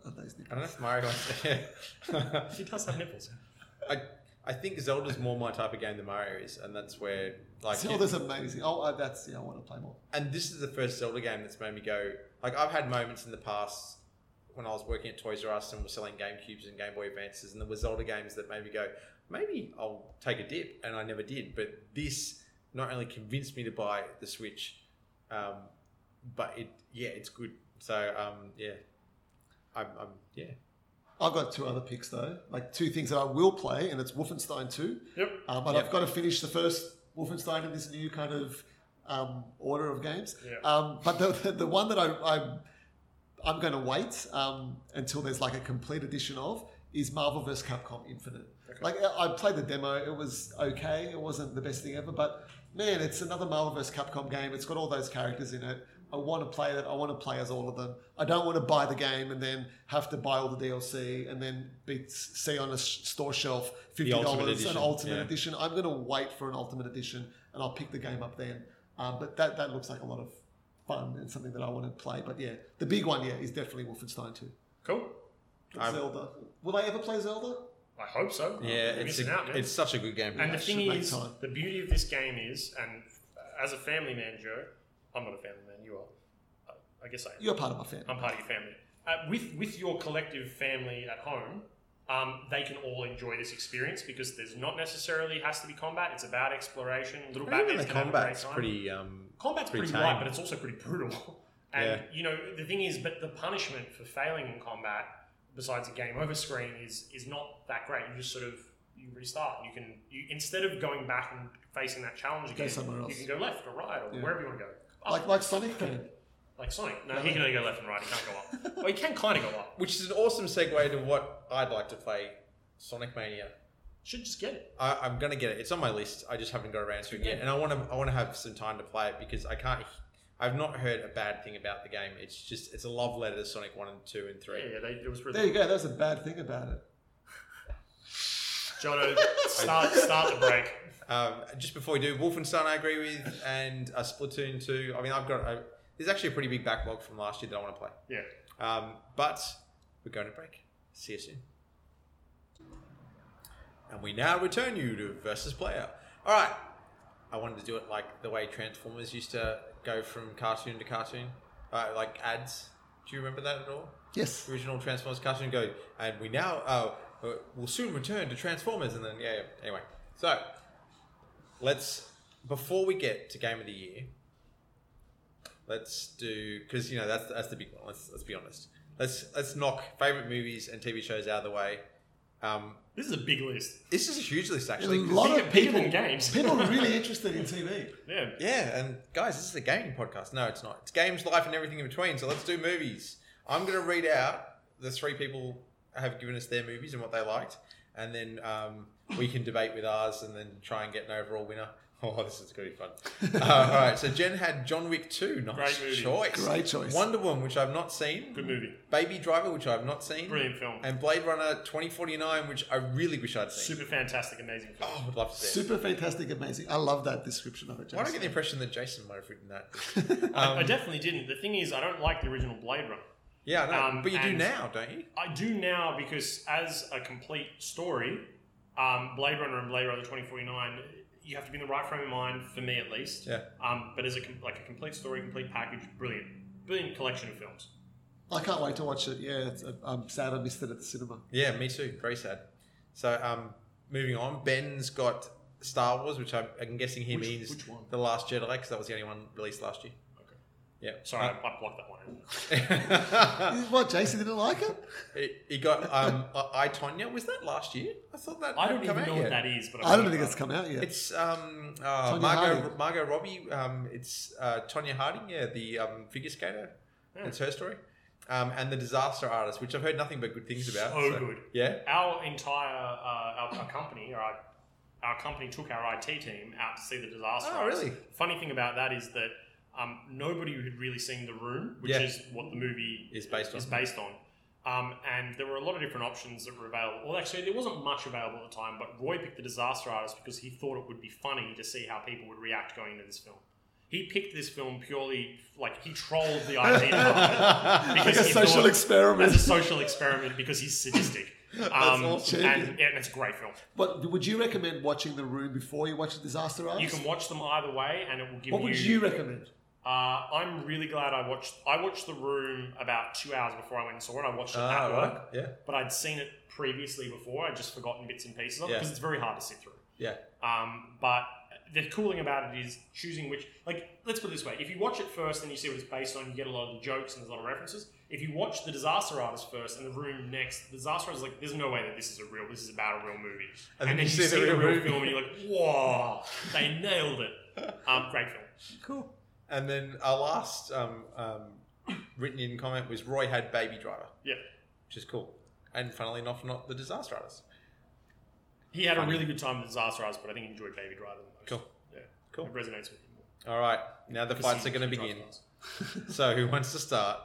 Are those I don't know if Mario wants to. he does have nipples. I, I think Zelda's more my type of game than Mario is, and that's where like you- Zelda's amazing. Oh, uh, that's yeah. I want to play more. and this is the first Zelda game that's made me go like I've had moments in the past when I was working at Toys R Us and was selling Game Cubes and Game Boy Advances, and there were Zelda games that made me go maybe I'll take a dip, and I never did. But this not only convinced me to buy the Switch, um, but it yeah it's good. So um, yeah, I'm, I'm yeah I've got two other picks though, like two things that I will play, and it's Wolfenstein 2. Yep. Um, but Yep. I've got to finish the first Wolfenstein in this new kind of um, order of games. Yeah. Uh, Um, but the, the, the one that I, I'm, I'm going to wait um, until there's like a complete edition of is Marvel vs. Capcom Infinite. Okay. Like I I played the demo, it was okay. It wasn't the best thing ever, but man, it's another Marvel vs. Capcom game. It's got all those characters in it. I want to play that. I want to play as all of them. I don't want to buy the game and then have to buy all the DLC and then be see on a s- store shelf fifty Ultimate dollars Edition, an ultimate yeah. edition. I'm going to wait for an ultimate edition and I'll pick the game up then. Um, but that that looks like a lot of fun and something that I want to play. But yeah, the big one, yeah, is definitely Wolfenstein 2. Cool. I'm- Zelda. Will I ever play Zelda? I hope so. yeah Oh, You're it's missing a, out, man. it's such a good game. And the I thing should make is, time. the beauty of this game is, and as a family man, Joe, I'm not a family man. You are. I- I guess I am. You're part of my family. I'm part of your family. Uh, with with your collective family at home, um, they can all enjoy this experience because there's not necessarily has to be combat. It's about exploration. Little I think the Batman's can have a combat's great time. pretty um, combat's pretty pretty, tame. light, but it's also pretty brutal. And Yeah. you know the thing is, but the punishment for failing in combat, besides a game over screen, is is not that great. You just sort of you restart. You can you instead of going back and facing that challenge again, somewhere else. you can go left or right or Yeah. wherever you want to go. Up, Like like Sonic fan. like Sonic. No, he can only go left and right. He can't go up. well, he can kind of go up. which is an awesome segue to what I'd like to play, Sonic Mania. Should just get it. I, I'm gonna get it. It's on my list. I just haven't got around to it yet, Yeah. and I want to. I want to have some time to play it because I can't. I've not heard a bad thing about the game. It's just it's a love letter to Sonic One and Two and Three. Yeah, yeah they, it was There really. you go. That's a bad thing about it. Jono, start start the break. Um, just before we do, Wolfenstein, I agree with, and uh, Splatoon Two. I mean, I've got. I, there's actually a pretty big backlog from last year that I want to play. Yeah. Um, but we're going to break. See you soon. And we now return you to versus player. All right. I wanted to do it like the way Transformers used to go from cartoon to cartoon, uh, like ads. Do you remember that at all? Yes. Original Transformers cartoon go, and we now uh, uh, will soon return to Transformers, and then yeah. yeah. Anyway, so let's before we get to game of the year, let's do because you know that's that's the big one. Let's let's be honest. Let's let's knock favorite movies and TV shows out of the way. Um, This is a big list. this is a huge list A actually. 'cause- lot Bigger, of bigger people. than games. People are really interested in TV. yeah. Yeah, and guys, this is a gaming podcast. No, it's not. It's games, life, and everything in between. So let's do movies. I'm going to read out the three people have given us their movies and what they liked, and then um, we can debate with ours and then try and get an overall winner. Oh, this is going to be fun. Uh, all right, so Jen had John Wick 2. Nice Great movie. choice. Great choice. Wonder Woman, which I've not seen. Good movie. Baby Driver, which I've not seen. Brilliant film. And Blade Runner 2049, which I really wish I'd seen. Super fantastic, amazing film. Oh, I would love to see it. Super fantastic, amazing. I love that description of it. Why do I get the Jason. impression that Jason might have written that? I, I Um, definitely didn't. The thing is, I don't like the original Blade Runner. Yeah, I know. Um, but you do and- now, don't you? I do now because as a complete story, um, Blade Runner and Blade Runner 2049, you have to be in the right frame of mind for me at least. Yeah. Um, but as a com- like a complete story, complete package, brilliant, brilliant collection of films. I can't wait to watch it. Yeah, it's, uh, I'm sad I missed it at the cinema. Yeah, me too. Very sad. So, um, moving on, Ben's got Star Wars, which I'm, I'm guessing he Which- means which one? the Last Jedi, because that was the only one released last year. Okay. Yeah. Sorry, I, I blocked that one. out. Uh, What, Jason didn't like it? he, he got um, I, I Tonya. Was that last year? I thought that. I had don't come even out know yet. what that is, but I don't mean, think uh, it's come out yet. It's um, uh, Tonya Margot, Harding. Margot Robbie. Um, it's uh, Tonya Harding, yeah, the um, figure skater. Yeah. It's her story. Um, and the disaster artist, which I've heard nothing but good things about. So Oh, good. Yeah. Our entire uh, our, our company, or our, our company took our IT team out to see the disaster. Oh, really? Funny thing about that is that um, nobody had really seen The Room, which Yeah. is what the movie Is based on. is based on. Um, and there were a lot of different options that were available. Well, actually, there wasn't much available at the time, but Roy picked the disaster artist because he thought it would be funny to see how people would react going into this film. He picked this film purely, like, he trolled the IT department like Because a he social thought- experiment. as a social experiment because he's sadistic. Um, awesome. and, yeah, and it's a great film. But would you recommend watching The Room before you watch Disaster Artist? You can watch them either way, and it will give what you. would you recommend? uh, I'm really glad I watched. I watched The Room about two hours before I went and saw it. I watched it Ah, at work, right. Yeah. but I'd seen it previously before. I'd just forgotten bits and pieces of it Yeah. because it's very hard to sit through. Yeah. Um, but the cool thing about it is choosing which. Like, let's put it this way: if you watch it first and you see what it's based on, you get a lot of the jokes and there's a lot of references. If you watch The Disaster Artist first and The Room next, The Disaster Artist is like, there's no way that this is a real. This is about a real movie. And, then you see, the real, movie. film and you're like, whoa, they nailed it. Um, great film. Cool. And then our last um, um, written in comment was Roy had Baby Driver. Yeah. Which is cool. And funnily enough, not the disaster artist. He had a really good time with Disaster Artist, but I think he enjoyed Baby Driver the most. Cool. Yeah. Cool. It resonates with him more. All right. Now the Because fights he- are going he to drives begin. fast. So who wants to start?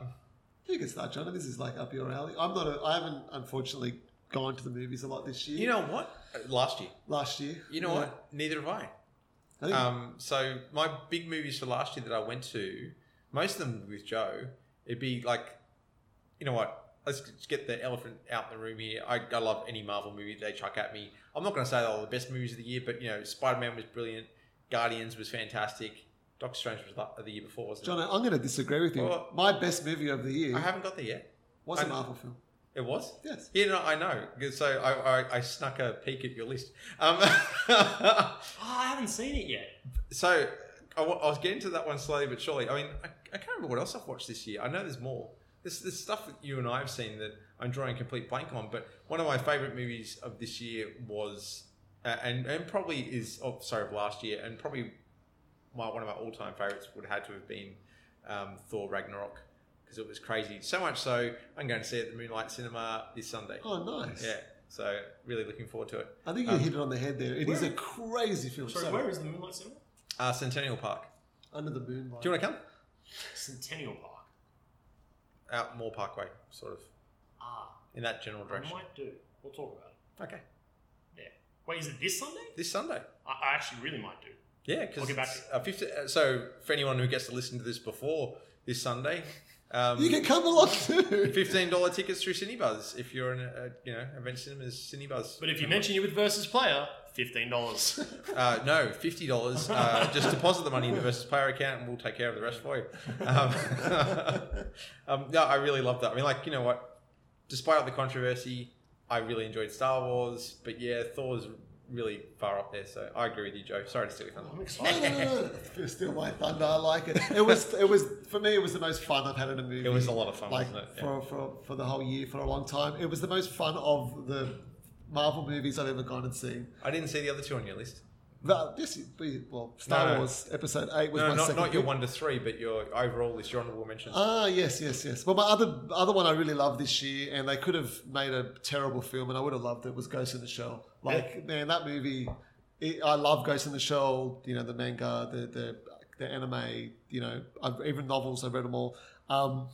You can start, John. This is like up your alley. I'm not. A, I haven't unfortunately gone to the movies a lot this year. You know what? Uh, Last year. last year. You know Yeah. what? Neither have I. I think- Um, so my big movies for last year that I went to, most of them with Joe, it'd be like, you know what? Let's just get the elephant out in the room here. I, I love any Marvel movie they chuck at me. I'm not going to say they're all the best movies of the year, but you know, Spider Man was brilliant, Guardians was fantastic, Doctor Strange was la- the year before, wasn't John, I'm going to disagree with you. Well- My best movie of the it? year I haven't got there yet. was I a know. Marvel film. It was. Yes. Yeah, no, I know. So I, I, I snuck a peek at your list. Um, Oh, I haven't seen it yet. So I wa- I was getting to that one slowly but surely. I mean, I, I can't remember what else I've watched this year. I know there's more. There's, there's stuff that you and I have seen that I'm drawing a complete blank on. But one of my favorite movies of this year was, uh, and and probably is, oh, sorry, of last year, and probably my one of my all time favorites would have had to have been um, Thor Ragnarok because it was crazy. So much so, I'm going to see it at the Moonlight Cinema this Sunday. Oh, nice. Yeah. So really looking forward to it. I think you Um, hit it on the head there. It is where- a crazy film. Sorry, So, where is the Moonlight Cinema? Uh, Centennial Park. Under the Moonlight. Do you want to come? Centennial Park. Out Moore Parkway, sort of. Ah, in that general I direction. might do. We'll talk about it. Okay, Wait, is it this Sunday? this Sunday. I, I actually really might do. Yeah, I'll because get back uh, 50 uh, so for anyone who gets to listen to this before this Sunday, um, You can come along too. fifteen dollar tickets through Cinebuzz if you're in a, a you know event cinemas Cinebuzz. But if you mention you with versus player, fifteen dollars. uh, no fifty dollars, uh, just deposit the money in the versus player account and we'll take care of the rest for you. Um, um, no, I really love that. I mean, like you know what, despite all the controversy, I really enjoyed Star Wars. But yeah, Thor's really far up there. So I agree with you, Joe. Sorry to steal your thunder. I'm No, excited. no, no, no. Still my thunder. I like it. It was. It was for me. It was the most fun I've had in a movie. It was a lot of fun, like wasn't it? Yeah. for, for for the whole year for a long time. It was the most fun of the Marvel movies I've ever gone and seen. I didn't see the other two on your list. The, this is- be- well, Star No, no. Wars Episode Eight was No, my not, second. not your pick. one to three, but your overall list, your honorable mentions. Uh, Ah, yes, yes, yes. Well, my other other one I really loved this year, and they could have made a terrible film, and I would have loved it. Was Ghost in the Shell. Like, man, that movie. It, I love Ghost in the Shell. You know, the manga, the the, the anime. You know, I've, even novels. I've read them all. Um,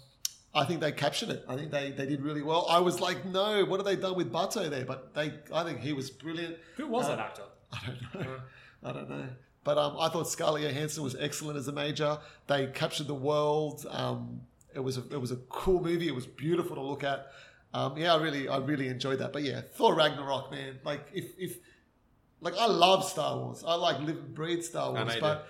I think they captured it. I think they, they did really well. I was like, no, what have they done with Bato there? But they, I think he was brilliant. Who was that actor? I don't know. I don't know. But um, I thought Scarlett Johansson was excellent as a major. They captured the world. Um, it was a, it was a cool movie. It was beautiful to look at. Um, yeah, I really I really enjoyed that. But yeah, Thor Ragnarok, man. Like if if like I love Star Wars. I like live and breathe I Star Wars. know you But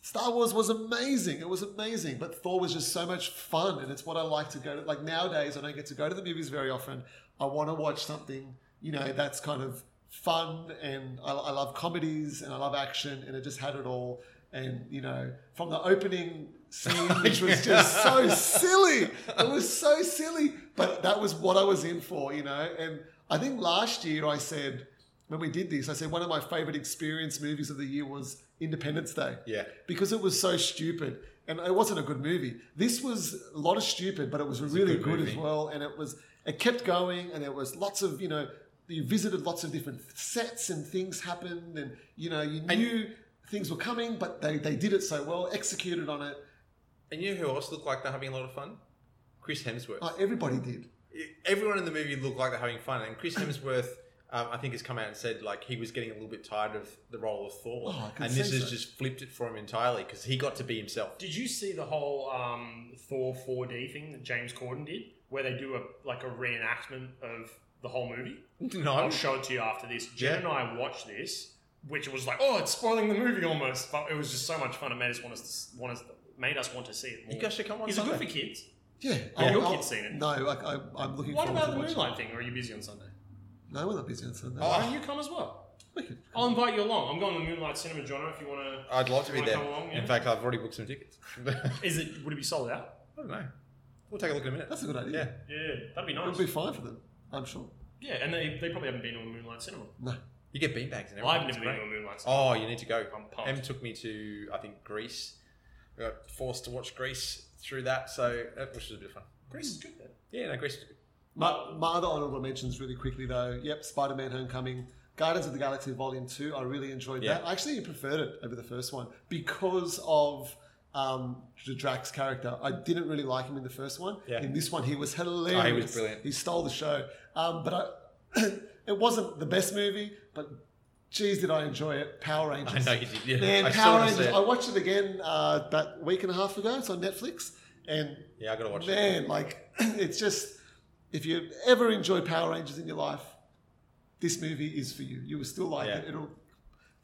Star Wars was amazing. It was amazing, but Thor was just so much fun, and it's what I like to go to. Like nowadays, I don't get to go to the movies very often. I want to watch something, you know, that's kind of fun, and I, I love comedies and I love action, and it just had it all. And you know, from the opening scene, which was just so silly, it was so silly, but that was what I was in for, you know. And I think last year I said when we did this, I said one of my favorite experience movies of the year was Independence Day Yeah. because it was so stupid and it wasn't a good movie. This was a lot of stupid, but it was really good good, as movie. well. And it was it kept going, and there was lots of you know you visited lots of different sets and things happened, and you know you And- knew things were coming, but they they did it so well, executed on it. And you know who else looked like they're having a lot of fun? Chris Hemsworth. Uh, E, Oh, everybody did. Everyone in the movie looked like they're having fun, and Chris Hemsworth, um, I think, has come out and said like he was getting a little bit tired of the role of Thor, Oh, I can and this see has so. just flipped it for him entirely because he got to be himself. Did you see the whole um, Thor 4D thing that James Corden did, where they do a like a reenactment of the whole movie? I'll No, show it to you after this. Jen Yeah. and I watched this, which was like, oh, it's spoiling the movie almost, but it was just so much fun. It made us want us want us made us want to see it more. you guys should come on. Is it good for Sunday. kids? Yeah, Have your I'll- kids seen it? No, like I, I'm looking. What forward about to the watching Moonlight thing? Or are you busy on Sunday? Ah. it. No, we're not busy on Sunday. Oh. Why don't you come as well? We could- I'll invite you along. I'm going to the Moonlight Cinema genre if you want to. I'd love to be Wanna there. come along, yeah? In fact, I've already booked some tickets. I Is it? Would it be sold out? don't know. We'll take a look in a minute. that's a good idea. yeah. Yeah, that'd be it nice. would be fine for them, I'm sure. yeah, and they, they probably haven't been to a Moonlight Cinema. No, You get beanbags and everything. I've It's never great. been to a Moonlight Cinema. Oh, you need to go. I'm pumped. Em took me to, I think, Greece. We got forced to watch Greece through that, so that was just a bit of fun. Greece is good then. Yeah, no, Greece. is good. My, my other honorable mentions, really quickly though. Yep, Spider Man Homecoming, Guardians of the Galaxy Volume 2. I really enjoyed Yeah. that. I actually preferred it over the first one because of um, the Drax character. I didn't really like him in the first one. Yeah. In this one, he was hilarious. Oh, he was brilliant. He stole the show. Um, but I, it wasn't the best movie, but geez, did I enjoy it. Power I Rangers. know you did. Yeah. Man, I still Power wanna see Rangers. it. I watched it again uh, about a week and a half ago. It's on Netflix. And Yeah, I gotta watch it. Man, like it's just if you ever enjoyed Power Rangers in your life, this movie is for you. You will still like Yeah. it. It'll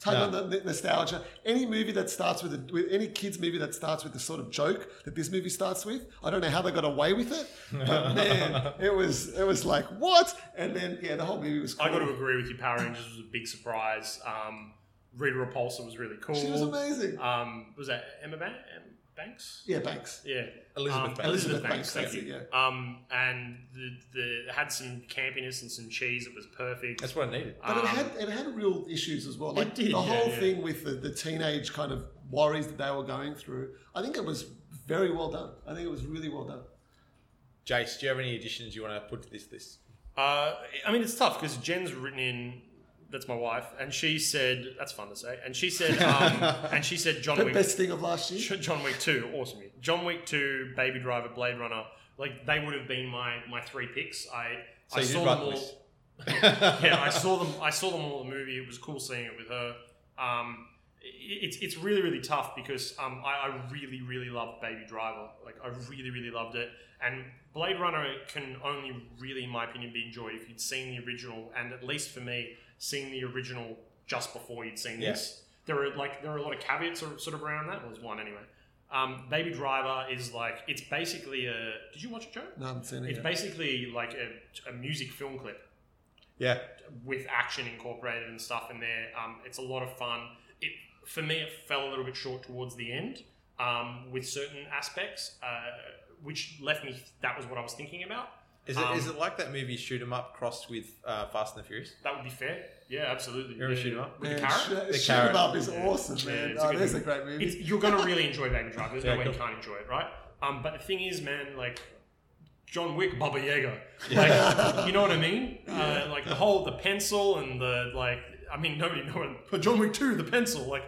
tug No. on the n- nostalgia. Any movie that starts with, a, with any kids movie that starts with the sort of joke that this movie starts with, I don't know how they got away with it, but man, it was it was like what? And then yeah, the whole movie was. Cool. I got to agree with you. Power Rangers was a big surprise. Um, Rita Repulsa was really cool. She was amazing. Um, was that Emma Ban- Em- Banks? Yeah, Banks. Yeah, Elizabeth um, Banks. Elizabeth Elizabeth Banks, Banks. Thank that's it, you. Um, and the, the it had some campiness and some cheese. It was perfect. That's what I needed. But it Um, had it had real issues as well. Like It did, the yeah, whole yeah. thing with the, the teenage kind of worries that they were going through. I think it was very well done. I think it was really well done. Jace, do you have any additions you want to put to this list? Uh, I mean, it's tough because Jen's written in. That's my wife, and she said that's fun to say. And she said, um, and she said John The Wick, best thing of last year. John Wick Two, awesome. John Wick Two, Baby Driver, Blade Runner, like they would have been my my three picks. I So I you did saw write them the all. list. yeah, I saw them. I saw them all in the movie. It was cool seeing it with her. Um, i- it's it's really really tough because um, I, I really really loved Baby Driver. Like I really really loved it. And Blade Runner can only really, in my opinion, be enjoyed if you'd seen the original, and at least for me, seeing the original just before you'd seen Yeah. this. There are like there are a lot of caveats or- sort of around that. Well, there's one anyway. Um, Baby Driver is like it's basically a. Did you watch it, Joe? No, I haven't seen it. It's yet. basically like a, a music film clip Yeah. with action incorporated and stuff in there. Um, it's a lot of fun. It for me, it fell a little bit short towards the end um, with certain aspects, uh, which left me. That was what I was thinking about. Is it, is Um, it like that movie Shoot 'em Up crossed with uh, Fast and the Furious? That would be fair. Yeah, absolutely. You ever Yeah, shoot 'em yeah. up? with the Man, carrot. Sh- The Shoot 'em carrot. Up is Yeah. awesome, Yeah, man. it's a oh, good there's a movie. great movie. It's, you're gonna really enjoy Baby Driver. There's Yeah, no way cool. you can't enjoy it, right? Um, but the thing is, man, like John Wick, Baba Yaga, like you know what I mean? Uh, like the whole the pencil and the like. I mean, nobody know it, but John Wick two, the pencil, like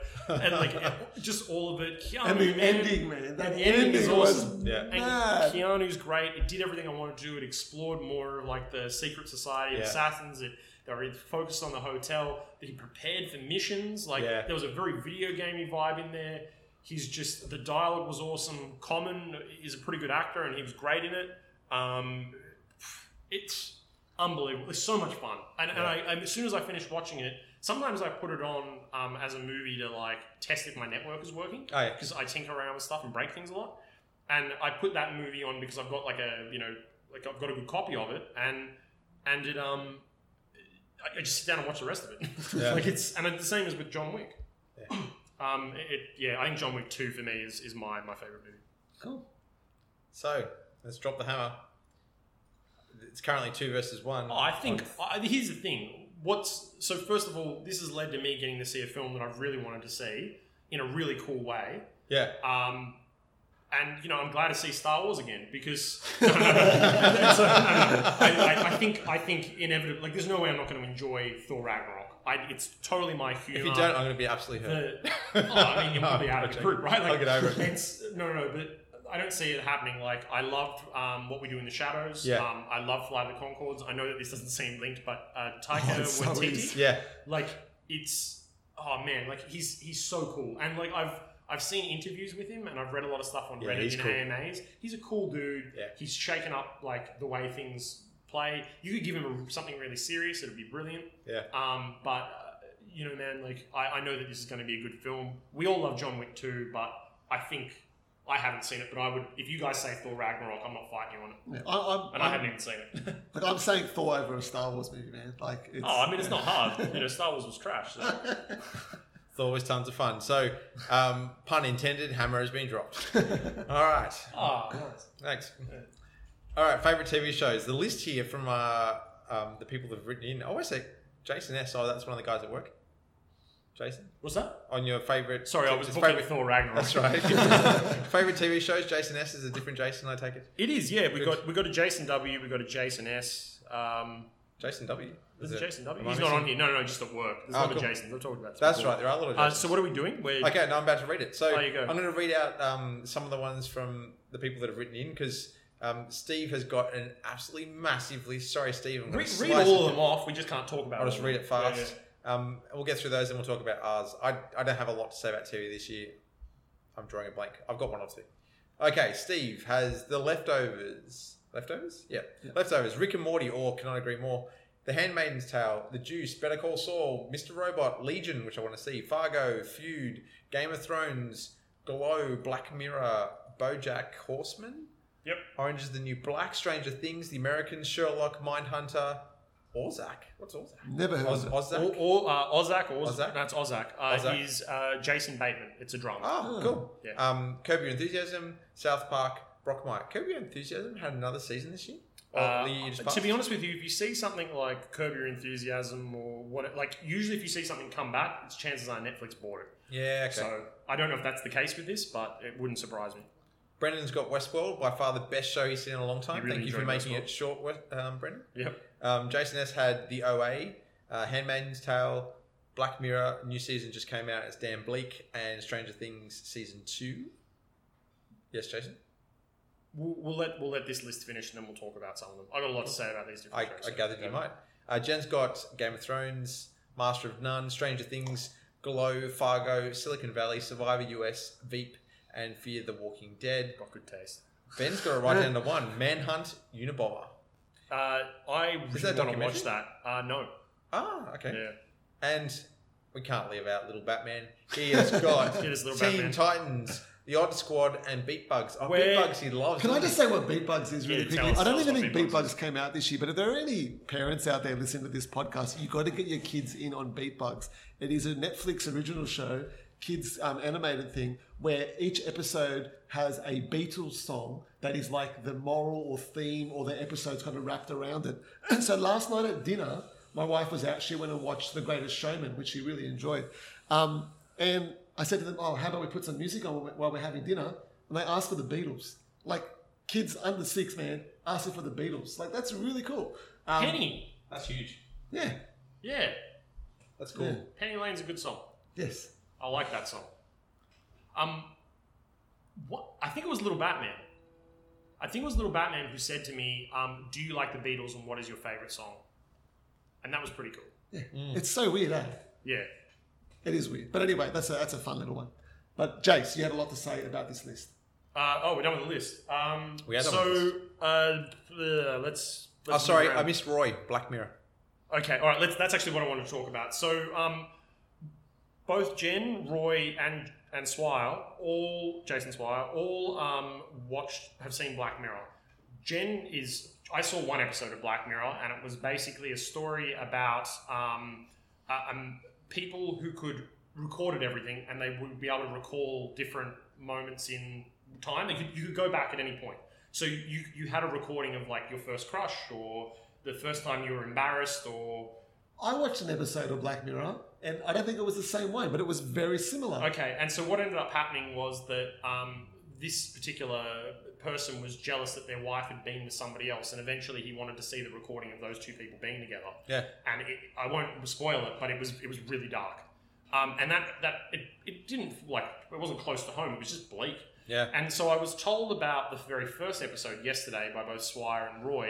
and like just all of it. Keanu, and the man, ending, man. That and the ending is was awesome. Yeah. and mad. Keanu's great. It did everything I wanted to do. It explored more of like the secret society of Yeah. assassins. It they were focused on the hotel. He prepared for missions. Like Yeah. there was a very video gamey vibe in there. He's just the dialogue was awesome. Common is a pretty good actor, and he was great in it. Um, it's unbelievable. It's so much fun, and, and I, I, as soon as I finished watching it, Sometimes I put it on um, as a movie to like test if my network is working Oh, yeah. because I tinker around with stuff and break things a lot. And I put that movie on because I've got like a you know like I've got a good copy of it, and and it um I, I just sit down and watch the rest of it. Yeah. like it's and it's the same as with John Wick. Yeah. Um, it yeah, I think John Wick two for me is, is my my favorite movie. Cool. So let's drop the hammer. It's currently two versus one. I think I, here's the thing. What's so? First of all, this has led to me getting to see a film that I've really wanted to see in a really cool way. Yeah. Um, and you know, I'm glad to see Star Wars again because no, no, no. It's, uh, no, no. I, I, I think I think inevitably, like, there's no way I'm not going to enjoy Thor Ragnarok. I, it's totally my humor. If you don't, I'm going to be absolutely hurt. the, oh, I mean, you would be No, I'm out of the joking. group, right? I'll get over it. It's, no, no, no, but I don't see it happening. Like, I loved um, what we do in the shadows. Yeah. Um, I love Flight of the Concords. I know that this doesn't seem linked, but uh, Taika Oh, it so Waititi, is. Yeah. like, it's oh man, like he's he's so cool. And like I've I've seen interviews with him, and I've read a lot of stuff on Yeah, Reddit he's and cool. AMAs. He's a cool dude. Yeah. He's shaken up like the way things play. You could give him something really serious; it'd be brilliant. Yeah. Um, but uh, you know, man, like I, I know that this is going to be a good film. We all love John Wick too, but I think I haven't seen it. But I would, if you guys say Thor Ragnarok, I'm not fighting you on it, Yeah, I, I'm, and I I'm, haven't even seen it. like, I'm saying Thor over a Star Wars movie, man. Like, it's, oh, I mean, it's not hard. You know, Star Wars was trash. So. Thor was tons of fun. So, um, pun intended, hammer has been dropped. All right. Oh, nice. Thanks. All right. Favorite TV shows. The list here from uh, um, the people that have written in. I always say Jason S. Oh, that's one of the guys at work. Jason? What's that? On your favorite. Sorry, I was his booking favorite- with Thor Ragnarok. That's right. favorite TV shows. Jason S. is a different Jason, I take it. It is, yeah. We Good. got we got a Jason W. We got a Jason S. Um, Jason W. is it Jason W? am I He's not missing- on here. No, no, no, just at work. There's Oh, another cool. Jason. We're talking about. this That's before. right. There are a lot of Uh, Jasons. so what are we doing? We're, Okay, now I'm about to read it. So There Oh, you go. I'm going to read out um, some of the ones from the people that have written in because um, Steve has got an absolutely massively sorry, Steve. I'm Re- gonna read slice all it. of them off. We just can't talk about. I'll just all of read it them. fast. Um, we'll get through those and we'll talk about ours. I, I don't have a lot to say about TV this year. I'm drawing a blank. I've got one or two. Okay, Steve has The Leftovers. Leftovers? Yeah. Leftovers, Rick and Morty, or Can I Agree More? The Handmaiden's Tale, The Juice, Better Call Saul, Mr. Robot, Legion, which I want to see, Fargo, Feud, Game of Thrones, Glow, Black Mirror, Bojack Horseman, Yep. Orange is the New Black, Stranger Things, The Americans, Sherlock, Mindhunter, Ozark. What's Ozark? Never heard Oz, of it. Ozark. Or, or uh, Ozak, or Ozak? that's Ozak. Uh, Ozak. Is uh, Jason Bateman. It's a Uh, drama. Oh, cool. Hmm. Yeah. Um, Curb Your Enthusiasm, South Park, Brockmire. Curb Your Enthusiasm had another season this year. Or Uh, the year just to passed? be honest with you, if you see something like Curb Your Enthusiasm or what, like usually if you see something come back, it's chances are Netflix bought it. Yeah, okay. So I don't know if that's the case with this, but it wouldn't surprise me. Brendan's got Westworld, by far the best show he's seen in a long time. He really Thank you for enjoyed making Westworld. it short, Wes- um, Brendan. Yep. Um, Jason S had the OA, uh, Handmaid's Tale, Black Mirror, new season just came out. It's Dan Bleak and Stranger Things season two. Yes, Jason. We'll, we'll let we'll let this list finish and then we'll talk about some of them. I got a lot to say about these I, different. shows, I so gathered go. you might. Uh, Jen's got Game of Thrones, Master of None, Stranger Things, Glow, Fargo, Silicon Valley, Survivor US, Veep, and Fear the Walking Dead. Got good taste. Ben's got to write down to one Manhunt, Unabomber. Uh, I Is really that want to documentary? watch that. Uh, no. Ah, okay. Yeah. And we can't leave out Little Batman. He has got It is Team Little Batman. Titans, The Odd Squad, and Beat Bugs. Oh, Where- Beat Bugs he loves. Can I doesn't just he? say what Beatbugs is really Yeah, tell quickly? us- tell I don't us even what think Beatbugs Beatbugs came out this year, but if there are any parents out there listening to this podcast, you've got to get your kids in on Beatbugs. It is a Netflix original show, kids um, animated thing, where each episode has a Beatles song that is like the moral or theme or the episode's kind of wrapped around it. And so last night at dinner, my wife was out. She went and watched The Greatest Showman, which she really enjoyed. Um, and I said to them, "Oh, how about we put some music on while we're having dinner?" And they asked for the Beatles. Like kids under six, man, asking for the Beatles. Like that's really cool. Um, Penny. That's huge. Yeah. Yeah. That's cool. Yeah. Penny Lane's a good song. Yes. I like that song. Um, what I think it was Little Batman. I think it was Little Batman who said to me, um, "Do you like the Beatles and what is your favorite song?" And that was pretty cool. It's so weird, eh? Yeah. It is weird. But anyway, that's a that's a fun little one. But Jace, you had a lot to say about this list. Uh, oh, we're done with the list. Um, We are done so with uh, uh, let's, let's. Oh, sorry, move around. I missed Roy, Black Mirror. Okay, all right. Let's. That's actually what I want to talk about. So, um, both Jen, Roy, and and Swire, all Jason Swire, all um, watched have seen Black Mirror. Jen is. I saw one episode of Black Mirror, and it was basically a story about um, uh, um, people who could recorded everything, and they would be able to recall different moments in time. They could, you could go back at any point. So you you had a recording of like your first crush or the first time you were embarrassed or I watched an episode of Black Mirror, and I don't think it was the same one, but it was very similar. okay and so what ended up happening was that um, this particular person was jealous that their wife had been with somebody else and eventually he wanted to see the recording of those two people being together Yeah. and it, i won't spoil it but it was it was really dark um, and that that it, it didn't like it wasn't close to home it was just bleak Yeah. And so I was told about the very first episode yesterday by both Swire and Roy.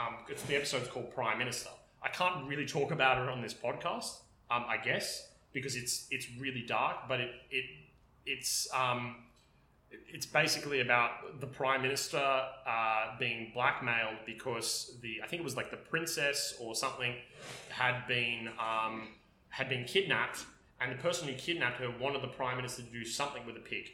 Um, it's, the episode's called Prime Minister. I can't really talk about it on this podcast, um, I guess, because it's it's really dark, but it it it's um, it- it's basically about the prime minister uh, being blackmailed because the I think it was like the princess or something had been um, had been kidnapped, and the person who kidnapped her wanted the prime minister to do something with a pig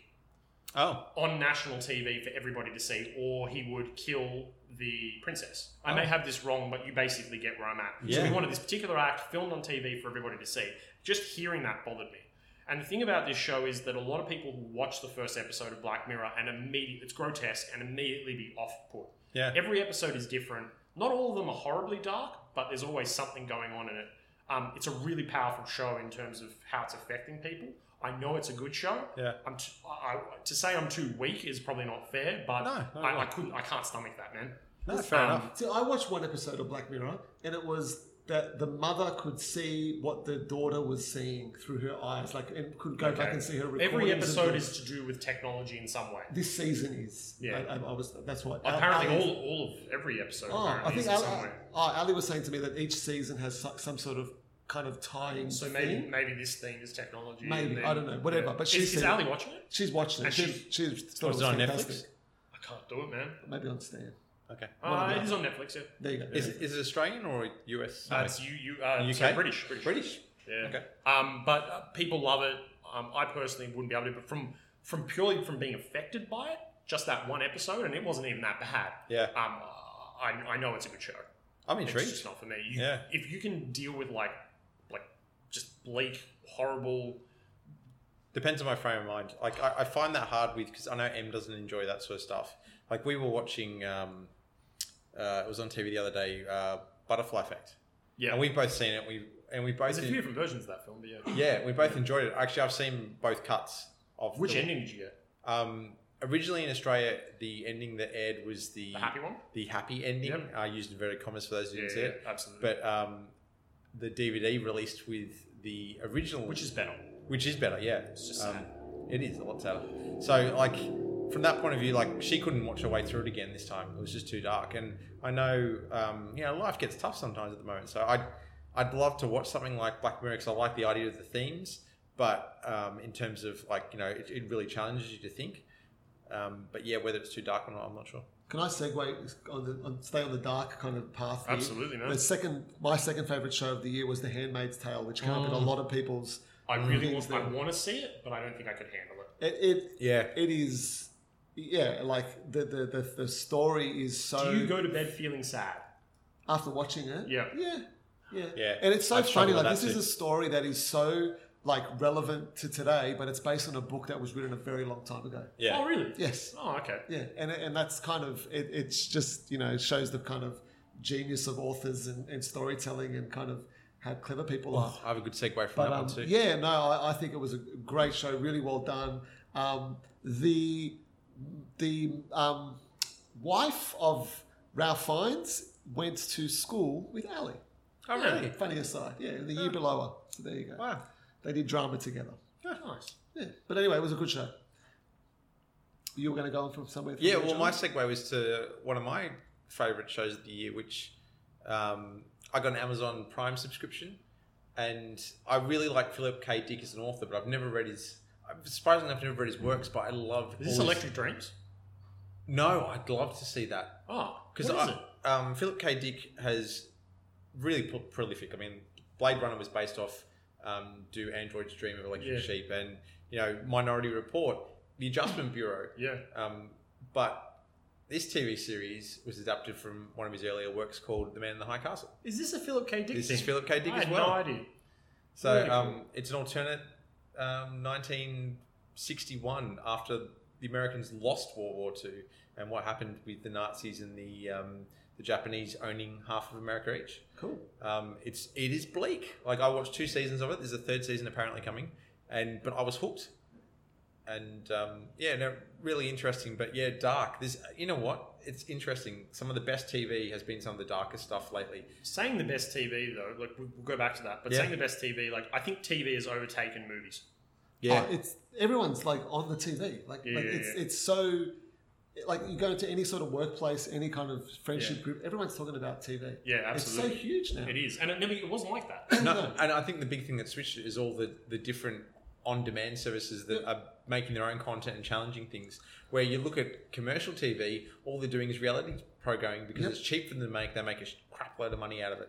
Oh, on national TV for everybody to see, or he would kill the princess. I may have this wrong, but you basically get where I'm at. So we Yeah. wanted this particular act filmed on TV for everybody to see. Just hearing that bothered me. And the thing about this show is that a lot of people who watch the first episode of Black Mirror and immediately it's grotesque and immediately be off put. yeah. Every episode is different. Not all of them are horribly dark, but there's always something going on in it. Um, it's a really powerful show in terms of how it's affecting people. I know it's a good show. Yeah. I'm t- I, I, to say I'm too weak is probably not fair, but No, no, I, no. I couldn't. I can't stomach that, man. No, fair Um, enough. See, I watched one episode of Black Mirror, and it was that the mother could see what the daughter was seeing through her eyes, like and could go back Okay. and see her. recordings Every of episode the- is to do with technology in some way. This season is. Yeah. I, I, I was. That's what. Apparently, Ali- all, all of every episode Oh, apparently I think is in Ali, some way. oh, Ali was saying to me that each season has so- some sort of kind of tying. So maybe thing. maybe this thing is technology. Maybe, and then- I don't know, whatever, but she is, is said- Ali watching it? she's watched it. And She, she's- she thought Was it was it on fantastic. I can't do it, man. Maybe on Stan. Okay. One Uh, of it is on Netflix. Yeah, There you go. Is, is it Australian or US? that's you. You uh, UK? so British, British, British. Yeah. Okay. Um, but uh, people love it. Um, I personally wouldn't be able to, but from from purely from being affected by it, just that one episode, and it wasn't even that bad. Yeah. Um, I, I know it's a good show. I'm It's intrigued. just not for me. You, Yeah. If you can deal with like like just bleak, horrible. Depends on my frame of mind. Like I, I find that hard with because I know M doesn't enjoy that sort of stuff. Like we were watching, um, uh, it was on TV the other day, uh, Butterfly Effect, Yeah. and we've both seen it. We and we both There's a en- few different versions of that film, but yeah. yeah, we both enjoyed it. Actually, I've seen both cuts of Which the- ending did you get? Um, originally in Australia, the ending that aired was the The happy one? the happy ending. Yep. I used inverted commas for those who Yeah, didn't see yeah, it. absolutely. But um, the DVD released with the original, Which is better. which is better. Yeah, It's just Um, sad. it is a lot sadder. So like from that point of view, like she couldn't watch her way through it again this time. It was just too dark. And I know um, you know life gets tough sometimes at the moment. So I I'd love to watch something like Black Mirror because I like the idea of the themes. But um, in terms of like you know, it, it really challenges you to think. Um, but yeah, whether it's too dark or not, I'm not sure. Can I segue on the on, stay on the dark kind of path? here? Absolutely, man. The second, my second favorite show of the year was The Handmaid's Tale, which came up in a Mm. lot of people's. I really things want, I that- want to see it, but I don't think I could handle it. It, it Yeah, it is, yeah, like the the the, the story is so. Do you go to bed feeling sad? after watching it? Yeah. yeah, yeah, Yeah. And it's so I've funny. struggled with Like this that is too. a story that is so like relevant to today, but it's based on a book that was written a very long time ago. yeah. Oh, really? Yes. Oh, okay. Yeah, and and that's kind of it, it's just you know shows the kind of genius of authors and, and storytelling and kind of how clever people are. I have a good segue from But that um, one too. yeah, no, I, I think it was a great show, really well done. Um, the the um, wife of Ralph Fiennes went to school with Ali. Oh really? Funny aside, yeah, the Oh. year below her. So there you go. Wow. They did drama together. Nice. Yeah, but anyway, it was a good show. You were going to go on from somewhere. from Yeah, there, well, John? my segue was to one of my favorite shows of the year, which um, I got an Amazon Prime subscription, and I really like Philip K. Dick as an author, but I've never read his. I'm surprised enough, I've never read his works, but I love. Is this all his- Electric Dreams? No, I'd love to see that Oh, because what is it? um, Philip K. Dick has really pro- prolific. I mean, Blade Runner was based off um, Do Androids Dream of Electric Yeah. Sheep and, you know, Minority Report, The Adjustment Bureau. Yeah. Um, but this TV series was adapted from one of his earlier works called The Man in the High Castle. Is this a Philip K. Dick This thing? is Philip K. Dick I as had well. no idea. Really So cool. um, it's an alternate um, 1961 after the Americans lost World War II and what happened with the Nazis and the um, the Japanese owning half of America each. Cool. Um, it's it is bleak. Like I watched two seasons of it. There's a third season apparently coming, and but I was hooked. And um, yeah, no, really interesting. But yeah, dark. There's you know what? It's interesting. Some of the best TV has been some of the darkest stuff lately. Saying the best TV though, like we'll we'll go back to that. But Yeah. saying the best TV, like I think TV has overtaken movies. Yeah, Oh, it's everyone's like on the TV. Like, Yeah, like yeah, it's yeah. it's so like you go into any sort of workplace, any kind of friendship group, everyone's talking about TV. Yeah, absolutely. It's so huge now. It is, and it never. It wasn't like that. No, and I think the big thing that switched is all the, the different on demand services that are making their own content and challenging things. Where you look at commercial TV, all they're doing is reality programming because Yep. it's cheap for them to make. They make a sh- crap load of money out of it.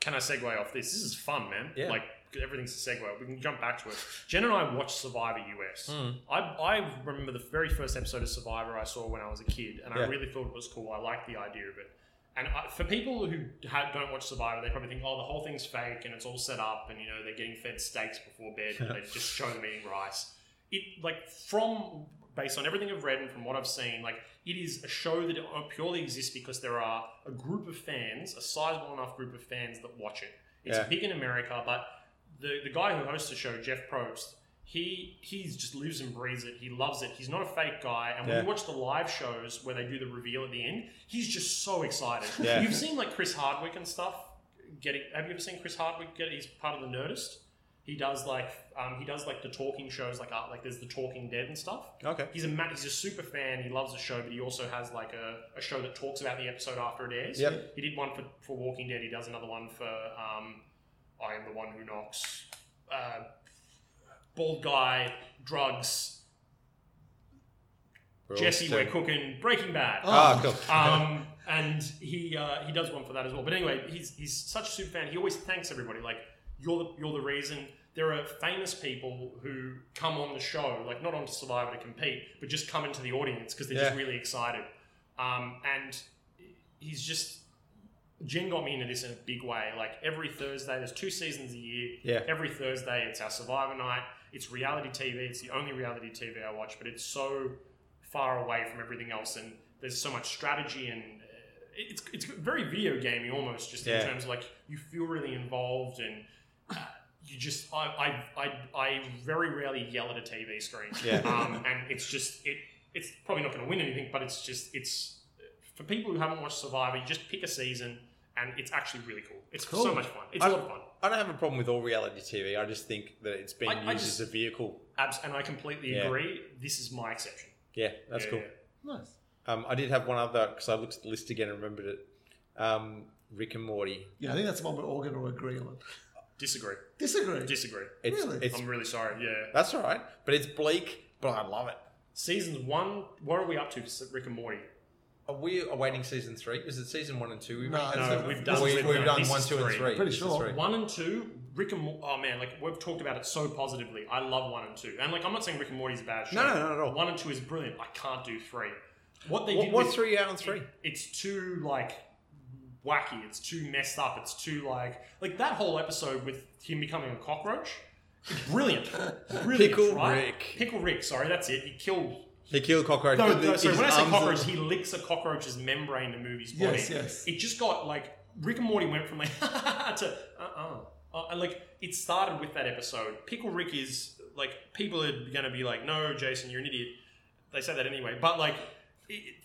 Can I segue off this? This is fun, man. Yeah. Like everything's a segue. We can jump back to it. Jen and I watched Survivor US. Hmm. I, I remember the very first episode of Survivor I saw when I was a kid, and Yeah. I really thought it was cool. I liked the idea of it. And I, for people who ha- don't watch Survivor, they probably think, "Oh, the whole thing's fake and it's all set up, and you know they're getting fed steaks before bed, and they just show them eating rice." It like from based on everything I've read and from what I've seen, like it is a show that purely exists because there are a group of fans, a sizable enough group of fans that watch it. It's Yeah. big in America, but the the guy who hosts the show, Jeff Probst, he he's just lives and breathes it. He loves it. He's not a fake guy. And when Yeah. you watch the live shows where they do the reveal at the end, he's just so excited. Yeah. You've seen like Chris Hardwick and stuff. Getting have you ever seen Chris Hardwick? Get he's part of the Nerdist. He does like um, he does like the talking shows like uh, like there's the Talking Dead and stuff. Okay. He's a ma- he's a super fan. He loves the show, but he also has like a, a show that talks about the episode after it airs. Yep. He did one for, for Walking Dead. He does another one for um, I am the one who knocks, uh, bald guy, drugs, We're all Jesse, still- we're cooking, Breaking Bad. Ah, cool. Um, and he uh, he does one for that as well. But anyway, he's he's such a super fan. He always thanks everybody. Like you're the, you're the reason. There are famous people who come on the show, like not on Survivor to compete, but just come into the audience because they're just Yeah. really excited. Um, and he's just Jen got me into this in a big way. Like every Thursday, there's two seasons a year. Yeah. Every Thursday, it's our Survivor night. It's reality TV. It's the only reality TV I watch, but it's so far away from everything else, and there's so much strategy and uh, it's it's very video gamey almost, just in Yeah. terms of like you feel really involved and. Uh, you just I, I I I very rarely yell at a TV screen, Yeah. um, and it's just it it's probably not going to win anything, but it's just it's for people who haven't watched Survivor, you just pick a season, and it's actually really cool. It's Cool. so much fun. It's a I- lot of fun. I don't have a problem with all reality TV. I just think that it's being I- I used just- as a vehicle. Abs- and I completely Yeah. agree. This is my exception. Yeah, that's Yeah, cool. yeah. Nice. Um, I did have one other because I looked at the list again and remembered it. Um, Rick and Morty. Yeah, I think that's the one we're all going to agree on. Disagree. Disagree. Disagree. It's, Really? it's I'm really sorry. Yeah. that's all right, but it's bleak. But I love it. Seasons one. What are we up to? for Rick and Morty. Are we awaiting season three? Was it season one and two? We No, made? it's No, not- we've this done- is- we, we've we've done this one, is two, and three. three. Pretty This is sure. three. One and two. Rick and Mor- oh man, like we've talked about it so positively. I love one and two, and like I'm not saying Rick and Morty's a bad show. No, no, not at all. One and two is brilliant. I can't do three. What they What, did what's with, three out on three? It- it's too like wacky. It's too messed up. It's too like like that whole episode with him becoming a cockroach. Brilliant, brilliant. Pickle right? Rick. Pickle Rick. Sorry, that's it. He killed. He killed cockroach. No, with no his sorry. When I say arms cockroach, and- he licks a cockroach's membrane to move his body. Yes, yes. It just got like Rick and Morty went from like to uh uh uh, and like it started with that episode. Pickle Rick is like people are gonna be like, no, Jason, you're an idiot. They say that anyway, but like it,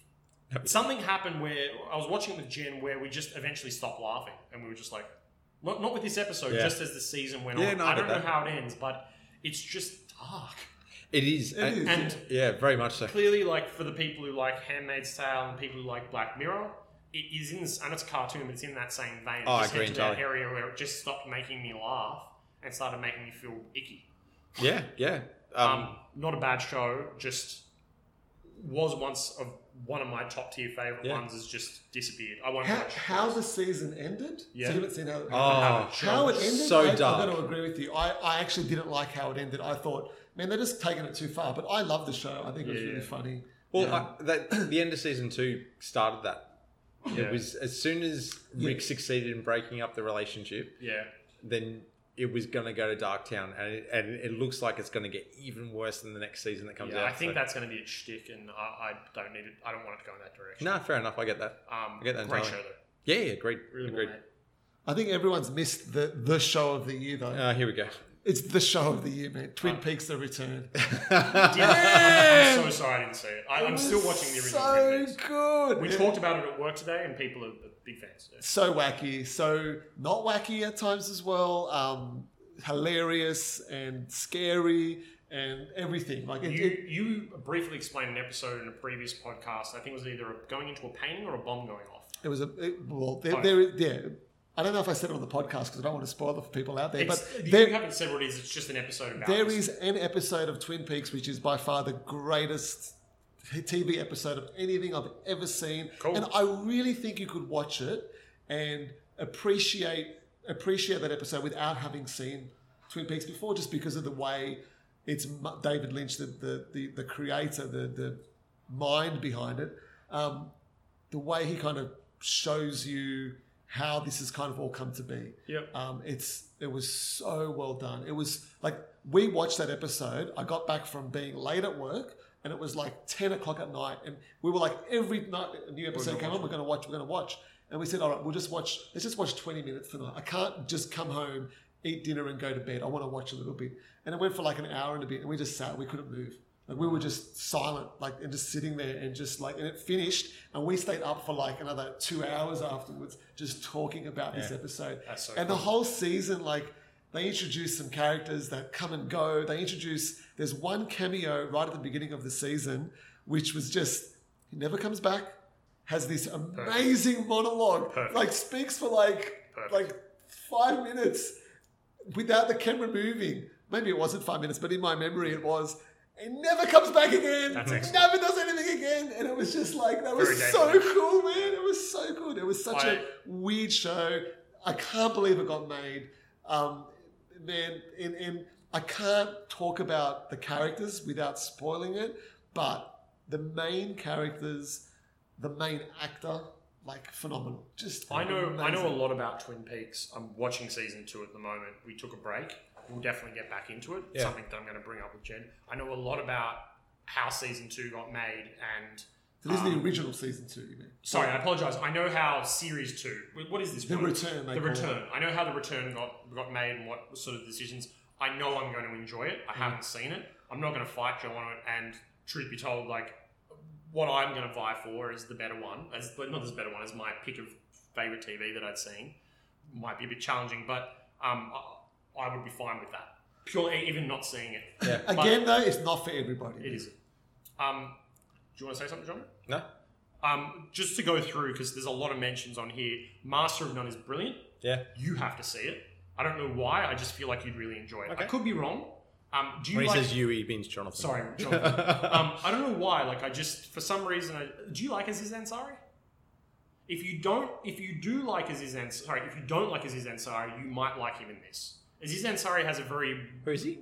it- something happened where I was watching it with Jen, where we just eventually stopped laughing, and we were just like, not not with this episode, Yeah. just as the season went Yeah, on. no, I I don't get know that. how it ends, but it's just dark it is. It and- is. and Yeah, very much so. clearly like for the people who like Handmaid's Tale and people who like Black Mirror, it is in this, and it's a cartoon, but it's in that same vein. It Oh, I just agree hit to that entirely. area where it just stopped making me laugh and started making me feel icky. Yeah, yeah. Um, Um, not a bad show, just was once a one of my top tier favorite Yeah. ones has just disappeared. I won't How, watch. how the season ended? Yeah. So you haven't seen how, Oh, how it ended? so I, I'm dark. going to agree with you. I, I actually didn't like how it ended. I thought, man, they're just taking it too far. But I love the show. I think it was Yeah, really yeah. funny. Well, Yeah. I, that, the end of season two started that. Yeah. It was as soon as Rick succeeded in breaking up the relationship, yeah, then it was going to go to Darktown, and it, and it looks like it's going to get even worse than the next season that comes yeah. out. I think so- that's going to be a shtick, and I, I don't need it. I don't want it to go in that direction. No, fair enough. I get that. um, I get that great show entirely. though. Yeah, yeah, great, Really agreed. well made. I think everyone's missed the, the show of the year, though. Uh, here we go. It's the show of the year, Uh, man. Twin Peaks: The Return. Yeah, I'm so sorry I didn't see it. I, I'm still watching the original. So Twin Peaks. good. We talked about it at work today, and people are are big fans. Yeah. so wacky, so not wacky at times as well. Um, hilarious and scary and everything. Like it, You, it- you briefly explained an episode in a previous podcast. I think it was either a- going into a painting or a bomb going off. it was a it- well. There, Fine. there, yeah. I don't know if I said it on the podcast because I don't want to spoil it for people out there. It's- but you there, haven't said what it is. It's just an episode about. there this. is an episode of Twin Peaks which is by far the greatest TV episode of anything I've ever seen, Cool. and I really think you could watch it and appreciate appreciate that episode without having seen Twin Peaks before, just because of the way it's mu- David Lynch, the the the, the creator, the the mind behind it. Um, the way he kind of shows you how this has kind of all come to be. Yep. Um, it's it was so well done. It was like we watched that episode. I got back from being late at work, and it was like ten o'clock at night, and we were like every night a new episode came on. We're going to watch. We're going to watch, and we said, all right, we'll just watch. Let's just watch twenty minutes tonight. I can't just come home, eat dinner, and go to bed. I want to watch a little bit, and it went for like an hour and a bit, and we just sat. We couldn't move. Like we were just silent, like and just sitting there, and just like, and it finished, and we stayed up for like another two hours afterwards, just talking about this episode That's so and the cool. whole season, like they introduce some characters that come and go. They introduce there's one cameo right at the beginning of the season, which was just he never comes back. Has this amazing monologue, Perfect. like speaks for like Perfect. like five minutes without the camera moving. Maybe it wasn't five minutes, but in my memory it was. It never comes back again. That's It excellent. never does anything again. And it was just like that was Very so dangerous. cool, man. It was so good. It was such a I- weird show. I can't believe it got made. Um, man, and, and I can't talk about the characters without spoiling it, but the main characters, the main actor, like phenomenal. Just I know. I know a amazing. lot about Twin Peaks. I'm watching season two at the moment. We took a break. We'll definitely get back into it. Yeah. Something that I'm going to bring up with Jen. I know a lot about how season two got made and. So this is the um, original season two, you mean? Sorry, I apologize. I know how series two. What is this? The one? Return, they The call return. I know how the return got got made and what sort of decisions. I know I'm going to enjoy it. Mm. I haven't seen it. I'm not going to fight Joe on it. And truth be told, like what I'm going to vie for is the better one. As but not as better one as my pick of favorite TV that I'd seen. Might be a bit challenging, but um, I, I would be fine with that. Purely, even not seeing it, Yeah. Again, though, it's not for everybody. it is. Um, do you want to say something, John? No. Um, just to go through, because there's a lot of mentions on here. Master of None is brilliant. Yeah. You have to see it. I don't know why. I just feel like you'd really enjoy it. Okay. I could be wrong. Um, do you When he like? says you, he means Jonathan. Sorry, Jonathan. um, I don't know why. Like, I just for some reason, I, do you like Aziz Ansari? If you don't, if you do like Aziz Ansari, sorry, if you don't like Aziz Ansari, you might like him in this. Aziz Ansari has a very Who is he?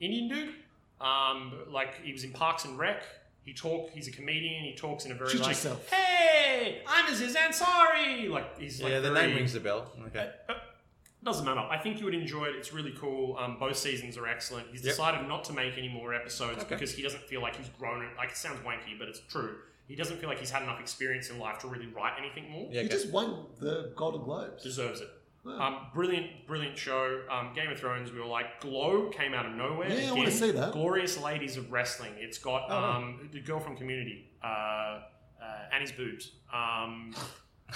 Indian dude. Um, like he was in Parks and Rec. He talk. He's a comedian. He talks in a very Shoot like, yourself. "Hey, I'm Aziz Ansari." Like he's like yeah, the very- Uh, name rings a bell. Okay. Doesn't matter. I think you would enjoy it. It's really cool. Um, both seasons are excellent. He's Yep. decided not to make any more episodes Okay. because he doesn't feel like he's grown. it- Like it sounds wanky, but it's true. He doesn't feel like he's had enough experience in life to really write anything more. Yeah. He Okay. just won the Golden Globes. Deserves it. Wow. Um, brilliant, brilliant show. Um, Game of Thrones, we were like, Glow came out of nowhere. Yeah, I wanna Again, see that. Glorious Ladies of Wrestling. It's got Oh, no. um, the girl from Community, uh, uh, Annie's boobs. Um,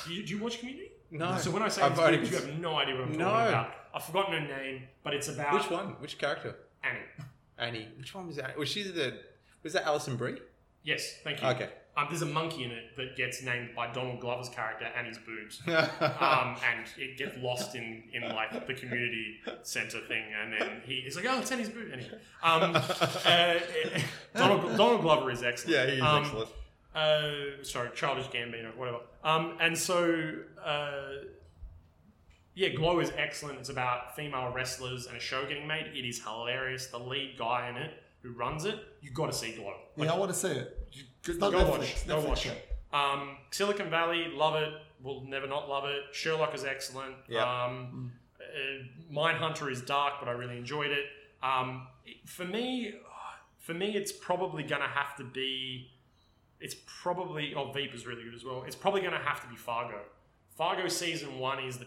do, you, do you watch Community? Uh, No. So when I say I've Annie's only- boobs, you have no idea what I'm No. talking about. I've forgotten her name, but it's about Which one? Which character? Annie. Annie. Which one was that? Was she the? Was that Alison Brie? Yes, thank you. Okay. Um, there's a monkey in it that gets named by Donald Glover's character Annie's boobs. um, and it gets lost in, in like the community center thing, and then he, he's like, "Oh, it's Eddie's boot." Anyway, um, uh, Donald, Donald Glover is excellent. yeah, he's Um, excellent. Uh, sorry, Childish Gambino, whatever. Um, and so, uh, yeah, Glow is excellent. It's about female wrestlers and a show getting made. It is hilarious. The lead guy in it who runs it, you got to see Glow. Like, yeah, I want to see it. It's not go Netflix, watch. Go Netflix watch. show. Um, Silicon Valley, love it. Will never not love it. Sherlock is excellent. Yeah. Um, uh, Mindhunter is dark, but I really enjoyed it. Um, it- for me, for me, it's probably gonna have to be. It's probably oh Veep is really good as well. It's probably gonna have to be Fargo. Fargo season one is the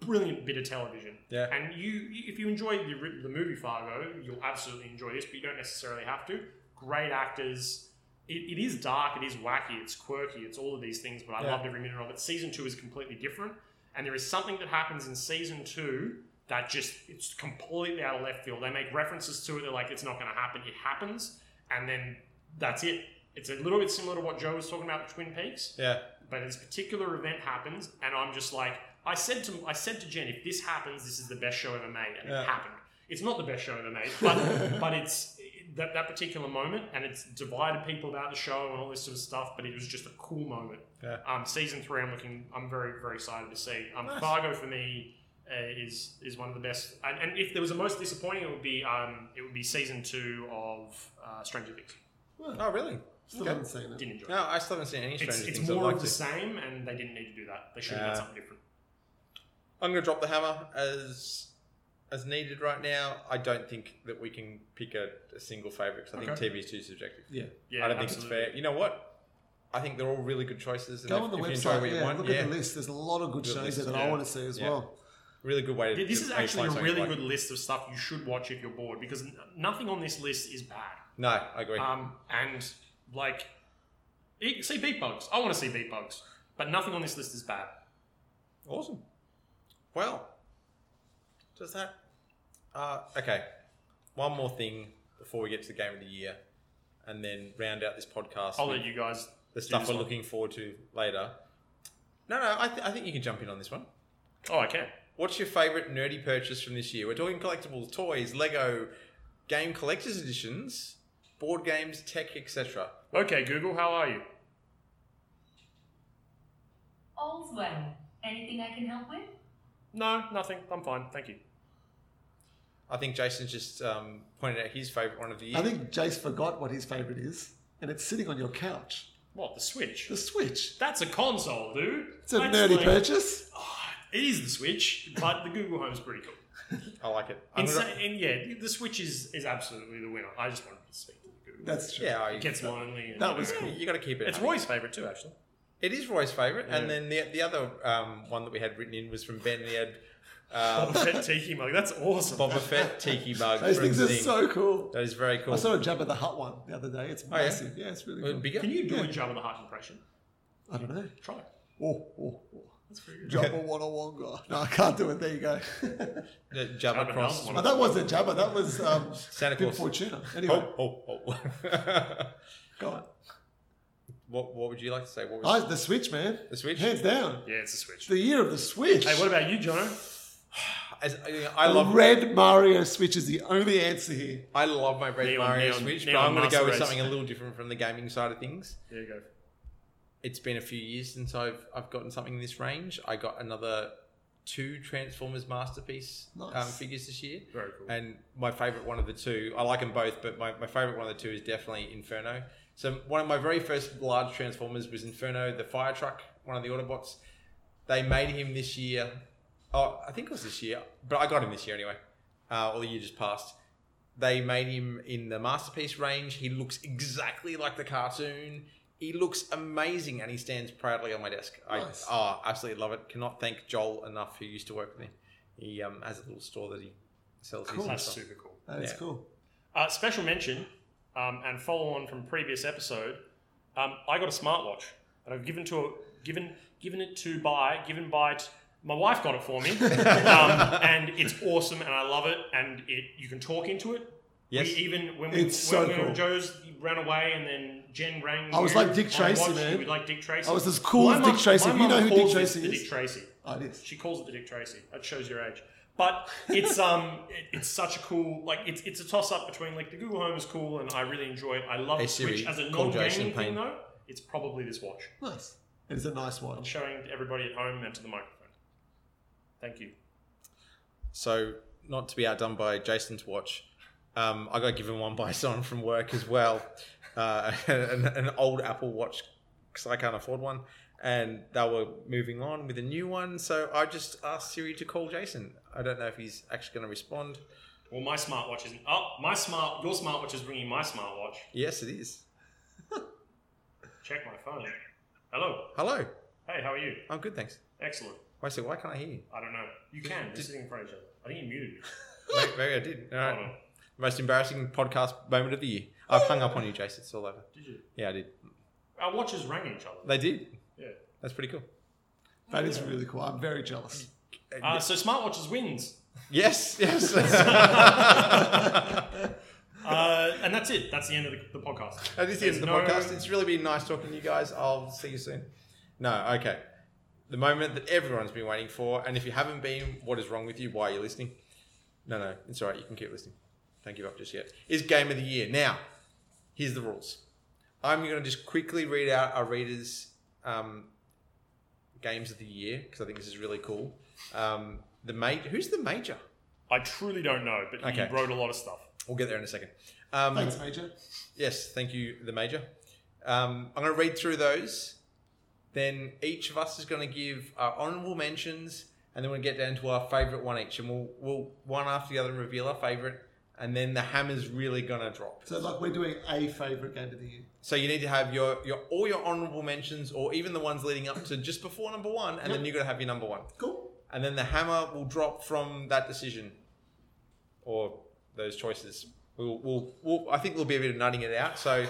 brilliant bit of television. Yeah. And you, you- if you enjoy the, ri- the movie Fargo, you'll absolutely enjoy this, but you don't necessarily have to. Great actors. It, it is dark, it is wacky, it's quirky, it's all of these things, but I Yeah. loved every minute of it. Season two is completely different, and there is something that happens in season two that just it's completely out of left field. They make references to it. They're like, it's not going to happen. It happens, and then that's it. It's a little bit similar to what Joe was talking about with Twin Peaks Yeah. but this particular event happens, and I'm just like, I said to I said to Jen, if this happens, this is the best show ever made, and Yeah. it happened. It's not the best show ever made, but but it's that, that particular moment, and it's divided people about the show and all this sort of stuff. But it was just a cool moment. Yeah. Um, season three, I'm looking, I'm very very excited to see. Um, Nice. Fargo for me uh, is is one of the best, and, and if there was a most disappointing, it would be um, it would be season two of uh, Stranger Things. Oh, really? Still Okay. haven't seen it. Didn't enjoy. it. No, I still haven't seen any Stranger It's, it's Things. I'd more like of the to. same, and they didn't need to do that. They should have Yeah. done something different. I'm going to drop the hammer as as needed right now. I don't think that we can pick a, a single favorite 'cause I Okay. think TV is too subjective. Yeah. Yeah, I don't absolutely. think it's fair. You know what? I think they're all really good choices. And Go if, on the if you enjoy what website. you Yeah, want, look yeah, at the list. There's a lot of good Good shows list, there that I yeah. want to see as Yeah. well. really good way to. This to is maybe actually find a something you really like. good list of stuff you should watch if you're bored because n- nothing on this list is bad. No, I agree. Um, and like, e- see beat bugs. I want to see beat bugs, but nothing on this list is bad. Awesome. Well, does that? Uh, okay. One more thing before we get to the game of the year, and then round out this podcast. I'll with let you guys. the do stuff this we're one. looking forward to later. No, no, I, th- I think you can jump in on this one. Oh, okay. What's your favourite nerdy purchase from this year? We're talking collectibles, toys, Lego, game collectors editions, board games, tech, etc. Okay, Google, how are you? All's well. Anything I can help with? No, nothing. I'm fine. Thank you. I think Jason just um, pointed out his favourite one of the year. I think Jace forgot what his favorite is, and it's sitting on your couch. What the Switch? The Switch. That's a console, dude. It's a That's nerdy like- purchase. It is the Switch, but the Google Home's pretty cool. I like it. I'm And, gonna- so, and yeah, the Switch is, is absolutely the winner. I just wanted to speak to the Google. That's true. yeah, I, It gets lonely. And, That was Yeah, cool. You got to keep it. It's happy. Roy's favourite too, actually. It is Roy's favourite, Yeah. and then the the other um, one that we had written in was from Ben. and He had uh, Boba Fett tiki mug. That's awesome. Boba Fett tiki mug. Those from things are Zing. so cool. That is very cool. Oh, I saw a Jabba the Hutt one the other day. It's yeah? massive. yeah? it's really Uh, cool. bigger? Can you do a Jabba the Hutt impression? I don't know. Try it. Oh, oh, oh. That's pretty good. Jabba Wanna Wonga. No, I can't do it. There you go. The Jabba Jabba Cross. Hutt. But that wasn't Jabba. That was um, Santa Good Claus. Fortuna. Anyway, Oh, oh, oh. go on. what, what would you like to say? What was I, the Switch, man. the Switch? Hands down. Yeah, it's a Switch. It's the year of the Switch. Hey, what about you, Jono? As, I, mean, I love Red Mario Switch is the only answer here. I love my Red Neon- Mario neon- Switch, but neon I'm going to master go with race. something a little different from the gaming side of things. There you go. It's been a few years since I've I've gotten something in this range. I got another two Transformers masterpiece Nice. um, figures this year. Very cool. And my favorite one of the two, I like them both, but my, my favorite one of the two is definitely Inferno. So, one of my very first large Transformers was Inferno, the fire truck, one of the Autobots. They made him this year. Oh, I think it was this year, but I got him this year anyway, uh, or the year just passed. They made him in the Masterpiece range. He looks exactly like the cartoon. He looks amazing and he stands proudly on my desk. Nice. I oh, absolutely love it. Cannot thank Joel enough, who used to work with me. He um, has a little store that he sells his Cool. stuff. That's super cool. That is Yeah. cool. Uh, special mention um, and follow on from previous episode. Um, I got a smartwatch and I've given to a, given given it to by given by t- my wife got it for me, um, and it's awesome and I love it. And it you can talk into it. Yes. We even when we, It's when so we were- cool. Joe's ran away and then Jen rang. I was you like Dick on the Tracy, watch, you man. were like Dick Tracy. I was as cool My as mum- Dick Tracy. my You mum know who Dick calls this Tracy the is? Dick Tracy. Oh, it is. She calls it the Dick Tracy. That shows your age. But it's um, it- it's such a cool like it's it's a toss up between like the Google Home is cool and I really enjoy it. I love Hey, the Switch Siri, as a call non Jason gaming Payne. thing though. It's probably this watch. Nice. It is a nice I'm watch. showing to everybody at home and to the microphone. Thank you. So, not to be outdone by Jason's watch, um, I got given one by someone from work as well, uh, an, an old Apple Watch because I can't afford one, and they were moving on with a new one. So I just asked Siri to call Jason. I don't know if he's actually going to respond. Well, my smartwatch isn't. Oh, my smart, your smartwatch is bringing my smartwatch. Yes, it is. Check my phone. Hello. Hello, Hey, how are you? I'm good, thanks. Excellent. Wait, so why can't I hear you? I don't know. You can. We're sitting in front of each other. I think you muted me. Maybe, maybe I did. All Hold right. on. Most embarrassing podcast moment of the year. I've hung up on you, Jason. It's all over. Did you? Yeah, I did. Our watches rang each other. They did. Yeah. That's pretty cool. That is really cool. I'm very jealous. Uh, so smartwatches wins. Yes, yes. Uh, and that's it. That's the end of the, the podcast. That is the end of the There's no- podcast. It's really been nice talking to you guys. I'll see you soon. No, okay. The moment that everyone's been waiting for, and if you haven't been, what is wrong with you? Why are you listening? No, no, it's all right. You can keep listening. Don't give up just yet. Is game of the year. Now, here's the rules. I'm going to just quickly read out our readers' um, games of the year because I think this is really cool. Um, the mate, who's the major? I truly don't know, but Okay. you wrote a lot of stuff. We'll get there in a second. Um, Thanks, Major. Yes, thank you, the major. Um, I'm going to read through those. Then each of us is going to give our honourable mentions, and then we'll get down to our favourite one each, and we'll, we'll one after the other reveal our favourite, and then the hammer's really going to drop. So, like, we're doing a favorite game of the year. So you need to have your, your all your honourable mentions, or even the ones leading up to just before number one, and then you're going to have your number one, Cool. and then the hammer will drop from that decision, or those choices. We'll, we'll, we'll I think there'll be a bit of nutting it out. So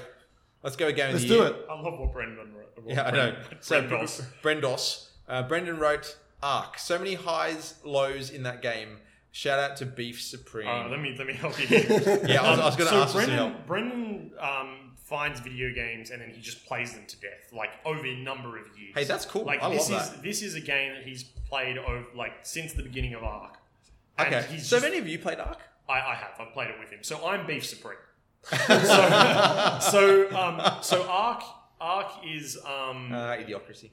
let's go again. Let's do it. I love what Brendan wrote. Yeah, I know. So Brendan Doss. Brendos. Uh, Brendan wrote Ark. So many highs, lows in that game. Shout out to Beef Supreme. Uh, let me let me help you. Here. Um, yeah, I was, I was going to so ask for Brendan, some help. Brendan um, finds video games and then he just plays them to death, like over a number of years. Hey, that's cool. Like I this love is that. this is a game that he's played over like since the beginning of Ark. And Okay, he's so just- many of you played Ark. I, I have. I've played it with him. So I'm Beef Supreme. so so, um, so Ark Ark is um, Uh, Idiocracy.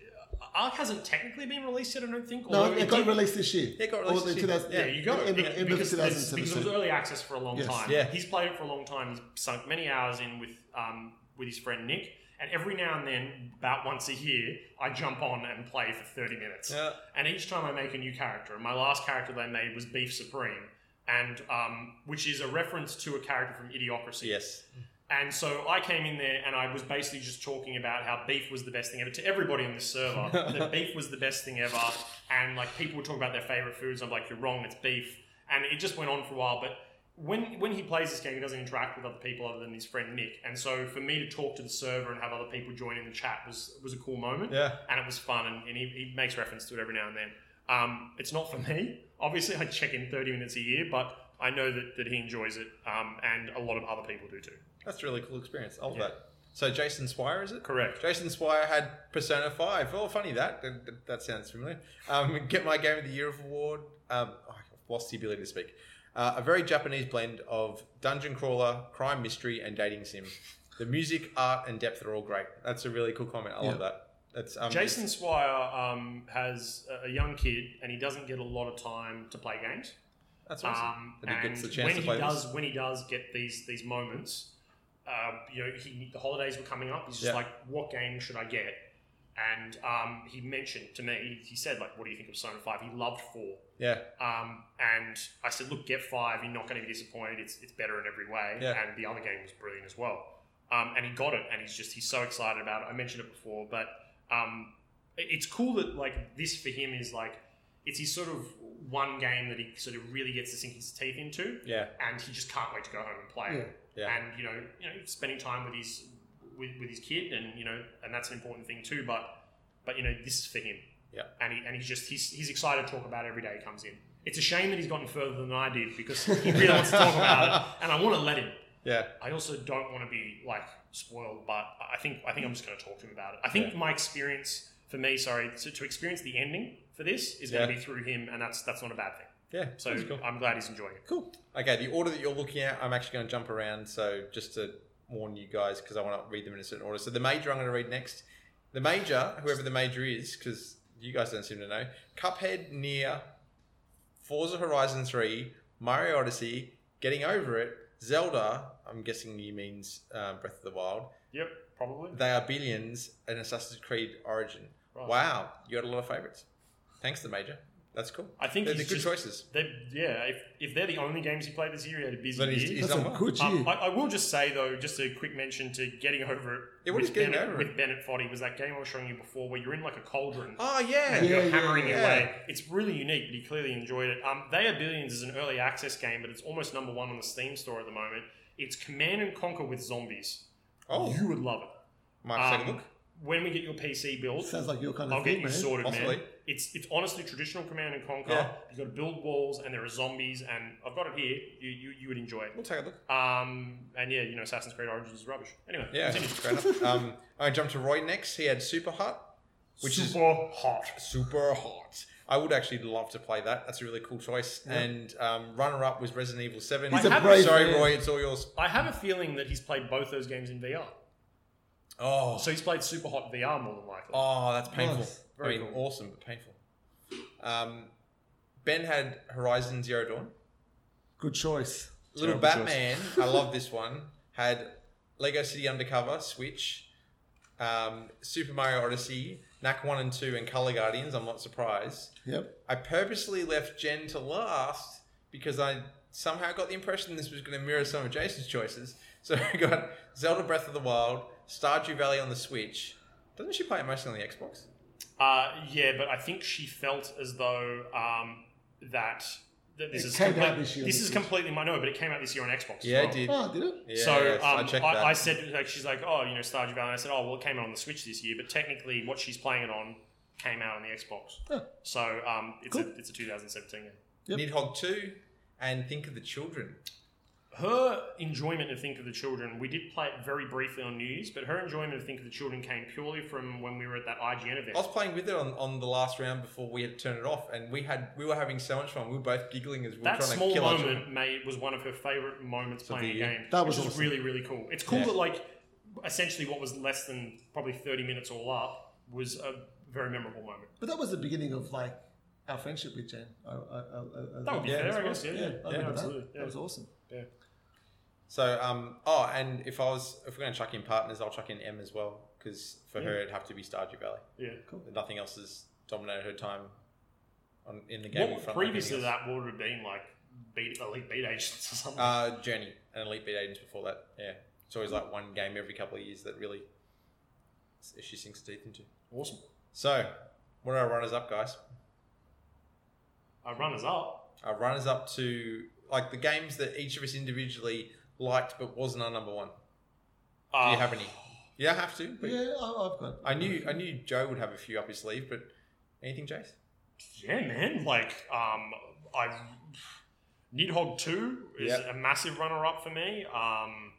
Ark hasn't technically been released yet. I don't think. No, although it it got did- released this year. Yeah, it got released Or the this year. 2000 Yeah, There you go. End of, It- end of because, it's- because it was 2017. early access for a long Yes. time. Yeah. He's played it for a long time. He's sunk many hours in with um, with his friend Nick. And every now and then, about once a year, I jump on and play for 30 minutes. Yeah. And each time I make a new character, and my last character that I made was Beef Supreme, and um, which is a reference to a character from Idiocracy. Yes. And so I came in there and I was basically just talking about how beef was the best thing ever to everybody on this server. that beef was the best thing ever, and like people would talk about their favorite foods. I'm like, you're wrong. It's beef, and it just went on for a while. But when when he plays this game, he doesn't interact with other people other than his friend Nick. And so for me to talk to the server and have other people join in the chat was was a cool moment Yeah. and it was fun and, and he, he makes reference to it every now and then um, it's not for me obviously i check in 30 minutes a year but i know that, that he enjoys it um, and a lot of other people do too That's a really cool experience. I love Yeah. that. So Jason Swire, is it? correct Jason Swire had Persona 5. Oh, funny that. That, that- that sounds familiar. Um, get my Game of the Year award. Um, oh, I've lost the ability to speak. Uh, a very Japanese blend of dungeon crawler, crime mystery, and dating sim. The music, art, and depth are all great. That's a really cool comment. I love Yeah. that. That's um, jason swire um, has a- a young kid and he doesn't get a lot of time to play games That's awesome. um, That he and gets the chance when to he play this. does when he does get these these moments uh, you know he, the holidays were coming up he's just Yeah. like what game should i get and um, he mentioned to me he said like what do you think of persona 5 he loved 4 yeah, Um, and I said, look, get five. You're not going to be disappointed. It's, it's better in every way. Yeah. And the other game was brilliant as well. Um, and he got it, and he's just he's so excited about it. I mentioned it before, but um, it- it's cool that like this for him is like it's his sort of one game that he sort of really gets to sink his teeth into, yeah, and he just can't wait to go home and play. it. yeah. And you know, you know, spending time with his with, with his kid, and you know, and that's an important thing too. But but you know, this is for him. Yeah. And he and he's just he's he's excited to talk about it every day he comes in. It's a shame that he's gotten further than I did because he really wants to talk about it, and I want to let him. yeah. I also don't want to be like spoiled, but I think I think I'm just going to talk to him about it. I think Yeah. my experience for me, sorry, to, to experience the ending for this is going Yeah. to be through him, and that's that's not a bad thing. Yeah. So I'm glad he's enjoying it. Cool. Okay, the order that you're looking at, I'm actually going to jump around. So just to warn you guys, because I want to read them in a certain order. So the major I'm going to read next. The major, whoever the major is, because you guys don't seem to know. Cuphead, near Forza Horizon 3, Mario Odyssey, Getting Over It, Zelda. I'm guessing you means uh, Breath of the Wild. Yep, probably. They are billions and Assassin's Creed Origin. Right. Wow, you got a lot of favorites. Thanks, the major. That's cool. I think They're he's the good just, choices. they- yeah, if, if they're the only games he played this year, he had a busy But he's- year. he's- That's done a well. good year. Um, I, I will just say though, just a quick mention to getting over it. Yeah, what with is Getting Bennett, Over It? with Bennett Foddy was that game I was showing you before, where you're in like a cauldron Oh yeah, and you're Yeah, yeah, hammering yeah. away. It's really unique, but he clearly enjoyed it. Um, they are billions is an early access game, but it's almost number one on the Steam store at the moment. It's Command and Conquer with zombies. Oh, you would love it. might have to take a Um, look. When we get your PC built, Sounds like your kind of I'll thing, get you man. sorted, Possibly. man. It's it's honestly traditional Command and Conquer. Yeah. You've got to build walls, and there are zombies, and I've got it here. You you, you would enjoy it. We'll take a look. Um, and yeah, you know, Assassin's Creed Origins is rubbish. Anyway, Yeah, continue. fair enough. Um, I jumped to Roy next. He had Super Hot, which is super hot. super hot. I would actually love to play that. That's a really cool choice. Yeah. And um, runner up was Resident Evil Seven. He's a brave Sorry, man. Roy, it's all yours. I have a feeling that he's played both those games in VR. Oh, So he's played super hot VR more than likely. oh, that's painful. Nice. I Very mean, cool. awesome but painful. Um, ben had Horizon Zero Dawn. Good choice. Little Terrible Batman, I love this one. Had Lego City Undercover, Switch, um, Super Mario Odyssey, Knack 1 and 2, and Color Guardians. I'm not surprised. Yep. I purposely left Jen to last because I somehow got the impression this was going to mirror some of Jason's choices. So I got Zelda Breath of the Wild, Stardew Valley on the Switch. Doesn't she play it mostly on the Xbox? Uh, yeah, but I think she felt as though um, that, that this It is came out complete- this year on the is Switch. completely my no, but it came out this year on Xbox. as Yeah, I well. did. Oh, did it? Yeah, so yes, um, checked I, that. I said, like, she's like, oh, you know, Stardew Valley. I said, oh, well, it came out on the Switch this year, but technically, what she's playing it on came out on the Xbox. Huh. So um, it's Cool. a it's a 2017 game. Yep. Nidhogg 2 and Think of the Children. Her enjoyment of Think of the Children, we did play it very briefly on New Year's, but her enjoyment of Think of the Children came purely from when we were at that IGN event. I was playing with it on, on the last round before we had to turn it off, and we had we were having so much fun. We were both giggling as we were that trying small to kill our children. moment made was one of her favorite moments So playing the- a game. That was which is awesome. really really cool. It's cool Yeah. that like essentially what was less than probably thirty minutes all up was a very memorable moment. But that was the beginning of like our friendship with Jen. I, I, I, I, That would be Yeah, fair, I I guess. Yeah, yeah, I yeah, remember absolutely. That. Yeah. that was awesome. So um oh, and if I was if we're going to chuck in partners, I'll chuck in M as well because for her it'd have to be Stardew Valley. yeah. Nothing else has dominated her time on in the game. in What front of previous to anything else. that would have been like beat elite beat agents or something. Uh, Journey and Elite Beat Agents before that. Yeah, it's always like one game every couple of years that really s- she sinks her teeth into. awesome. So what are our runners up, guys? Our Uh, runners up. Our runners up to like the games that each of us individually liked but wasn't our number one. Do Uh, you have any? You don't have to. But Yeah, I, I've got. I knew I knew Joe would have a few up his sleeve, but anything, Jace? Yeah, man. Like, um, I Nidhogg Two is Yep. a massive runner-up for me. Um,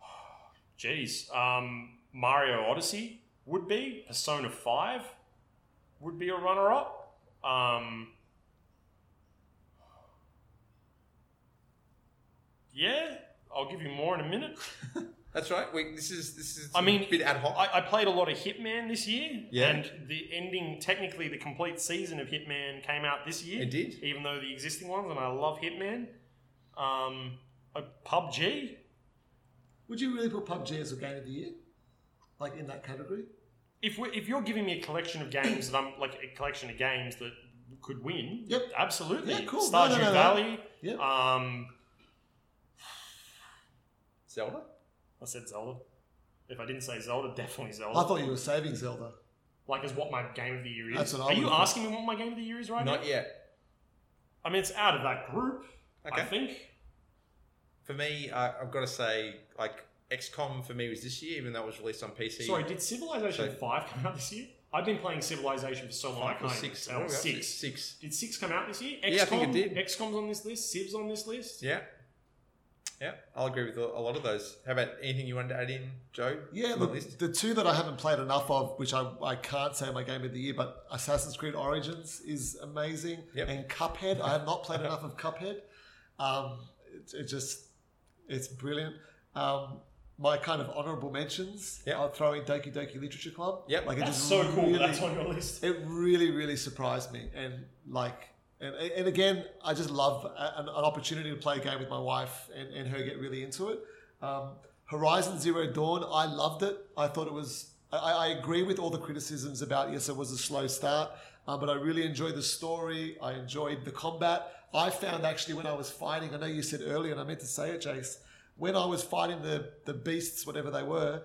geez, um, Mario Odyssey would be Persona Five would be a runner-up. Um, yeah, I'll give you more in a minute. That's right. We, this is this is. I mean, a bit ad hoc. I, I played a lot of Hitman this year, Yeah. and the ending, technically, the complete season of Hitman came out this year. It did. even though the existing ones, and I love Hitman. Um, uh, PUBG, Would you really put PUBG as a game of the year? Like in that category? if we, if you're giving me a collection of games that I'm like a collection of games that could win, Yep. absolutely, Yeah, cool. No, no, Stardew no, no. Valley. Uh, Yep. Um, Zelda. I said Zelda. If I didn't say Zelda, definitely Zelda. I thought you were saving Zelda. like is what my game of the year is. That's what I Are you would've thought. asking me what my game of the year is right now? Not yet. I mean, it's out of that group. Okay. I think. For me, I, I've got to say, like XCOM for me was this year, even though it was released on PC. Sorry, did Civilization So- Five come out this year? I've been playing Civilization for so long. I five or can't six. Oh, even tell. Six. Six. Six. Did six come out this year? XCOM, Yeah, I think it did. XCOM's on this list. Civ's on this list. Yeah. Yeah, I'll agree with a a lot of those. How about anything you wanted to add in, Joe? On Yeah, the look, list? the two that I haven't played enough of, which I, I can't say my game of the year, but Assassin's Creed Origins is amazing, Yep. and Cuphead. I have not played enough of Cuphead. Um, it, it just, it's brilliant. Um, my kind of honourable mentions, Yep. I'll throw in Doki Doki Literature Club. Yep. like it That's just so cool. really- That's on your list. it really really surprised me and like and, and again i just love a- an, an opportunity to play a game with my wife and, and her get really into it um, horizon zero dawn i loved it i thought it was I- i, I agree with all the criticisms about yes it was a slow start uh, but i really enjoyed the story i enjoyed the combat i found actually when i was fighting i know you said earlier and i meant to say it jace when i was fighting the, the beasts whatever they were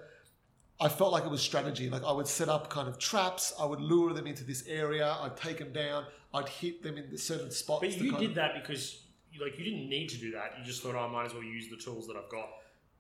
I felt like it was strategy. Like I would set up kind of traps. I would lure them into this area. I'd take them down. I'd hit them in the certain spots. But to you kind did of- that because you, like you didn't need to do that. You just thought, oh, I might as well use the tools that I've got.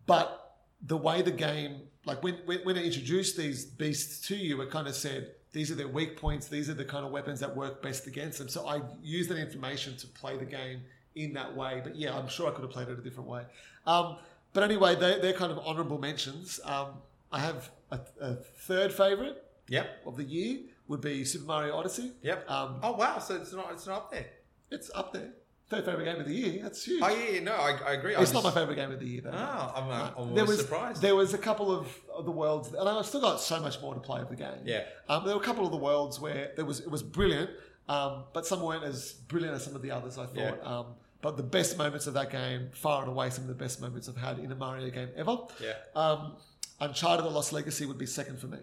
But the way the game, like when when, when it introduced these beasts to you, it kind of said these are their weak points. These are the kind of weapons that work best against them. So I used that information to play the game in that way. But yeah, I'm sure I could have played it a different way. Um, but anyway, they, they're kind of honourable mentions. Um, I have a, a third favourite Yep, of the year would be Super Mario Odyssey. yep. Um, oh wow, so it's not it's not up there. It's up there. Third favorite game of the year. That's huge. Oh yeah, yeah, no, I, I agree. I it's not my just- favorite game of the year though. Oh, I'm, uh, No. I'm there always was surprised. there was a couple of, of the worlds, and I've still got so much more to play of the game. yeah, Um, there were a couple of the worlds where there was it was brilliant, um, but some weren't as brilliant as some of the others. I thought. Yeah. Um, but the best moments of that game, far and away, some of the best moments I've had in a Mario game ever. yeah. Um, Uncharted: The Lost Legacy would be second for me.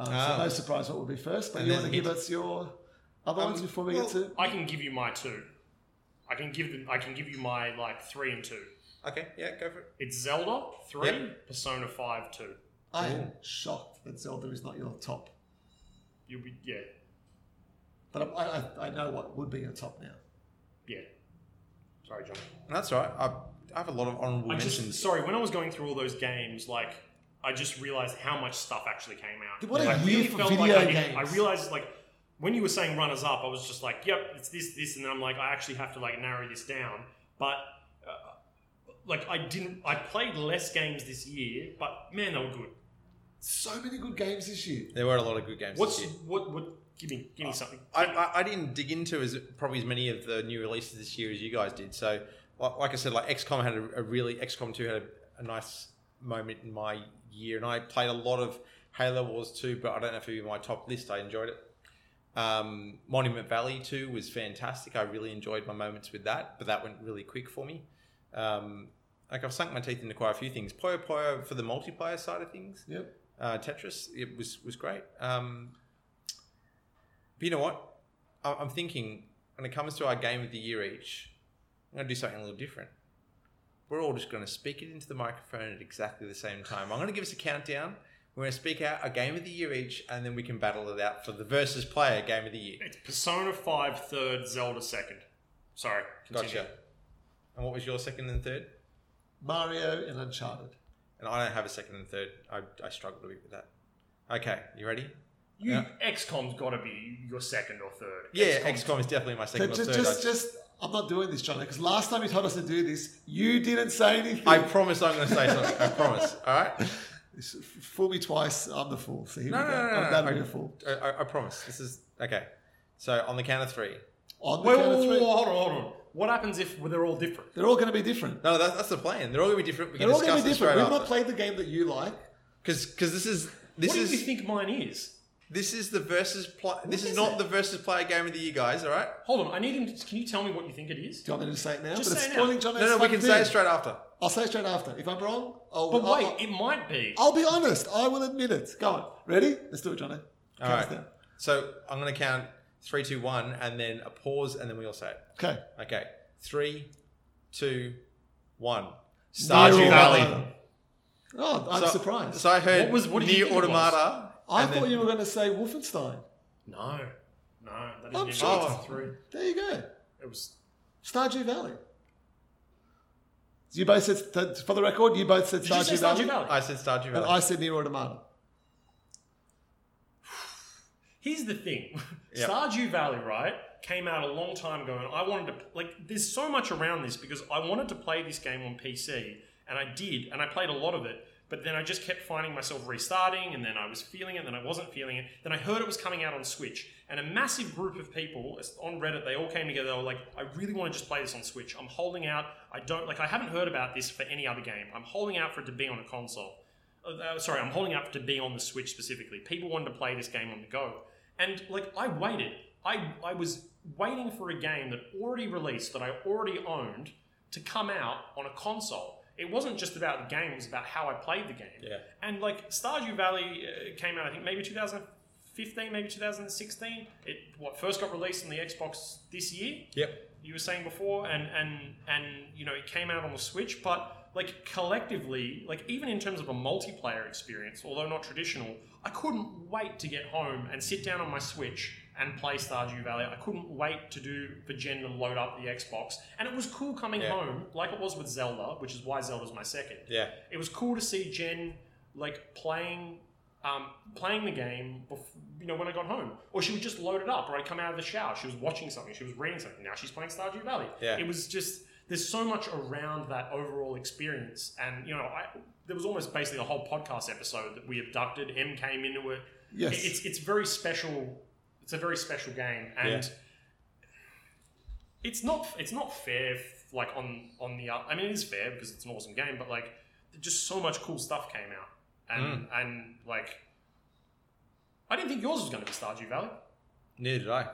Um, Ah. So no surprise what would be first. But And you then want to give hit- us your other Um, ones before we well, get to? I can give you my two. I can give them. I can give you my like three and two. Okay, yeah, go for it. It's Zelda three, Yep. Persona five two. I oh. am shocked that Zelda is not your top, You'll be yeah but I, I, I know what would be your top now. yeah. Sorry, John. That's all right. I, I have a lot of honourable I mentions. just sorry when I was going through all those games, like I just realized how much stuff actually came out. Dude, what a I year for video like I, didn't- I games. realized like when you were saying runners up, I was just like, yep, it's this, this, and then I'm like, I actually have to like narrow this down. But uh, like I didn't, I played less games this year, but man, they were good. So many good games this year. there were a lot of good games. this What's year. Uh, what what? Give me give me something. I, I, I didn't dig into as probably as many of the new releases this year as you guys did. So, li- like I said, like XCOM had a, a really XCOM two had a, a nice moment in my year, and I played a lot of Halo Wars two, but I don't know if it would be my top list. I enjoyed it. Um, Monument Valley two was fantastic. I really enjoyed my moments with that, but that went really quick for me. Um, like I've sunk my teeth into quite a few things. Puyo Puyo for the multiplayer side of things Yep. uh, Tetris. It was was great. Um, but you know what? I- I'm thinking when it comes to our game of the year each, I'm going to do something a little different. We're all just going to speak it into the microphone at exactly the same time. I'm going to give us a countdown. We're going to speak out a game of the year each, and then we can battle it out for the versus player game of the year. It's Persona five third, Zelda second. Sorry, continue. Gotcha. And what was your second and third? Mario and Uncharted. And I don't have a second and third. I, I struggled a bit with that. Okay, you ready? You Yeah. XCOM's got to be your second or third. Yeah, XCOM's XCOM is definitely my second or just, third. I just, just, I'm not doing this, John, because last time you told us to do this, you didn't say anything. I promise I'm going to say something. I promise. All right. This- Fool me twice, I'm the fool. So here No, we no, go. no, no, I'm going no. to be a fool. I, I, I promise. This is okay. So on the count of three. On the Wait, wait, count of wait, three, wait, hold on, hold on. What happens if they're all different? they're all going to be different. No, that's, that's the plan. They're all going to be different. We can They're all going discuss to be it different. straight after. We've not played the game that you like. Because this is this what is do you think mine is? this is the versus play. This is, is not it? the versus player game of the year, guys. All right. Hold on, I need him. To, can you tell me what you think it is? Do you want me to say it now? Just but say it's it now. spoiling John. No, no, we can say it straight after. I'll say it straight after. If I'm wrong, I'll. But I'll- wait, I'll- it might be. I'll be honest. I will admit it. Go on. Ready? Let's do it, Johnny. All right. So I'm going to count three, two, one, and then a pause, and then we all say it. Okay. Okay. Three, two, one. Niro Stardew Valley. Automata. Oh, I'm So- surprised. So I heard What was- what did Nier you think it was? Automata. I and thought then- you were going to say Wolfenstein. no, no, that I'm didn't sure even it's- three. There you go. It was. Stardew Valley. You both said, th- for the record, you both said Did you Stardew, say Valley, Stardew Valley? I said Stardew and Valley. I said Nier Automata. Here's the thing, Yep. Stardew Valley, right? came out a long time ago, and I wanted to like. There's so much around this because I wanted to play this game on PC, and I did, and I played a lot of it. But then I just kept finding myself restarting, and then I was feeling it, and then I wasn't feeling it. Then I heard it was coming out on Switch, and a massive group of people it's on Reddit, they all came together. They were like, "I really want to just play this on Switch. I'm holding out. I don't like. I haven't heard about this for any other game. I'm holding out for it to be on a console." uh, sorry, I'm holding up to be on the Switch specifically. People wanted to play this game on the go, and like I waited. I I was waiting for a game that already released that I already owned to come out on a console. It wasn't just about the game; it was about how I played the game. Yeah. And like Stardew Valley uh, came out, I think maybe 2015, maybe 2016. It what first got released on the Xbox this year Yep. you were saying before, and and and you know it came out on the Switch, but like collectively, like even in terms of a multiplayer experience, although not traditional, I couldn't wait to get home and sit down on my Switch and play Stardew Valley. I couldn't wait to do for Jen to load up the Xbox, and it was cool coming Yeah. home, like it was with Zelda, which is why Zelda's my second Yeah. it was cool to see Jen like playing um, playing the game bef- you know when I got home or she would just load it up or I'd come out of the shower she was watching something she was reading something now she's playing Stardew Valley Yeah. it was just there's so much around that overall experience and you know I there was almost basically a whole podcast episode that we abducted M came into it Yes. it- it's it's very special. It's a very special game, and it's not it's not fair. f- Like on on the o- I mean, it is fair because it's an awesome game, but like just so much cool stuff came out, and Mm. and like I didn't think yours was going to be Stardew Valley. Neither did I.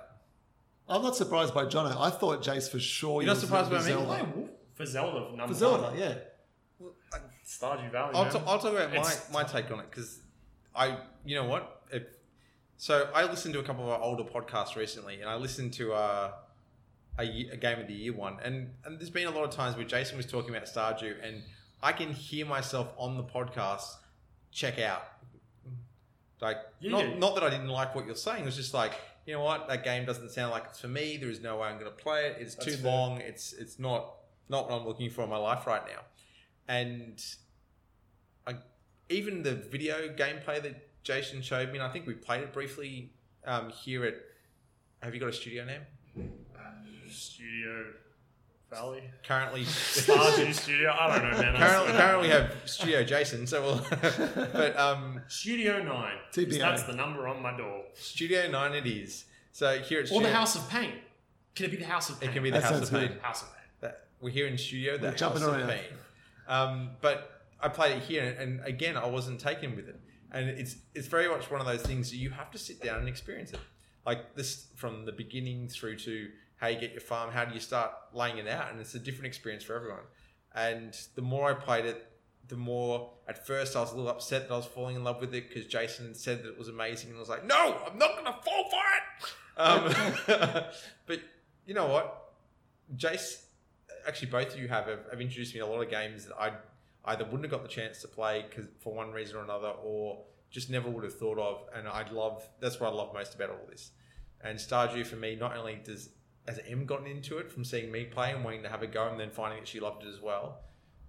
I'm not surprised by Jono. I thought Jace for sure. You're not was surprised by gonna be me? Zelda. For Zelda, number For Zelda, one. yeah. Stardew Valley. I'll, man. t- I'll talk about my, It's- my take on it because I, you know what? If, so I listened to a couple of our older podcasts recently, and I listened to uh, a, ye- a game of the year one, and, and there's been a lot of times where Jason was talking about Stardew, and I can hear myself on the podcast check out. Like, Yeah, not, yeah. not that I didn't like what you're saying, it was just like, you know what? That game doesn't sound like it's for me. There is no way I'm going to play it. It's That's too fair. long. It's it's not not what I'm looking for in my life right now. And I, even the video gameplay that Jason showed me, and I think we played it briefly um, here at. Have you got a studio name? Studio Valley. Currently, Stardew Studio. I don't know, man. That's- currently, currently have Studio Jason. So we'll, but um, Studio Nine. 'cause TBA. That's the number on my door. Studio Nine it is. So here at Or Studio, the House of Pain. Can it be the House of Pain? it can be the That House sounds of good. Pain. House of Pain. that we're here in studio. That jumping House of around. Pain. Um, but I played it here, and, and again, I wasn't taken with it. And it's it's very much one of those things that you have to sit down and experience it, like this from the beginning through to how you get your farm, how do you start laying it out, and it's a different experience for everyone. And the more I played it, the more at first I was a little upset that I was falling in love with it because Jason had said that it was amazing, and I was like, no, I'm not going to fall for it. Um, but you know what, Jace actually both of you have, have have introduced me to a lot of games that I either wouldn't have got the chance to play because for one reason or another, or just never would have thought of. And I love that's what I love most about all this. And Stardew for me, not only does has M gotten into it from seeing me play and wanting to have a go, and then finding that she loved it as well,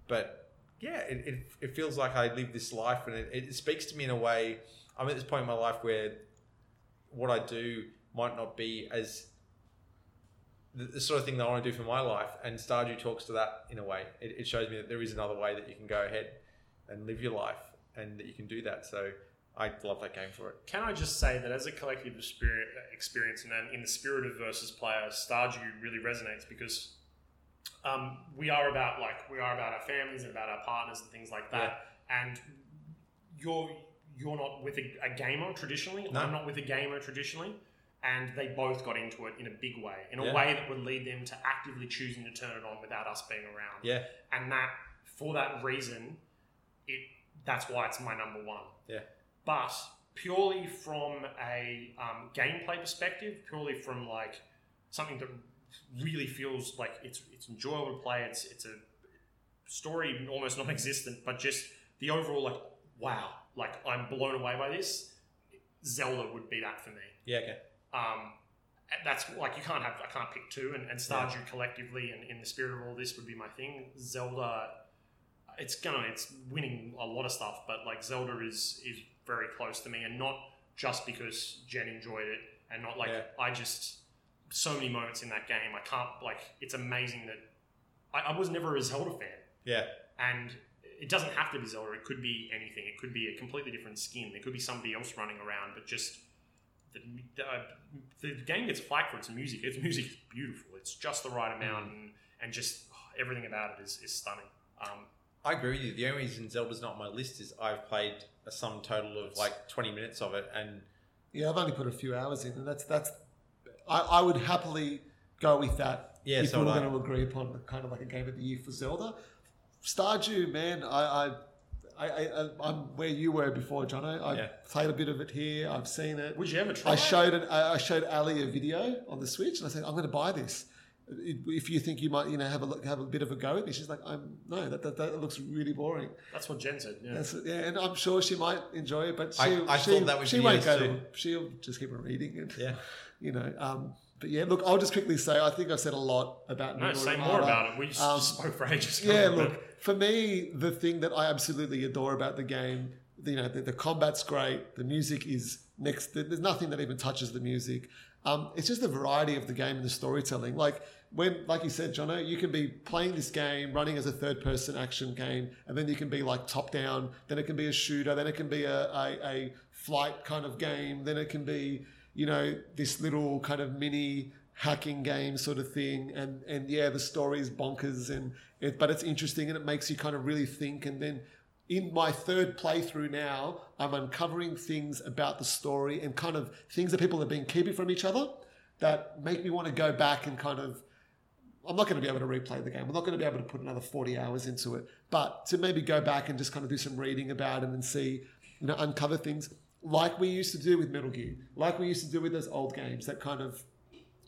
but yeah, it, it, it feels like I live this life, and it, it speaks to me in a way. I'm at this point in my life where what I do might not be as the, the sort of thing that I want to do for my life. And Stardew talks to that in a way. It, it shows me that there is another way that you can go ahead and live your life and that you can do that. So I love that game for it. Can I just say that as a collective spirit experience and then in the spirit of versus player, Stardew really resonates because um, we are about like we are about our families and about our partners and things like that. And you're you're not with a, a gamer traditionally. No. I'm not with a gamer traditionally. And they both got into it in a big way, in a Yeah. way that would lead them to actively choosing to turn it on without us being around Yeah, and that for that reason, it that's why it's my number one. Yeah. But purely from a um, gameplay perspective, purely from like something that really feels like it's it's enjoyable to play. It's it's a story almost non-existent, but just the overall like wow, like I'm blown away by this. Zelda would be that for me yeah, okay. um, that's like you can't have I can't pick two and, and Stardew collectively and in the spirit of all this would be my thing. Zelda, it's gonna it's winning a lot of stuff, but like Zelda is is very close to me, and not just because Jen enjoyed it, and not like Yeah. I just so many moments in that game. I can't like. It's amazing that I, I was never a Zelda fan, Yeah. and it doesn't have to be Zelda. It could be anything. It could be a completely different skin. There could be somebody else running around, but just. The, the, uh, the game gets flack for its music. Its music is beautiful. It's just the right amount, and, and just oh, everything about it is, is stunning. Um, I agree with you. The only reason Zelda's not on my list is I've played a sum total of like 20 minutes of it, and Yeah, I've only put a few hours in, and that's that's. I, I would happily go with that. Yeah, if so we were would I. going to agree upon the- kind of like a game of the year for Zelda, Stardew, man, I, I, I, I I'm where you were before, John. I, I Yeah. played a bit of it here. I've seen it. would you ever try? I it? showed an, I I showed Ali a video on the Switch, and I said, "I'm going to buy this. If you think you might, you know, have a look, have a bit of a go at me." She's like, "I'm no, that, that, that looks really boring." That's what Jen said. Yeah. That's, yeah, and I'm sure she might enjoy it, but she, I- I she, thought that would she be won't yours go. To, too. she'll just keep on reading and yeah. you know. Um, but yeah, look, I'll just quickly say I think I've said a lot about. no, Nier say Automata. more about it. We just Um, spoke for ages. Yeah, look, for me, the thing that I absolutely adore about the game, you know, the, the combat's great, the music is next. There's nothing that even touches the music. Um, it's just the variety of the game and the storytelling. Like when, like you said, Jono, you can be playing this game, running as a third-person action game, and then you can be like top-down. Then it can be a shooter. Then it can be a, a, a flight kind of game. Then it can be, you know, this little kind of mini hacking game sort of thing and and yeah the story is bonkers and it, but it's interesting and it makes you kind of really think and then in my third playthrough now i'm uncovering things about the story and kind of things that people have been keeping from each other that make me want to go back and kind of i'm not going to be able to replay the game i'm not going to be able to put another 40 hours into it but to maybe go back and just kind of do some reading about it and see you know uncover things like we used to do with metal gear like we used to do with those old games that kind of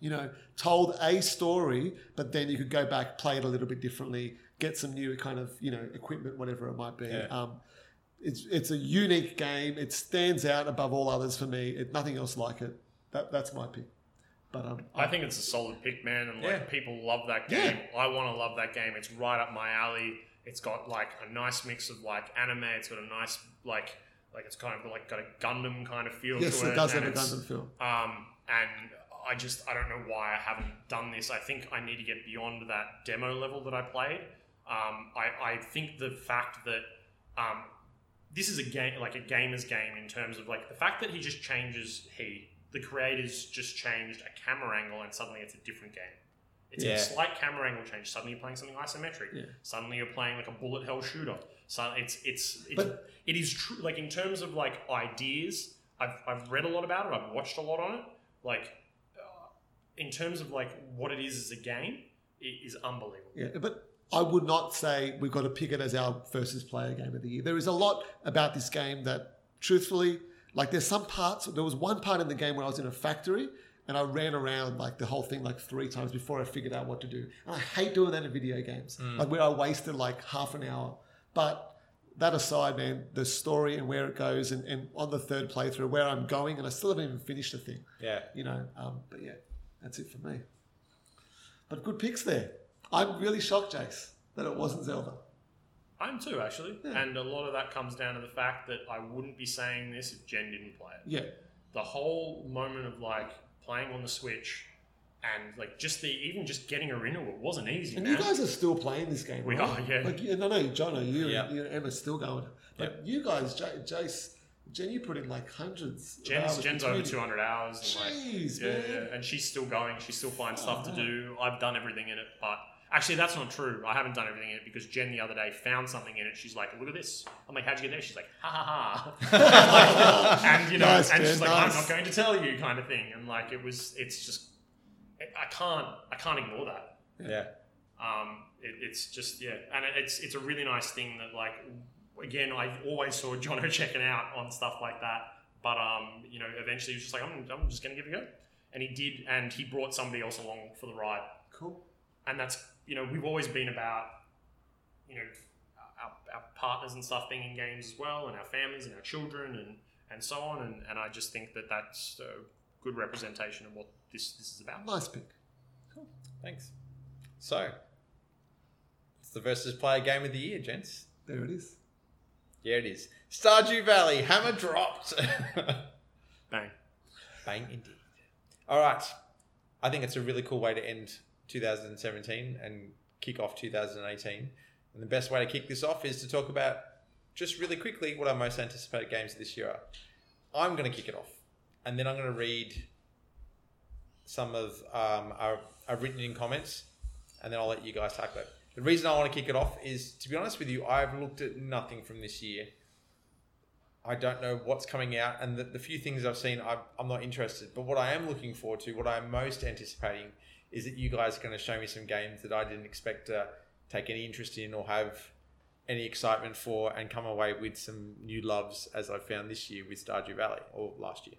you know, told a story, but then you could go back, play it a little bit differently, get some new kind of, you know, equipment, whatever it might be. Yeah. Um, it's, it's a unique game. It stands out above all others for me. It, nothing else like it. That, that's my pick. But um, I think it's a solid pick, man. And like Yeah. people love that Yeah. game. I want to love that game. It's right up my alley. It's got like a nice mix of like anime. It's got a nice like like it's kind of like got a Gundam kind of feel yes, to it. it does and have a it's- Gundam film. Um, and I just I don't know why I haven't done this. I think I need to get beyond that demo level that I played. Um, I, I think the fact that um, this is a game like a gamer's game in terms of like the fact that he just changes he the creators just changed a camera angle and suddenly it's a different game. It's Yeah. a slight camera angle change. Suddenly you're playing something isometric. Yeah. Suddenly you're playing like a bullet hell shooter. So it's it's it's But- it is true. Like in terms of like ideas, I've I've read a lot about it. I've watched a lot on it. Like uh, in terms of like what it is as a game, it is unbelievable. Yeah, but I would not say we've got to pick it as our versus player game of the year. There is a lot about this game that, truthfully, like there's some parts. There was one part in the game where I was in a factory and I ran around like the whole thing like three times before I figured out what to do. And I hate doing that in video games, like where I wasted like half an hour. But that aside, man, the story and where it goes, and, and on the third playthrough, where I'm going, and I still haven't even finished the thing Yeah. you know. Um, but yeah, that's it for me. But good picks there. I'm really shocked, Jace, that it wasn't Zelda. I'm too actually, Yeah. and a lot of that comes down to the fact that I wouldn't be saying this if Jen didn't play it. Yeah, The whole moment of like playing on the Switch, and like just the even just getting her into it wasn't easy. and man. you guys are still playing this game. We right? are, yeah. Like, you- no, no, John, are you Yeah. and you and Emma's still going. But you guys, J- Jace, Jen, you put in like hundreds. of Jen's, hours Jen's between over you. 200 hours. And like, Jeez, yeah, man. yeah, and she's still going. She still finds stuff to Oh. do. I've done everything in it, but actually, that's not true. I haven't done everything in it because Jen the other day found something in it. She's like, "Look at this." I'm like, "How'd you get there?" She's like, "Ha ha ha," and you know, Nice, and Jen, she's like, nice. "I'm not going to tell you," kind of thing. And like, it was, it's just, I can't, I can't ignore that. Yeah. Um, it, it's just yeah, and it, it's it's a really nice thing that like again I always saw Jono checking out on stuff like that, but um, you know eventually he was just like I'm, I'm just gonna give it a go, and he did, and he brought somebody else along for the ride, Cool. and that's you know we've always been about you know our, our partners and stuff being in games as well, and our families and our children and and so on, and, and I just think that that's a good representation of what this this is about. Nice pick. Thanks. So, it's the versus player game of the year, gents. There it is. Yeah, it is. Stardew Valley, hammer dropped. Bang. Bang indeed. All right. I think it's a really cool way to end 2017 and kick off 2018. And the best way to kick this off is to talk about just really quickly what our most anticipated games this year are. I'm going to kick it off, and then I'm going to read some of um, our, our written in comments, and then I'll let you guys tackle it. The reason I want to kick it off is, to be honest with you, I've looked at nothing from this year. I don't know what's coming out, and the, the few things I've seen, i I'm not interested. But what I am looking forward to, what I'm most anticipating, is that you guys are going to show me some games that I didn't expect to take any interest in or have any excitement for, and come away with some new loves as I found this year with Stardew Valley or last year.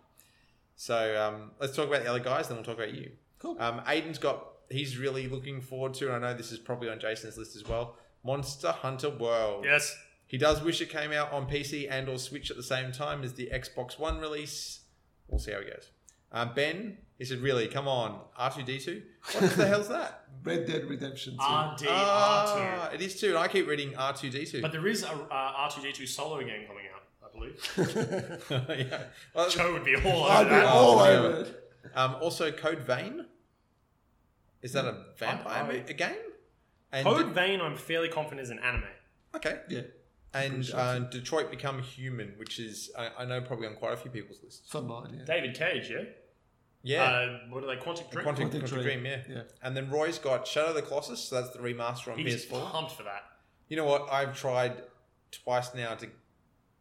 So um, let's talk about the other guys, then we'll talk about you. Cool. Um, Aiden's got. He's really looking forward to, and I know this is probably on Jason's list as well. Monster Hunter World. Yes. He does wish it came out on PC and or Switch at the same time as the Xbox One release. We'll see how it goes. Um, ben, he said, "Really, come on, R two D two? What the hell's that?" Red Dead Redemption 2. RD, Ah, R2. it is too. And I keep reading R two D two. But there is a uh, R2D2 solo game coming out, I believe. yeah. Well, Joe would be all over I'd be that. all yeah. over it. um, also, Code Vein. Is that a vampire Hmm. I- mo- a game? And Code Vein, I'm fairly confident, is an anime. okay. Yeah. And sure uh, Detroit Become Human, which is I, I know probably on quite a few people's Uh, lists. Some might, yeah. David Cage, yeah? Yeah. Uh, what are they, Quantic Dream? Quantum, Quantum Quantum Dream. Dream, yeah. Yeah. And then Roy's got Shadow of the Colossus, so that's the remaster on He's PS4. pumped for that. You know what? I've tried twice now to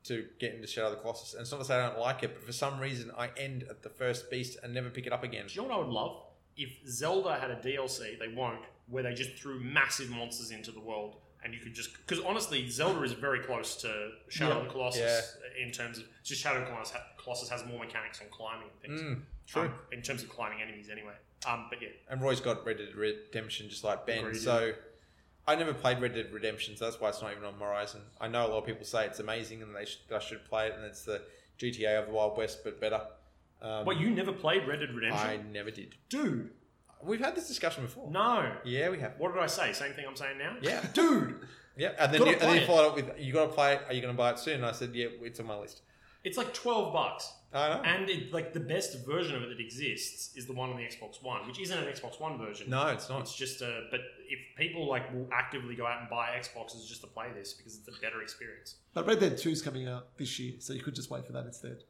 to get into Shadow of the Colossus, and it's not to say I don't like it, but for some reason I end at the first beast and never pick it up again. Do you know what I would love? If Zelda had a DLC, they won't, where they just threw massive monsters into the world and you could just. Because honestly, Zelda is very close to Shadow of Yeah. the Colossus in terms of. It's just Shadow of the Colossus, ha- Colossus has more mechanics on climbing and things. Mm, true. Um, in terms of climbing enemies, anyway. Um, but yeah, and Roy's got Red Dead Redemption just like Ben. Agreed, yeah. so I never played Red Dead Redemption, so that's why it's not even on my horizon. I know a lot of people say it's amazing and they sh- that I should play it, and it's the GTA of the Wild West, but better. Um, Wait, you never played Red Dead I Redemption? never did. Dude, We've had this discussion before. No. Yeah, we have. What did I say? Same thing I'm saying now? Yeah. dude. Yeah, and then Gotta you, and play then you it. followed up with, "You got to play it. Are you going to buy it soon?" And I said, "Yeah, it's on my list." It's like 12 bucks. I know. And it, like the best version of it that exists is the one on the Xbox One, which isn't an Xbox One version. no, it's not. It's just a. But if people like will actively go out and buy Xboxes just to play this because it's a better experience. But Red Dead 2 is coming out this year, so you could just wait for that instead.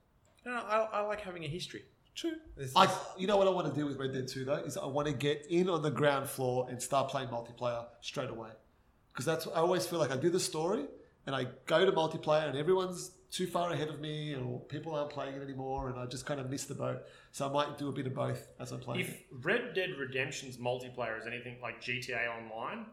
No, no, I, I like having a history. True. I, you know what I want to do with Red Dead 2 though is I want to get in on the ground floor and start playing multiplayer straight away because that's I always feel like I do the story and I go to multiplayer and everyone's too far ahead of me or people aren't playing it anymore and I just kind of miss the boat so I might do a bit of both as I'm playing. If it. Red Dead Redemption's multiplayer is anything like GTA Online,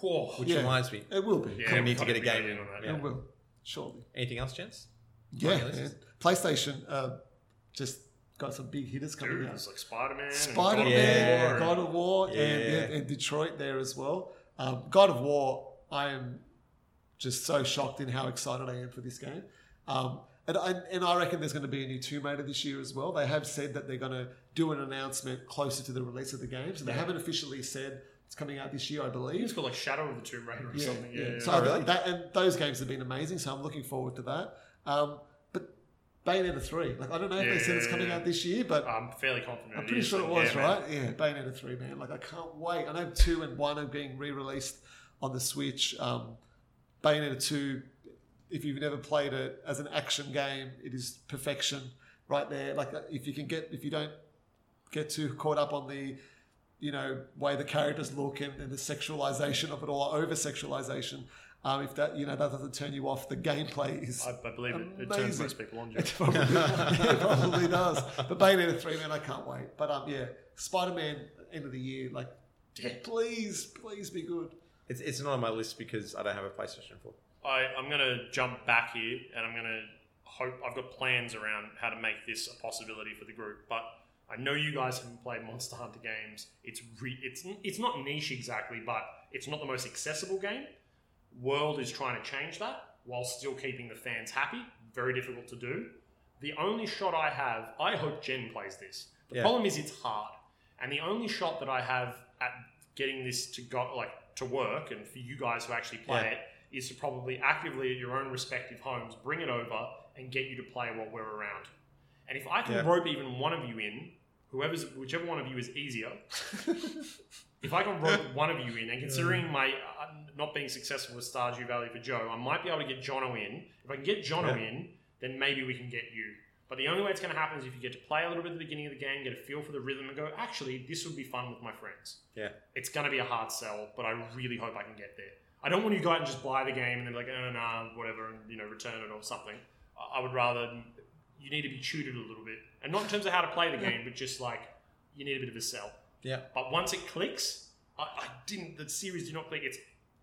whoa, which yeah. reminds me. It will be. yeah, we need to gotta get a be game getting in. on that. Yeah. It will. Surely. Anything else, gents? Yeah. yeah, this man. is- PlayStation uh, just got some big hitters coming Dude, out. it's like Spider Man, Spider Yeah. Man, God of War, and, Yeah. and Detroit there as well. Um, God of War, I am just so shocked in how excited I am for this game. Um, and, I, and I reckon there's going to be a new Tomb Raider this year as well. They have said that they're going to do an announcement closer to the release of the game. So they haven't officially said it's coming out this year, I believe. It's called like Shadow of the Tomb Raider or something. Yeah, yeah. So Oh, really? that, and those games have been amazing, so I'm looking forward to that. Um, but Bayonetta 3, like I don't know if they said it's coming Yeah. out this year, but I'm fairly confident. I'm pretty is, sure it like, was, yeah, man. right? Yeah, Bayonetta 3, man. Like, I can't wait. I know 2 and 1 are being re released on the Switch. Um, Bayonetta 2, if you've never played it as an action game, it is perfection right there. Like, uh, if you can get, if you don't get too caught up on the, you know, way the characters look and, and the sexualization of it all, over sexualization, um, if that, you know, that doesn't turn you off, the gameplay is I, I believe it, it turns Amazing. most people on. Joe. it probably, yeah, it probably does. But Bayonetta 3, man, I can't wait. But um, yeah, Spider Man, end of the year, like, yeah, please, please be good. It's, it's not on my list because I don't have a PlayStation Four. I, I'm going to jump back here and I'm going to hope I've got plans around how to make this a possibility for the group. But I know you guys haven't played Monster Hunter games. It's re- it's n- it's not niche exactly, but it's not the most accessible game. World is trying to change that while still keeping the fans happy. Very difficult to do. The only shot I have, I hope Jen plays this. The Yeah. problem is it's hard, and the only shot that I have at getting this to go like to work and for you guys who actually play Yeah. it is to probably actively at your own respective homes bring it over and get you to play while we're around. And if I can Yeah. rope even one of you in, whoever's whichever one of you is easier. if I can rope one of you in, and considering my uh, not being successful with Stardew Valley for Joe, I might be able to get Jono in. If I can get Jono in, then maybe we can get you. But the only way it's going to happen is if you get to play a little bit at the beginning of the game, get a feel for the rhythm, and go, actually, this would be fun with my friends. Yeah. It's going to be a hard sell, but I really hope I can get there. I don't want you to go out and just buy the game and then be like, no, no, no, whatever, and you know, return it or something. I- I would rather you need to be tutored a little bit, and not in terms of how to play the game, but just like you need a bit of a sell. Yeah. But once it clicks, I, I didn't. The series did not click. It's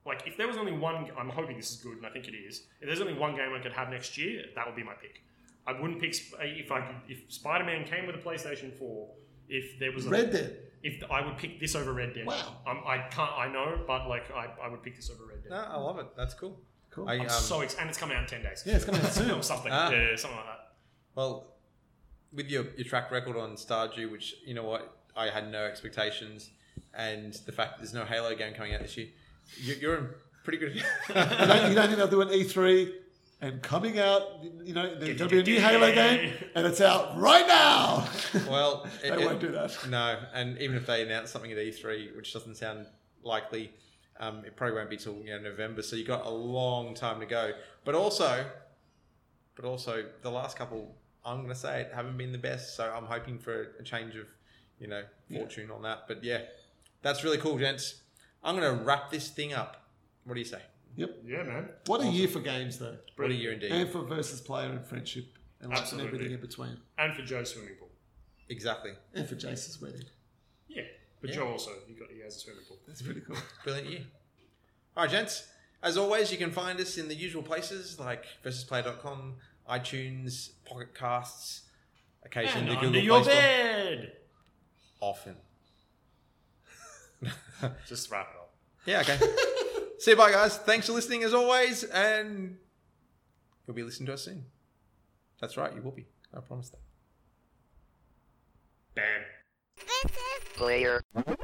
like if there was only one. I'm hoping this is good, and I think it is. If there's only one game I could have next year, that would be my pick. I wouldn't pick Sp- uh, if I could, if Spider Man came with a PlayStation Four. If there was a, Red Dead. if I would pick this over Red Dead. Wow. I'm, I can't. I know, but like I, I would pick this over Red Dead. No, I love it. That's cool. Cool. I, I'm um, so ex- and it's coming out in ten days. Yeah, it's coming out soon. or something. Ah. Yeah, yeah, something like that. well, with your, your track record on Stardew, which you know what, I had no expectations, and the fact that there's no Halo game coming out this year, you, you're in pretty good. You don't, you don't think they'll do an E3 and coming out, you know, there's going to be a new Halo game and it's out right now. well, they won't do that. No, and even if they announce something at E3, which doesn't sound likely, um, it probably won't be till you know November. So you got a long time to go. But also, but also the last couple, I'm going to say it, haven't been the best. So I'm hoping for a change of, you know, fortune on that. But yeah, that's really cool, gents. I'm going to wrap this thing up. What do you say? Yeah, man. What a year for games, though. What a year indeed. And for versus player and friendship and lots and Absolutely. everything in between. And for Joe's swimming pool. exactly. And for Jace's wedding. Yeah. But Yeah. Joe also, he, got, he has a swimming pool. That's pretty cool. Brilliant year. All right, gents. As always, you can find us in the usual places like versusplay.com, iTunes, Pocket Casts, occasionally the under Google your Play Store. bed. Often. Just wrap it up. Yeah, okay. See you, bye, guys. Thanks for listening as always, and you'll be listening to us soon. That's right, you will be. I promise that. Bam. player.